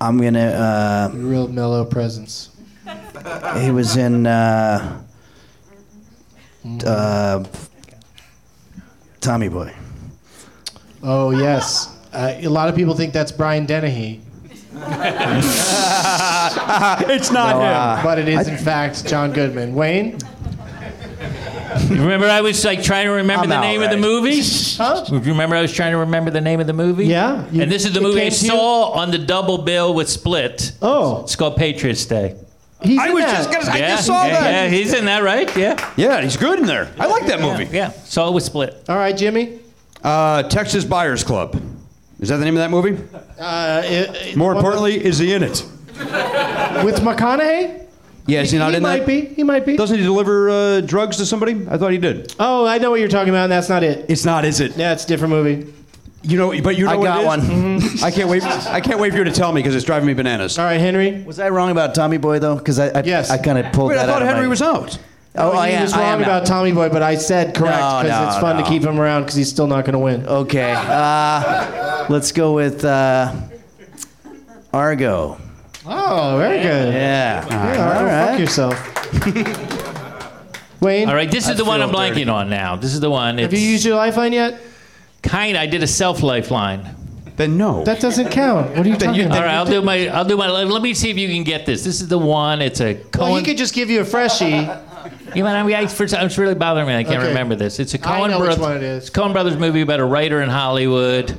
C: I'm gonna.
D: Real mellow presence.
C: Uh, he was in. Uh, uh, Tommy Boy.
D: Oh yes, uh, a lot of people think that's Brian Dennehy,
I: it's not
D: No,
I: him.
D: uh, but it is in fact John Goodman. Wayne,
H: You remember I was like trying to remember
D: I'm
H: the
D: out,
H: name of
D: right?
H: the movie? Huh? You remember I was trying to remember the name of the movie?
D: Yeah. You-
H: and this is the
D: it
H: movie I
D: came to you?
H: saw on the double bill with Split.
D: Oh.
H: It's called Patriots Day.
D: he's
I: I
D: in
I: was
D: that.
I: just gonna. I
H: yeah,
I: just saw
H: yeah,
I: that.
H: Yeah, he's in that, right? Yeah.
I: Yeah, he's good in there. I like that movie.
H: Yeah. Saw it with Split.
D: All right, Jimmy.
I: Uh, Texas Buyers Club. Is that the name of that movie?
D: Uh, it- it-
I: More
D: one-
I: importantly, is he in it?
D: with McConaughey,
I: Yeah, is he not
D: he
I: in
D: might
I: that?
D: be. He might be.
I: Doesn't he deliver uh, drugs to somebody? I thought he did.
D: Oh, I know what you're talking about. and That's not it.
I: It's not, is it?
D: Yeah, it's a different movie.
I: You know, but you know
C: I
I: what it
C: got
I: is? Mm-hmm.
C: one.
I: I can't wait. I can't wait for you to tell me because it's driving me bananas.
D: All right, Henry.
C: Was I wrong about Tommy Boy though? Because I I,
D: Yes.
C: I kind of pulled
I: Wait,
C: that
I: I
C: out
I: thought
C: of
I: Henry
C: my-
I: was out.
C: Oh,
D: he
C: I am.
D: was
C: I
D: wrong
C: am now.
D: about Tommy Boy, but I said correct
C: No,
D: because
C: no,
D: it's fun
C: no.
D: to keep him around because he's still not going to win.
C: Okay. Uh, let's go with uh, Argo.
D: Oh, very good.
C: Yeah.
D: Yeah,
C: All
D: go
C: right.
D: Fuck yourself. Wayne,
H: All right, this is
D: I
H: the one
D: feel
H: I'm blanking
D: dirty.
H: on now. This is the one.
D: have you
H: it's-
D: used your lifeline yet?
H: Kind, I did a self lifeline.
I: Then no.
D: That doesn't count. What are you talking
H: All
D: about?
H: right, I'll do my. I'll do my. Let me see if you can get this. This is the one. It's a Cohen.
D: Well, he could just give you a freshie.
H: you know, I mean, I, for, it's really bothering me. I can't
D: Okay.
H: remember this. It's a
D: I
H: Cohen
D: know which
H: Brothers.
D: one it is.
H: It's a Cohen Brothers movie about a writer in Hollywood.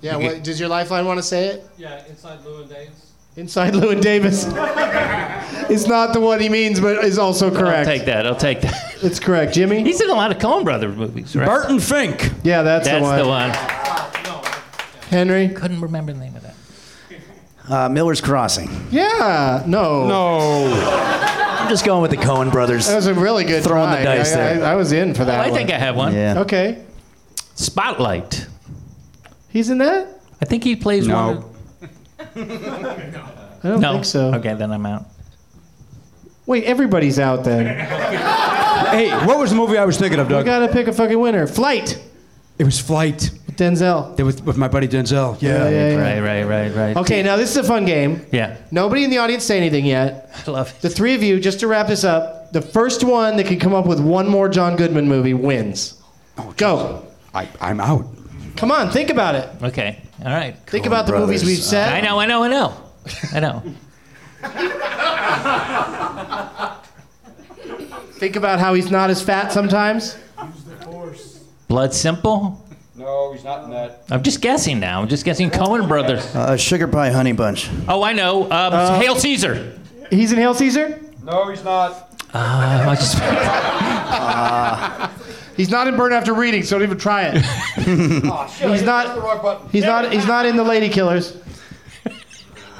D: Yeah.
H: Okay.
D: What, does your lifeline want to say it?
V: Yeah, inside Lou and Dave's.
D: Inside Lewin Davis. it's not the one he means, but is also
H: I'll
D: correct.
H: take that. I'll take that.
D: It's correct, Jimmy.
H: He's in a lot of Cohen Brothers movies, right?
I: Barton Fink.
D: Yeah, that's,
H: That's
D: the one.
H: the one.
D: Henry.
H: Couldn't remember the name of that.
C: Uh, Miller's Crossing.
D: Yeah. No.
I: No.
C: I'm just going with the Cohen brothers.
D: That was a really good
C: Throwing the
D: try.
C: dice
D: I, I-
C: there.
D: I, was in for that.
H: Oh, I
D: one.
H: think I have one.
C: Yeah.
D: Okay.
H: Spotlight.
D: He's in that?
H: I think he plays one.
I: No.
D: I don't
H: No.
D: think so.
H: Okay, then I'm out.
D: Wait, everybody's out then.
I: Hey, what was the movie I was thinking of,
D: We
I: Doug?
D: gotta pick a fucking winner. Flight.
I: It was Flight.
D: Denzel.
I: It was with my buddy Denzel.
D: Yeah, yeah, yeah.
H: Right, right, right, right.
D: Okay, now this is a fun game.
H: Yeah.
D: Nobody in the audience say anything yet.
H: I love it.
D: The three of you, just to wrap this up, the first one that can come up with one more John Goodman movie wins. Go.
I: Oh, I, I'm out.
D: Come on, think about it.
H: Okay. All right.
D: Think about the movies we've said.
H: I know, I know, I know. I know.
D: Think about how he's not as fat sometimes.
H: Blood Simple?
W: No, he's not in that.
H: I'm just guessing now. I'm just guessing Cohen Brothers.
C: Uh, Sugar Pie Honey Bunch.
H: Oh, I know. Um,
D: Uh,
H: Hail Caesar.
D: He's in Hail Caesar?
W: No, he's not.
H: Uh, I just,
D: He's not in Burn After Reading, so don't even try it.
W: Oh,
D: he's
W: the
D: not.
W: wrong button.
D: He's not. He's not in the Lady Killers.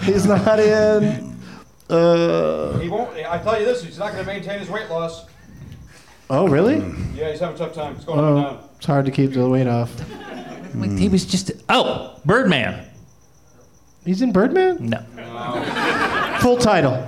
D: He's not in. Uh,
W: He won't. I tell you this, he's not going to maintain his weight loss.
D: oh, really?
W: Yeah, he's having a tough time. It's going
I: Uh,
W: up and down.
D: Oh, it's hard to keep the weight off. Hmm.
H: Like, he was just. Oh, Birdman.
D: He's in Birdman.
H: No.
D: Full title.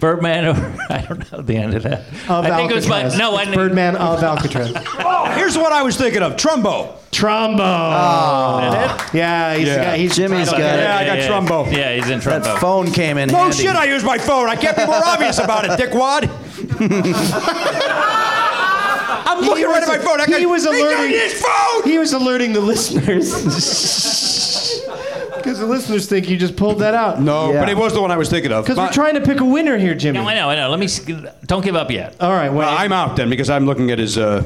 H: Birdman, or, I don't know the end of that.
D: Of
H: I think it was by,
D: Alcatraz.
H: no, I
D: It's Oh, Birdman of Alcatraz.
I: Oh, here's what I was thinking of Trumbo.
D: Trumbo. Ah. yeah, he's the guy. He's
C: Jimmy's
D: title.
C: got it.
I: Yeah, I got Trumbo.
H: Yeah, he's in Trumbo.
C: That phone came in
I: No
C: handy.
I: shit, I use my phone. I can't be more obvious about it, dickwad. I'm
D: He
I: looking right
D: was-
I: at my phone. I
D: he
I: got-
D: was
I: He got
D: alerting-
I: his phone!
D: He was alerting the listeners. Because the listeners think you just pulled that out.
I: No, but it was the one I was thinking of.
D: Because
I: My-
D: we're trying to pick a winner here, Jimmy.
H: No, I know, I know. Let me. s- Don't give up yet.
D: All right, wait.
I: Well, I'm out then because I'm looking at his uh,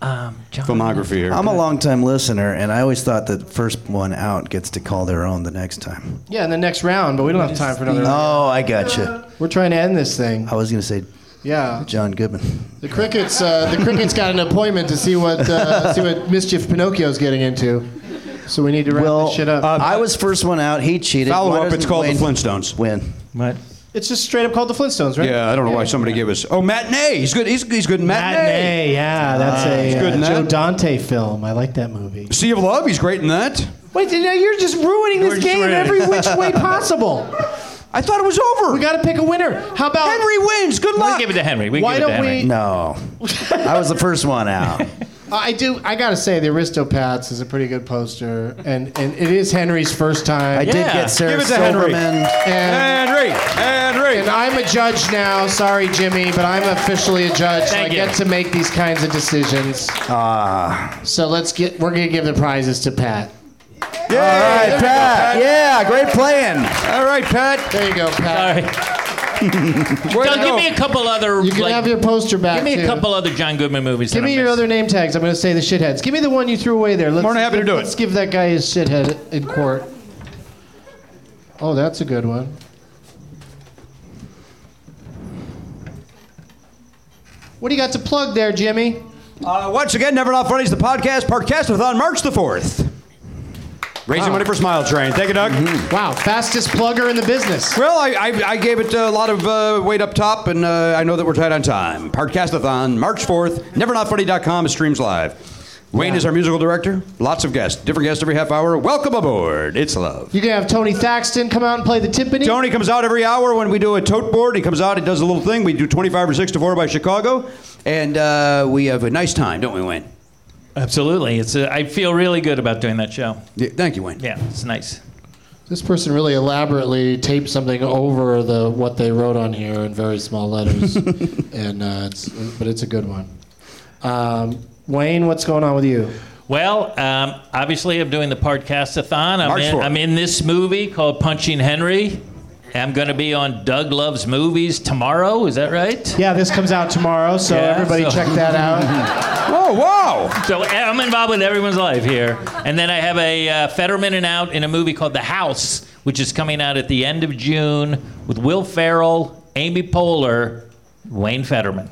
H: Um, John.
I: filmography here.
C: I'm a long-time listener, and I always thought the first one out gets to call their own the next time.
D: yeah, in the next round, but we don't have time for another. round.
C: Oh, I gotcha.
D: We're trying to end this thing.
C: I was gonna say
D: Yeah.
C: John Goodman.
X: The crickets. Uh, the crickets got an appointment to see what uh, see what mischief Pinocchio's getting into. So we need to wrap
C: Well,
X: this shit up.
D: uh, Um,
C: I was first one out. He cheated.
I: Follow
C: Why
I: Uh, up, it's
C: doesn't
I: called
C: Wayne
I: The Flintstones.
C: Win.
H: What?
D: It's just straight up called the Flintstones, right?
I: Yeah, I don't know why somebody gave us. Oh, matinee. He's good. He's, he's good in matinee.
D: Matinee, yeah, that's
I: it's
D: a uh,
I: good in
D: Joe
I: that.
D: Dante film. I like that movie.
I: Sea of Love. He's great in that.
D: Wait, now you're just ruining
I: We're
D: this
I: just
D: game
I: ruining it.
D: every which way possible.
I: I thought it was over.
D: We got to pick a winner. How about
I: Henry wins. Good
H: We
I: luck.
H: give it to Henry. We
D: Why
H: give it to
D: don't we-
H: Henry.
C: No, I was the first one out.
D: I do. I gotta say, the Aristopats is a pretty good poster, and and it is Henry's first time.
C: I did
H: Yeah.
C: get Sarah
I: Give it to Henry.
C: Silverman.
D: And,
I: Henry. Henry.
D: and I'm a judge now. Sorry, Jimmy, but I'm officially a judge. so I
H: Thank you.
D: get to make these kinds of decisions.
C: Ah,
D: So let's get. We're gonna give the prizes to Pat.
I: Yeah.
C: all right, Pat. Yeah, great playing.
I: All right, Pat.
D: There you go,
H: All
D: Pat.
H: right.
I: Way to
H: John,
I: go.
H: give me a couple other.
D: You can
H: like,
D: have your poster back.
H: Give me
D: too.
H: a couple other John Goodman movies.
D: Give
H: that
D: me
H: I
D: your
H: missed.
D: other name tags. I'm gonna say the shitheads. Give me the one you threw away there. Let's,
I: More than happy to do it.
D: Let's give that guy his shithead in court. Oh, that's a good one. What do you got to plug there, Jimmy?
I: Uh, once again, Never Not Funny's the podcast, Parkcastathon, March the 4th. Raising money for Smile Train. Thank you, Doug.
C: Mm-hmm.
D: Wow, fastest plugger in the business.
I: Well, I, I, I gave it a lot of uh, weight up top, and uh, I know that we're tight on time. Podcastathon, March 4th, nevernotfunny.com, it streams live. Wayne is our musical director. Lots of guests, different guests every half hour. Welcome aboard. It's love.
D: You can have Tony Thaxton come out and play the timpani.
I: Tony comes out every hour when we do a tote board. He comes out, he does a little thing. We do 25 or 6 to 4 by Chicago, and uh, we have a nice time, don't we, Wayne?
H: Absolutely. It's. A, I feel really good about doing that show.
I: Yeah, thank you, Wayne.
H: Yeah, it's nice.
X: This person really elaborately taped something over the what they wrote on here in very small letters, and uh, it's, but it's a good one.
D: Um, Wayne, what's going on with you?
H: Well, um, obviously, I'm doing the podcastathon. I'm
I: March
H: in,
I: 4th.
H: I'm in this movie called Punching Henry. I'm going to be on Doug Loves Movies tomorrow. Is that right?
D: Yeah, this comes out tomorrow, so
H: Yeah,
D: everybody
H: so-
D: check that out.
I: Oh, wow.
H: So eh, I'm involved with everyone's life here. And then I have a uh, Fetterman and out in a movie called The House, which is coming out at the end of June with Will Ferrell, Amy Poehler, Wayne Fetterman.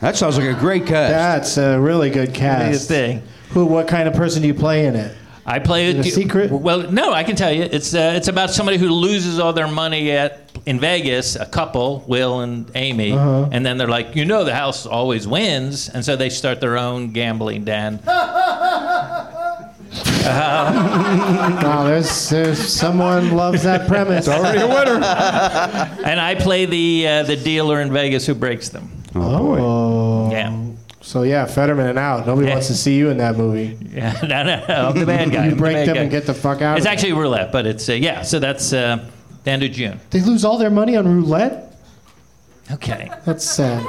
I: That sounds like a great cast.
D: That's a really good
H: Biggest
D: cast.
H: thing.
D: Who? What kind of person do you play in it?
H: I play
D: Is it a secret?
H: Well, no, I can tell you. It's uh, it's about somebody who loses all their money at in Vegas. A couple, Will and Amy,
D: Uh-huh.
H: and then they're like, you know, the house always wins, and so they start their own gambling den.
D: Wow, there's, there's someone loves that premise.
I: Already a winner.
H: and I play the uh, the dealer in Vegas who breaks them.
D: Oh.
H: Yeah.
D: So yeah, Fetterman and out. Nobody
H: Yeah.
D: wants to see you in that movie.
H: Yeah, no, no, no, I'm the bad guy.
D: You
H: I'm
D: break
H: the bad
D: them
H: guy.
D: and get the fuck out of
H: It's
D: there.
H: actually roulette, but it's uh, yeah. So that's uh, the end of June.
D: They lose all their money on roulette.
H: Okay.
D: That's sad.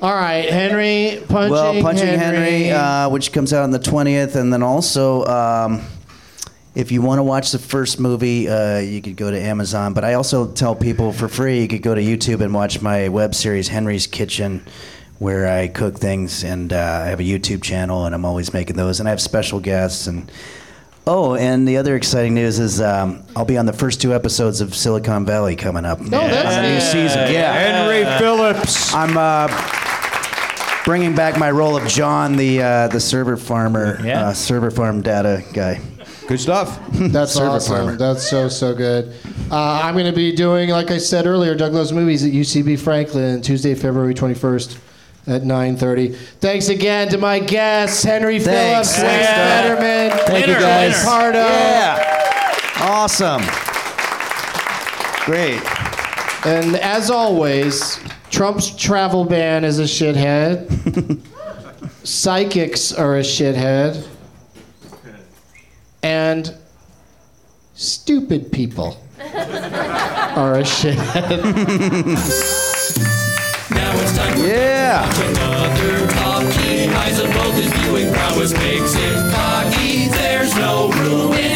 I: All right, Henry punching.
H: well, Punching
I: Henry.
H: Henry, uh, which comes out on the 20th. And then also, um, if you want to watch the first movie, uh, you could go to Amazon. But I also tell people for free, you could go to YouTube and watch my web series, Henry's Kitchen, where I cook things. And uh, I have a YouTube channel, and I'm always making those. And I have special guests. And oh, and the other exciting news is um, I'll be on the first two episodes of Silicon Valley coming up.
I: No, that's
H: on the new
I: neat.
H: season. Yeah,
I: Henry
H: Phillips. I'm. Uh, bringing back my role of John, the uh, the server farmer, uh, server farm data guy.
Y: Good stuff.
D: That's
H: server
D: awesome.
H: farmer.
D: That's so so good. Uh, I'm going to be doing, like I said earlier, Douglas movies at UCB Franklin Tuesday, February 21st at 9:30. Thanks again to my guests, Henry
H: Thanks.
D: Phillips, Wayne
H: Thanks, Doug.
D: Fetterman,
H: Thank you
D: John
H: guys.
D: Pardo.
H: Yeah. Awesome. Great.
D: And as always, Trump's travel ban is a shithead. Psychics are a shithead. And stupid people are a shithead.
C: Now it's time for
H: yeah.
C: another talkie. I suppose his viewing prowess makes him cocky. There's no room in